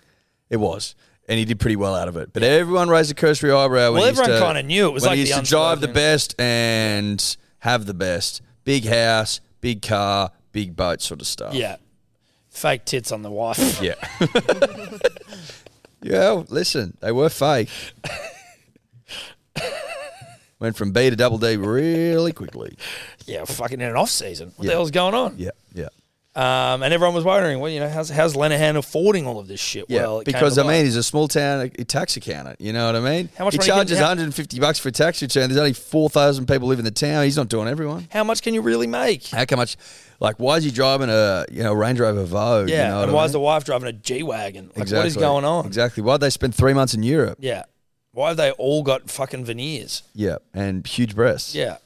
C: It was. And he did pretty well out of it. But everyone raised a cursory eyebrow. when
B: Well,
C: he used
B: everyone
C: to-
B: kinda knew. It was
C: when
B: like
C: he
B: the
C: used to drive the
B: unspoken-
C: best and have the best. Big house, big car, big boat sort of stuff.
B: Yeah, fake tits on the wife.
C: Yeah. yeah, well, listen, they were fake. Went from B to double D really quickly.
B: yeah, fucking in an off season. What the hell's going on?
C: Yeah, yeah.
B: Um, and everyone was wondering, well, you know, how's how's Lenihan affording all of this shit?
C: Yeah,
B: well, it came
C: because
B: to
C: I mean,
B: light.
C: he's a small town uh, tax accountant. You know what I mean?
B: How much
C: he
B: money can-
C: charges
B: how-
C: 150 bucks for a tax return. There's only 4,000 people live in the town. He's not doing everyone.
B: how much can you really make?
C: How much? Like, why is he driving a you know Range Rover Vogue?
B: Yeah,
C: you know
B: and
C: what
B: why
C: I
B: is the
C: mean?
B: wife driving a G wagon? Like,
C: exactly.
B: what is going on?
C: Exactly. Why'd they spend three months in Europe?
B: Yeah, why have they all got fucking veneers?
C: Yeah, and huge breasts.
B: Yeah.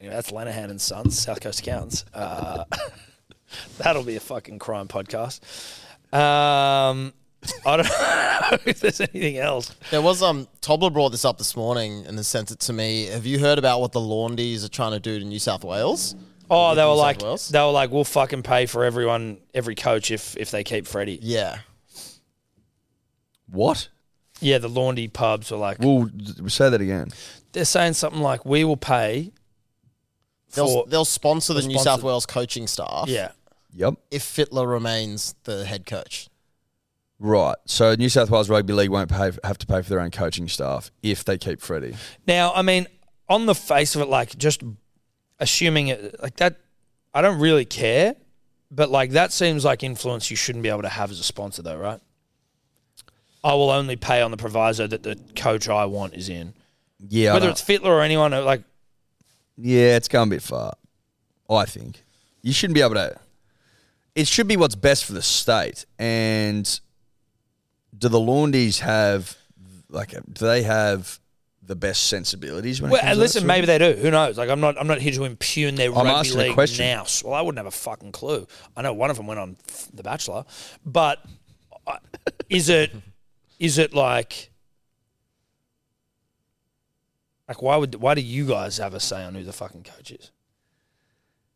B: anyway, that's Lanahan and Sons, South Coast Accountants. Uh, that'll be a fucking crime podcast. Um, I don't know if there's anything else.
D: There was um Tobler brought this up this morning and then sent it to me. Have you heard about what the laundies are trying to do to New South Wales?
B: Oh, they were
D: New South
B: like,
D: Wales?
B: they were like, we'll fucking pay for everyone, every coach if if they keep Freddie.
D: Yeah.
C: What?
B: Yeah, the laundry pubs were like,
C: We'll d- say that again.
B: they're saying something like, we will pay.
D: They'll
B: For,
D: they'll sponsor the New
B: sponsor-
D: South Wales coaching staff
B: yeah,
C: Yep.
D: if Fitler remains the head coach.
C: Right. So New South Wales Rugby League won't pay, have to pay for their own coaching staff if they keep Freddie.
B: Now, I mean, on the face of it, like just assuming it like that, I don't really care. But like that seems like influence you shouldn't be able to have as a sponsor, though, right? I will only pay on the proviso that the coach I want is in,
C: Yeah. I
B: whether
C: don't-
B: it's Fitler or anyone. Like,
C: Yeah, it's going a bit far. I think you shouldn't be able to. It should be what's best for the state. And do the Laundies have like do they have the best sensibilities when
B: well,
C: it comes
B: and
C: to that
B: listen,
C: sort
B: maybe
C: of-
B: they do. Who knows? Like, I'm not, I'm not here to impugn their rugby
C: asking a
B: league
C: question.
B: nous. Well, I wouldn't have a fucking clue. I know one of them went on The Bachelor, but I- is it, is it like? Like why would why do you guys have a say on who the fucking coach is?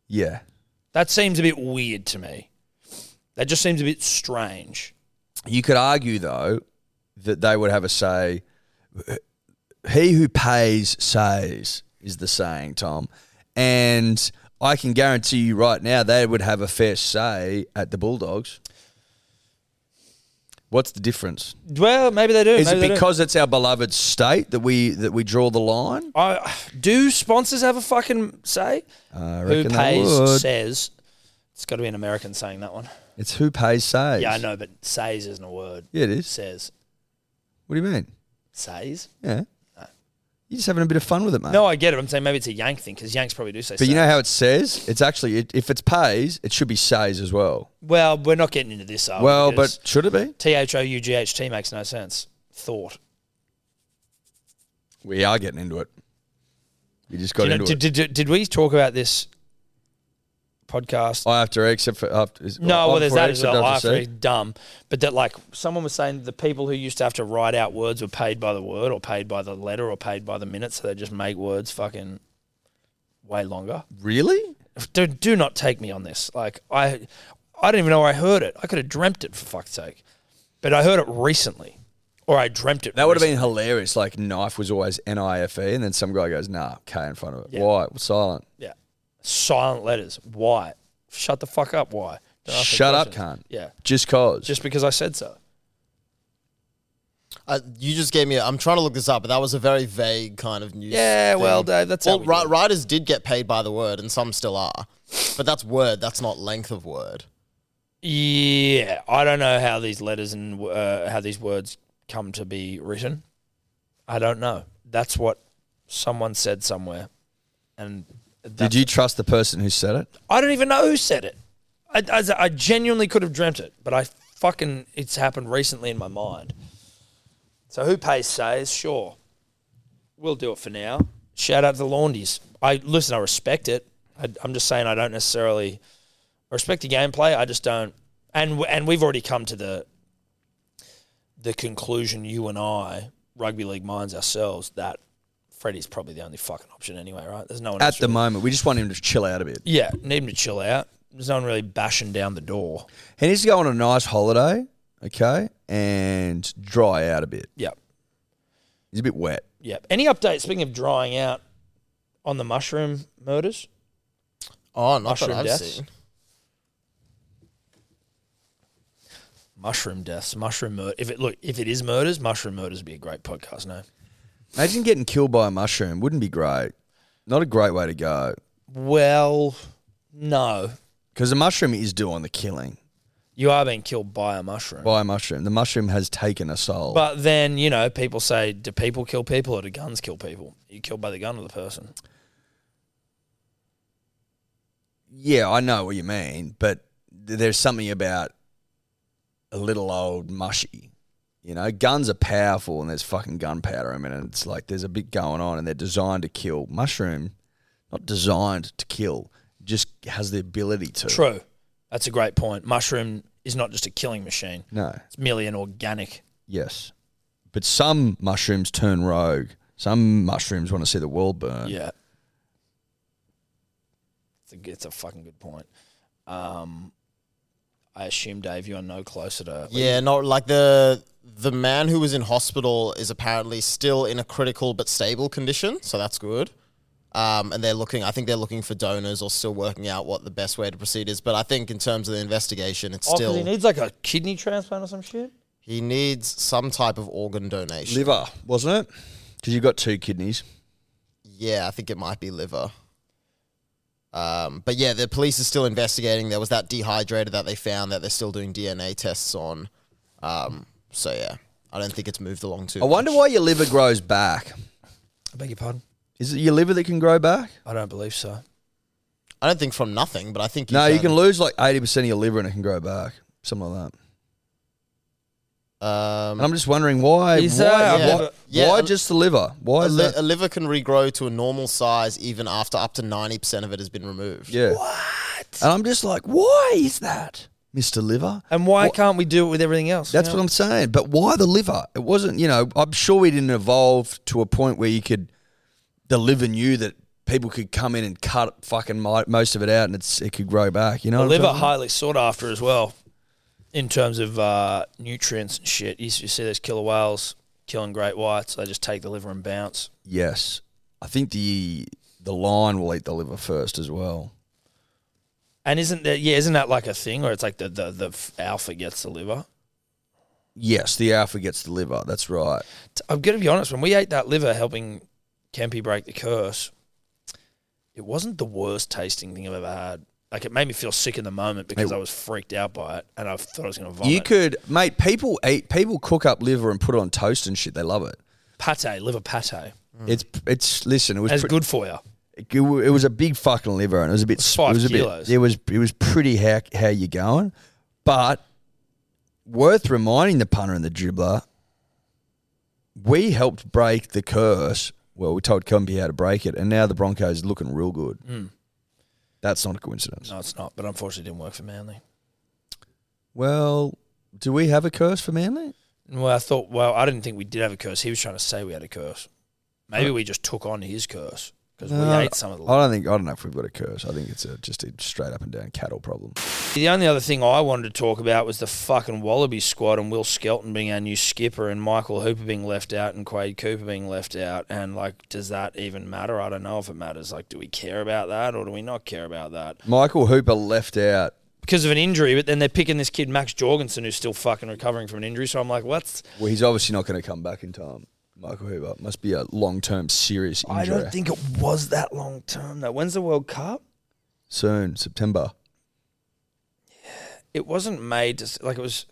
C: Yeah,
B: That seems a bit weird to me. That just seems a bit strange.
C: you could argue though that they would have a say. He who pays says is the saying, Tom, and I can guarantee you right now they would have a fair say at the Bulldogs. What's the difference?
B: Well, maybe they do.
C: Is
B: maybe they
C: it
B: do.
C: because it's our beloved state that we that we draw the line?
B: I do sponsors have a fucking say?
C: I
B: Who
C: reckon they
B: pays
C: would.
B: says. It's got to be an American saying that one.
C: It's who pays says.
B: Yeah, I know, but says isn't a word.
C: Yeah, it is.
B: Says
C: What do you mean?
B: says.
C: Yeah, you're just having a bit of fun with it, mate.
B: Uh, No, I get it. I'm saying maybe it's a Yank thing because Yanks probably do say.
C: but you
B: says.
C: know how it says? It's actually it, if it's pays, it should be says as well.
B: well, we're not getting into this. Are we?
C: well,
B: Because
C: but should it be?
B: T H O U G H T makes no sense. Thought.
C: We are getting into it. We just got
B: Do you know-
C: into
B: did,
C: it.
B: did, did, did we talk about this podcast?
C: I after E, except for after. Is,
B: No, well, there's
C: before
B: that
C: E,
B: as
C: except
B: well. I
C: after
B: very
C: C?
B: dumb, but that like someone was saying the people who used to have to write out words were paid by the word or paid by the letter or paid by the minute, so they just make words fucking way longer.
C: Really?
B: Do, do not take me on this. Like I, I don't even know where I heard it. I could have dreamt it for fuck's sake, but I heard it recently, or I dreamt it.
C: That would have
B: recently.
C: been hilarious. Like knife was always N I F E, and then some guy goes, "Nah, K in front of it.
B: Yeah.
C: Why? Silent.
B: yeah. Silent letters. Why? Shut the fuck up. Why? Don't ask me
C: Shut up,
B: questions.
C: cunt.
B: Yeah,
C: Just cause.
B: just because I said so.
D: Uh, you just gave me. A, I'm trying to look this up, but that was a very vague kind of news.
B: Yeah,
D: thing.
B: well, Dave, that's how
D: well.
B: we
D: ri-
B: do it.
D: writers did get paid by the word, and some still are, but that's word. That's not length of word.
B: Yeah, I don't know how these letters and uh, how these words come to be written. I don't know. That's what someone said somewhere, and
C: Did
B: that's-
C: you trust the person who said it?
B: I don't even know who said it. I, I, I genuinely could have dreamt it, but I fucking it's happened recently in my mind. So who pays says sure, we'll do it for now. Shout out to the Laundies. I listen. I respect it. I, I'm just saying I don't necessarily I respect the gameplay. I just don't. And w- and we've already come to the the conclusion you and I rugby league minds ourselves that Freddie's probably the only fucking option anyway, right? There's no one
C: At
B: else
C: the
B: really-
C: moment, we just want him to chill out a bit.
B: yeah, need him to chill out. There's no one really bashing down the door.
C: He needs to go on a nice holiday, okay, and dry out a bit.
B: Yep,
C: He's a bit wet.
B: yep. Any updates? Speaking of drying out on the mushroom murders,
D: Oh, not
B: mushroom
D: that I've
B: deaths,
D: seen.
B: mushroom deaths, mushroom murder. If it look, if it is murders, mushroom murders would be a great podcast. No,
C: Imagine getting killed by a mushroom. Wouldn't be great. Not a great way to go.
B: well, no,
C: Because the mushroom is doing the killing
B: You are being killed by a mushroom.
C: by a mushroom. The mushroom has taken a soul.
B: But then, you know, people say, do people kill people or do guns kill people? You're killed by the gun of the person.
C: yeah, I know what you mean, but th- there's something about a little old mushy. You know, guns are powerful and there's fucking gunpowder in it. And it's like there's a bit going on and they're designed to kill. Mushroom, not designed to kill, just has the ability to.
B: True. That's a great point. Mushroom is not just a killing machine,
C: No.
B: it's merely an organic.
C: Yes. But some mushrooms turn rogue. Some mushrooms want to see the world burn.
B: Yeah. It's a, it's a fucking good point. Um, I assume, Dave, you are no closer to.
D: Yeah, no, like the the man who was in hospital is apparently still in a critical but stable condition, so that's good. Um, and they're looking. I think they're looking for donors, or still working out what the best way to proceed is. But I think in terms of the investigation, it's
B: Oh, 'cause
D: still
B: he needs like a kidney transplant or some shit?
D: he needs some type of organ donation.
C: Liver, wasn't it? Because you've got two kidneys.
D: Yeah, I think it might be liver. Um, but yeah, the police are still investigating. There was that dehydrator that they found that they're still doing DNA tests on. Um, so yeah, I don't think it's moved along
B: Oh,
D: too.
C: I wonder
D: much.
C: why your liver grows back.
B: I beg your pardon?
C: Is it your liver that can grow back?
B: I don't believe so.
D: I don't think from nothing, but I think
C: no, you can lose like 80% of your liver and it can grow back. Something like that.
D: Um,
C: And I'm just wondering why.
B: Is
C: why,
B: that-
C: why,
B: Yeah.
D: Yeah,
C: why
D: a-
C: just the liver? Why
D: a,
C: is
D: li-
C: that?
D: a liver can regrow to a normal size even after up to 90% of it has been removed.
C: yeah. What? And I'm just like, why is that, Mr. Liver?
B: And why
C: What-
B: can't we do it with everything else?
C: That's
B: Yeah.
C: what I'm saying. But why the liver? It wasn't, you know, I'm sure we didn't evolve to a point where you could, the liver knew that people could come in and cut fucking mi- most of it out and it's it could grow back. You know,
B: The
C: what I'm
B: liver
C: talking about?
B: highly sought after as well, in terms of uh, nutrients and shit. You, s- you see those killer whales killing great whites. They just take the liver and bounce.
C: Yes, I think the the lion will eat the liver first as well.
B: And isn't that yeah? Isn't that like a thing? Or it's like the the, the f- alpha gets the liver.
C: Yes, the alpha gets the liver. That's right.
B: T- I'm gonna be honest. When we ate that liver, helping Kempy break the curse, it wasn't the worst tasting thing I've ever had. Like it made me feel sick in the moment because
C: It-
B: I was freaked out by it, and I thought I was gonna vomit.
C: You could, mate. People eat. People cook up liver and put it on toast and shit. They love it.
B: pate liver pate.
C: It's it's. Listen, it was
B: That's
C: pre-
B: good for you.
C: it, w- it was a big fucking liver, and it was a bit.
B: It's five
C: it was a
B: kilos.
C: Bit, it was it was pretty how how you going, but worth reminding the punter and the dribbler. We helped break the curse. Well, we told Cumbie how to break it, and now the Broncos are looking real good. That's not a coincidence.
B: Mm. No, it's not. But unfortunately, it didn't work for Manly.
C: Well, do we have a curse for Manly?
B: Well, I thought, well, I didn't think we did have a curse. He was trying to say we had a curse. Maybe we just took on his curse because
C: No,
B: we ate some of the.
C: Uh, I don't think I don't know if we've got a curse. I think it's a, just a straight up and down cattle problem.
B: The only other thing I wanted to talk about was the fucking Wallaby squad and Will Skelton being our new skipper and Michael Hooper being left out and Quade Cooper being left out. And, like, does that even matter? I don't know if it matters. Like, do we care about that or do we not care about that?
C: Michael Hooper left out.
B: Because of an injury, but then they're picking this kid, Max Jorgensen, who's still fucking recovering from an injury. So I'm like, what's.
C: Well, he's obviously not going to come back in time. Michael Hooper must be a long term serious injury.
B: I don't think it was that long term, though. When's the World Cup?
C: soon September.
B: it wasn't made to s- like it was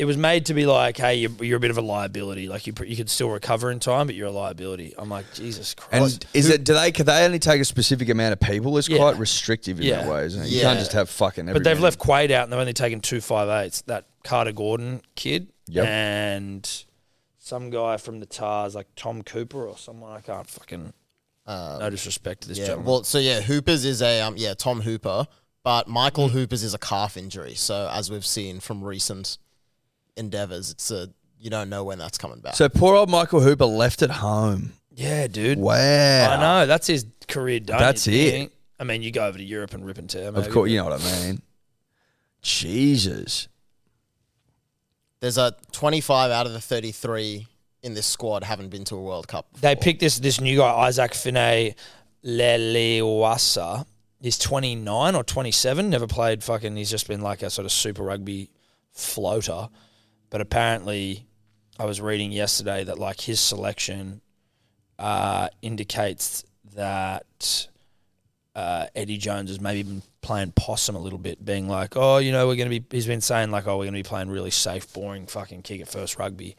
B: it was made to be like hey you're, you're a bit of a liability like you pr- you could still recover in time but you're a liability i'm like jesus
C: And
B: christ
C: is it? Do they? Can they only take a specific amount of people? It's
B: Yeah.
C: quite restrictive in that
B: Yeah.
C: way, isn't it? You
D: Yeah.
C: can't just have fucking.
B: but they've
C: everyone.
B: left quade out and they've only taken two five eights that carter gordon kid
C: Yep.
B: and some guy from the tars like tom cooper or someone i can't fucking
C: Um,
B: no disrespect to this
D: Yeah.
B: gentleman
D: Well, so yeah, Hoopers is a, um, yeah, Tom Hooper, but
C: Mm.
D: Michael Hoopers is a calf injury. So as we've seen from recent endeavors, it's a, you don't know when that's coming back.
C: So poor old Michael Hooper left at home.
B: yeah dude
C: Wow.
B: i know that's his career done
C: That's
B: you
C: it.
B: think? i mean you go over to europe and rip and tear
C: Of course, you know what I mean. Jesus.
D: There's a 25 out of the 33 in this squad haven't been to a World Cup.
B: They picked this this new guy, Isaac Finney Leliwasa. He's 29 or 27, never played fucking, he's just been like a sort of super rugby floater. But apparently, I was reading yesterday that like his selection uh, indicates that uh, Eddie Jones has maybe been playing possum a little bit, being like, oh, you know, we're going to be. He's been saying like, oh, we're going to be playing really safe, boring, fucking kick at first rugby.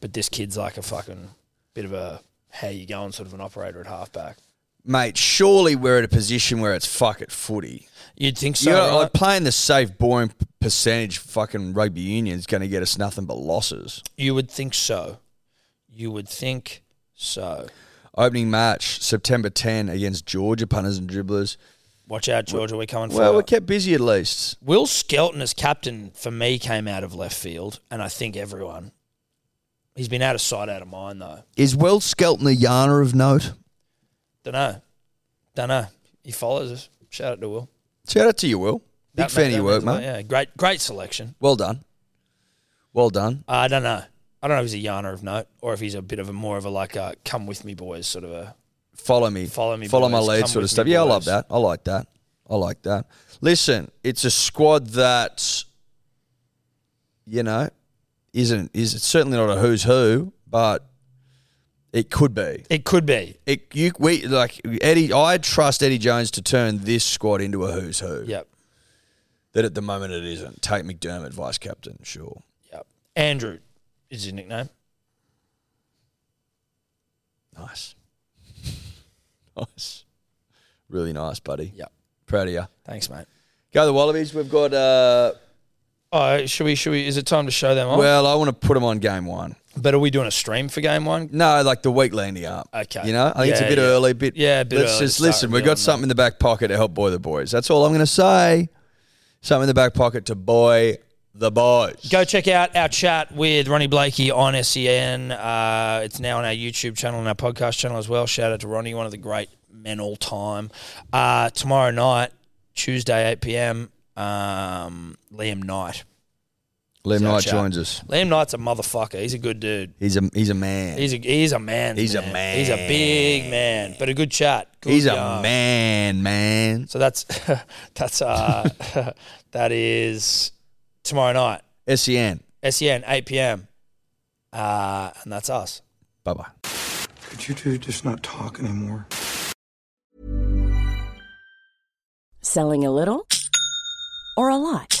B: But this kid's like a fucking bit of a how you going sort of an operator at halfback.
C: Mate, surely we're at a position where it's fuck it footy.
B: You'd think so.
C: You know,
B: right?
C: like playing the safe, boring p- percentage fucking rugby union is going to get us nothing but losses.
B: You would think so. You would think so.
C: Opening match, September 10 against Georgia punters and dribblers.
B: Watch out, Georgia. We're coming for
C: Well,
B: you.
C: we're kept busy at least.
B: Will Skelton as captain for me came out of left field, and I think everyone. He's been out of sight, out of mind though.
C: Is Will Skelton a yarner of note?
B: Don't know. Don't know. He follows us. Shout out to Will.
C: Shout out to you, Will. Big
B: That ma-
C: fan of
B: that
C: your work,
B: means a lot,
C: mate.
B: Yeah, great, great selection. Uh,
C: Well done. Well done.
B: I don't know. I don't know if he's a yarner of note or if he's a bit of a more of a like a come with me boys sort of a.
C: Follow me.
B: Follow me,
C: Follow my
B: boys.
C: lead
B: Come
C: sort of
B: with me,
C: stuff. Yeah, I love
B: boys.
C: that. I like that. I like that. Listen, it's a squad that, you know, isn't, is it's certainly not a who's who, but it could be.
B: It could be.
C: It, you, we, like Eddie, I trust Eddie Jones to turn this squad into a who's who.
B: Yep.
C: That at the moment it isn't. Tate McDermott, vice captain, sure.
B: Yep. Andrew is his nickname.
C: Nice. nice. Really nice, buddy.
B: Yep.
C: Proud of you.
B: Thanks, mate.
C: Go the Wallabies. We've got. Uh,
B: Oh, should we? Should we? Is it time to show them off?
C: well, I want to put them on game one.
B: but are we doing a stream for game one?
C: No, like the week landing up.
B: Okay.
C: You know, I think it's a
B: Yeah,
C: bit
B: yeah.
C: early. Bit.
B: Yeah, a bit
C: Let's
B: early to
C: just
B: start
C: listen. We've got
B: revealing
C: something in the back pocket to help boy the boys. That's all I'm going to say. Something in the back pocket to boy the boys.
B: Go check out our chat with Ronnie Blakey on SEN. Uh, it's now on our YouTube channel and our podcast channel as well. Shout out to Ronnie, one of the great men all time. Uh, tomorrow night, Tuesday, 8 p.m., um, Liam Knight.
C: Liam
B: our
C: Knight
B: chat.
C: joins us.
B: Liam Knight's a motherfucker. He's a good dude.
C: He's a he's a man. He's,
B: He's a, he's a man.
C: He's a man.
B: He's a big man, but a good chat. Good yarn.
C: a man, man.
B: So that's that's uh, that is tomorrow night, E
C: Sen.
B: SEN, 8 p.m., uh, and that's us.
C: Bye bye.
F: Could you two just not talk anymore?
G: Selling a little or a lot?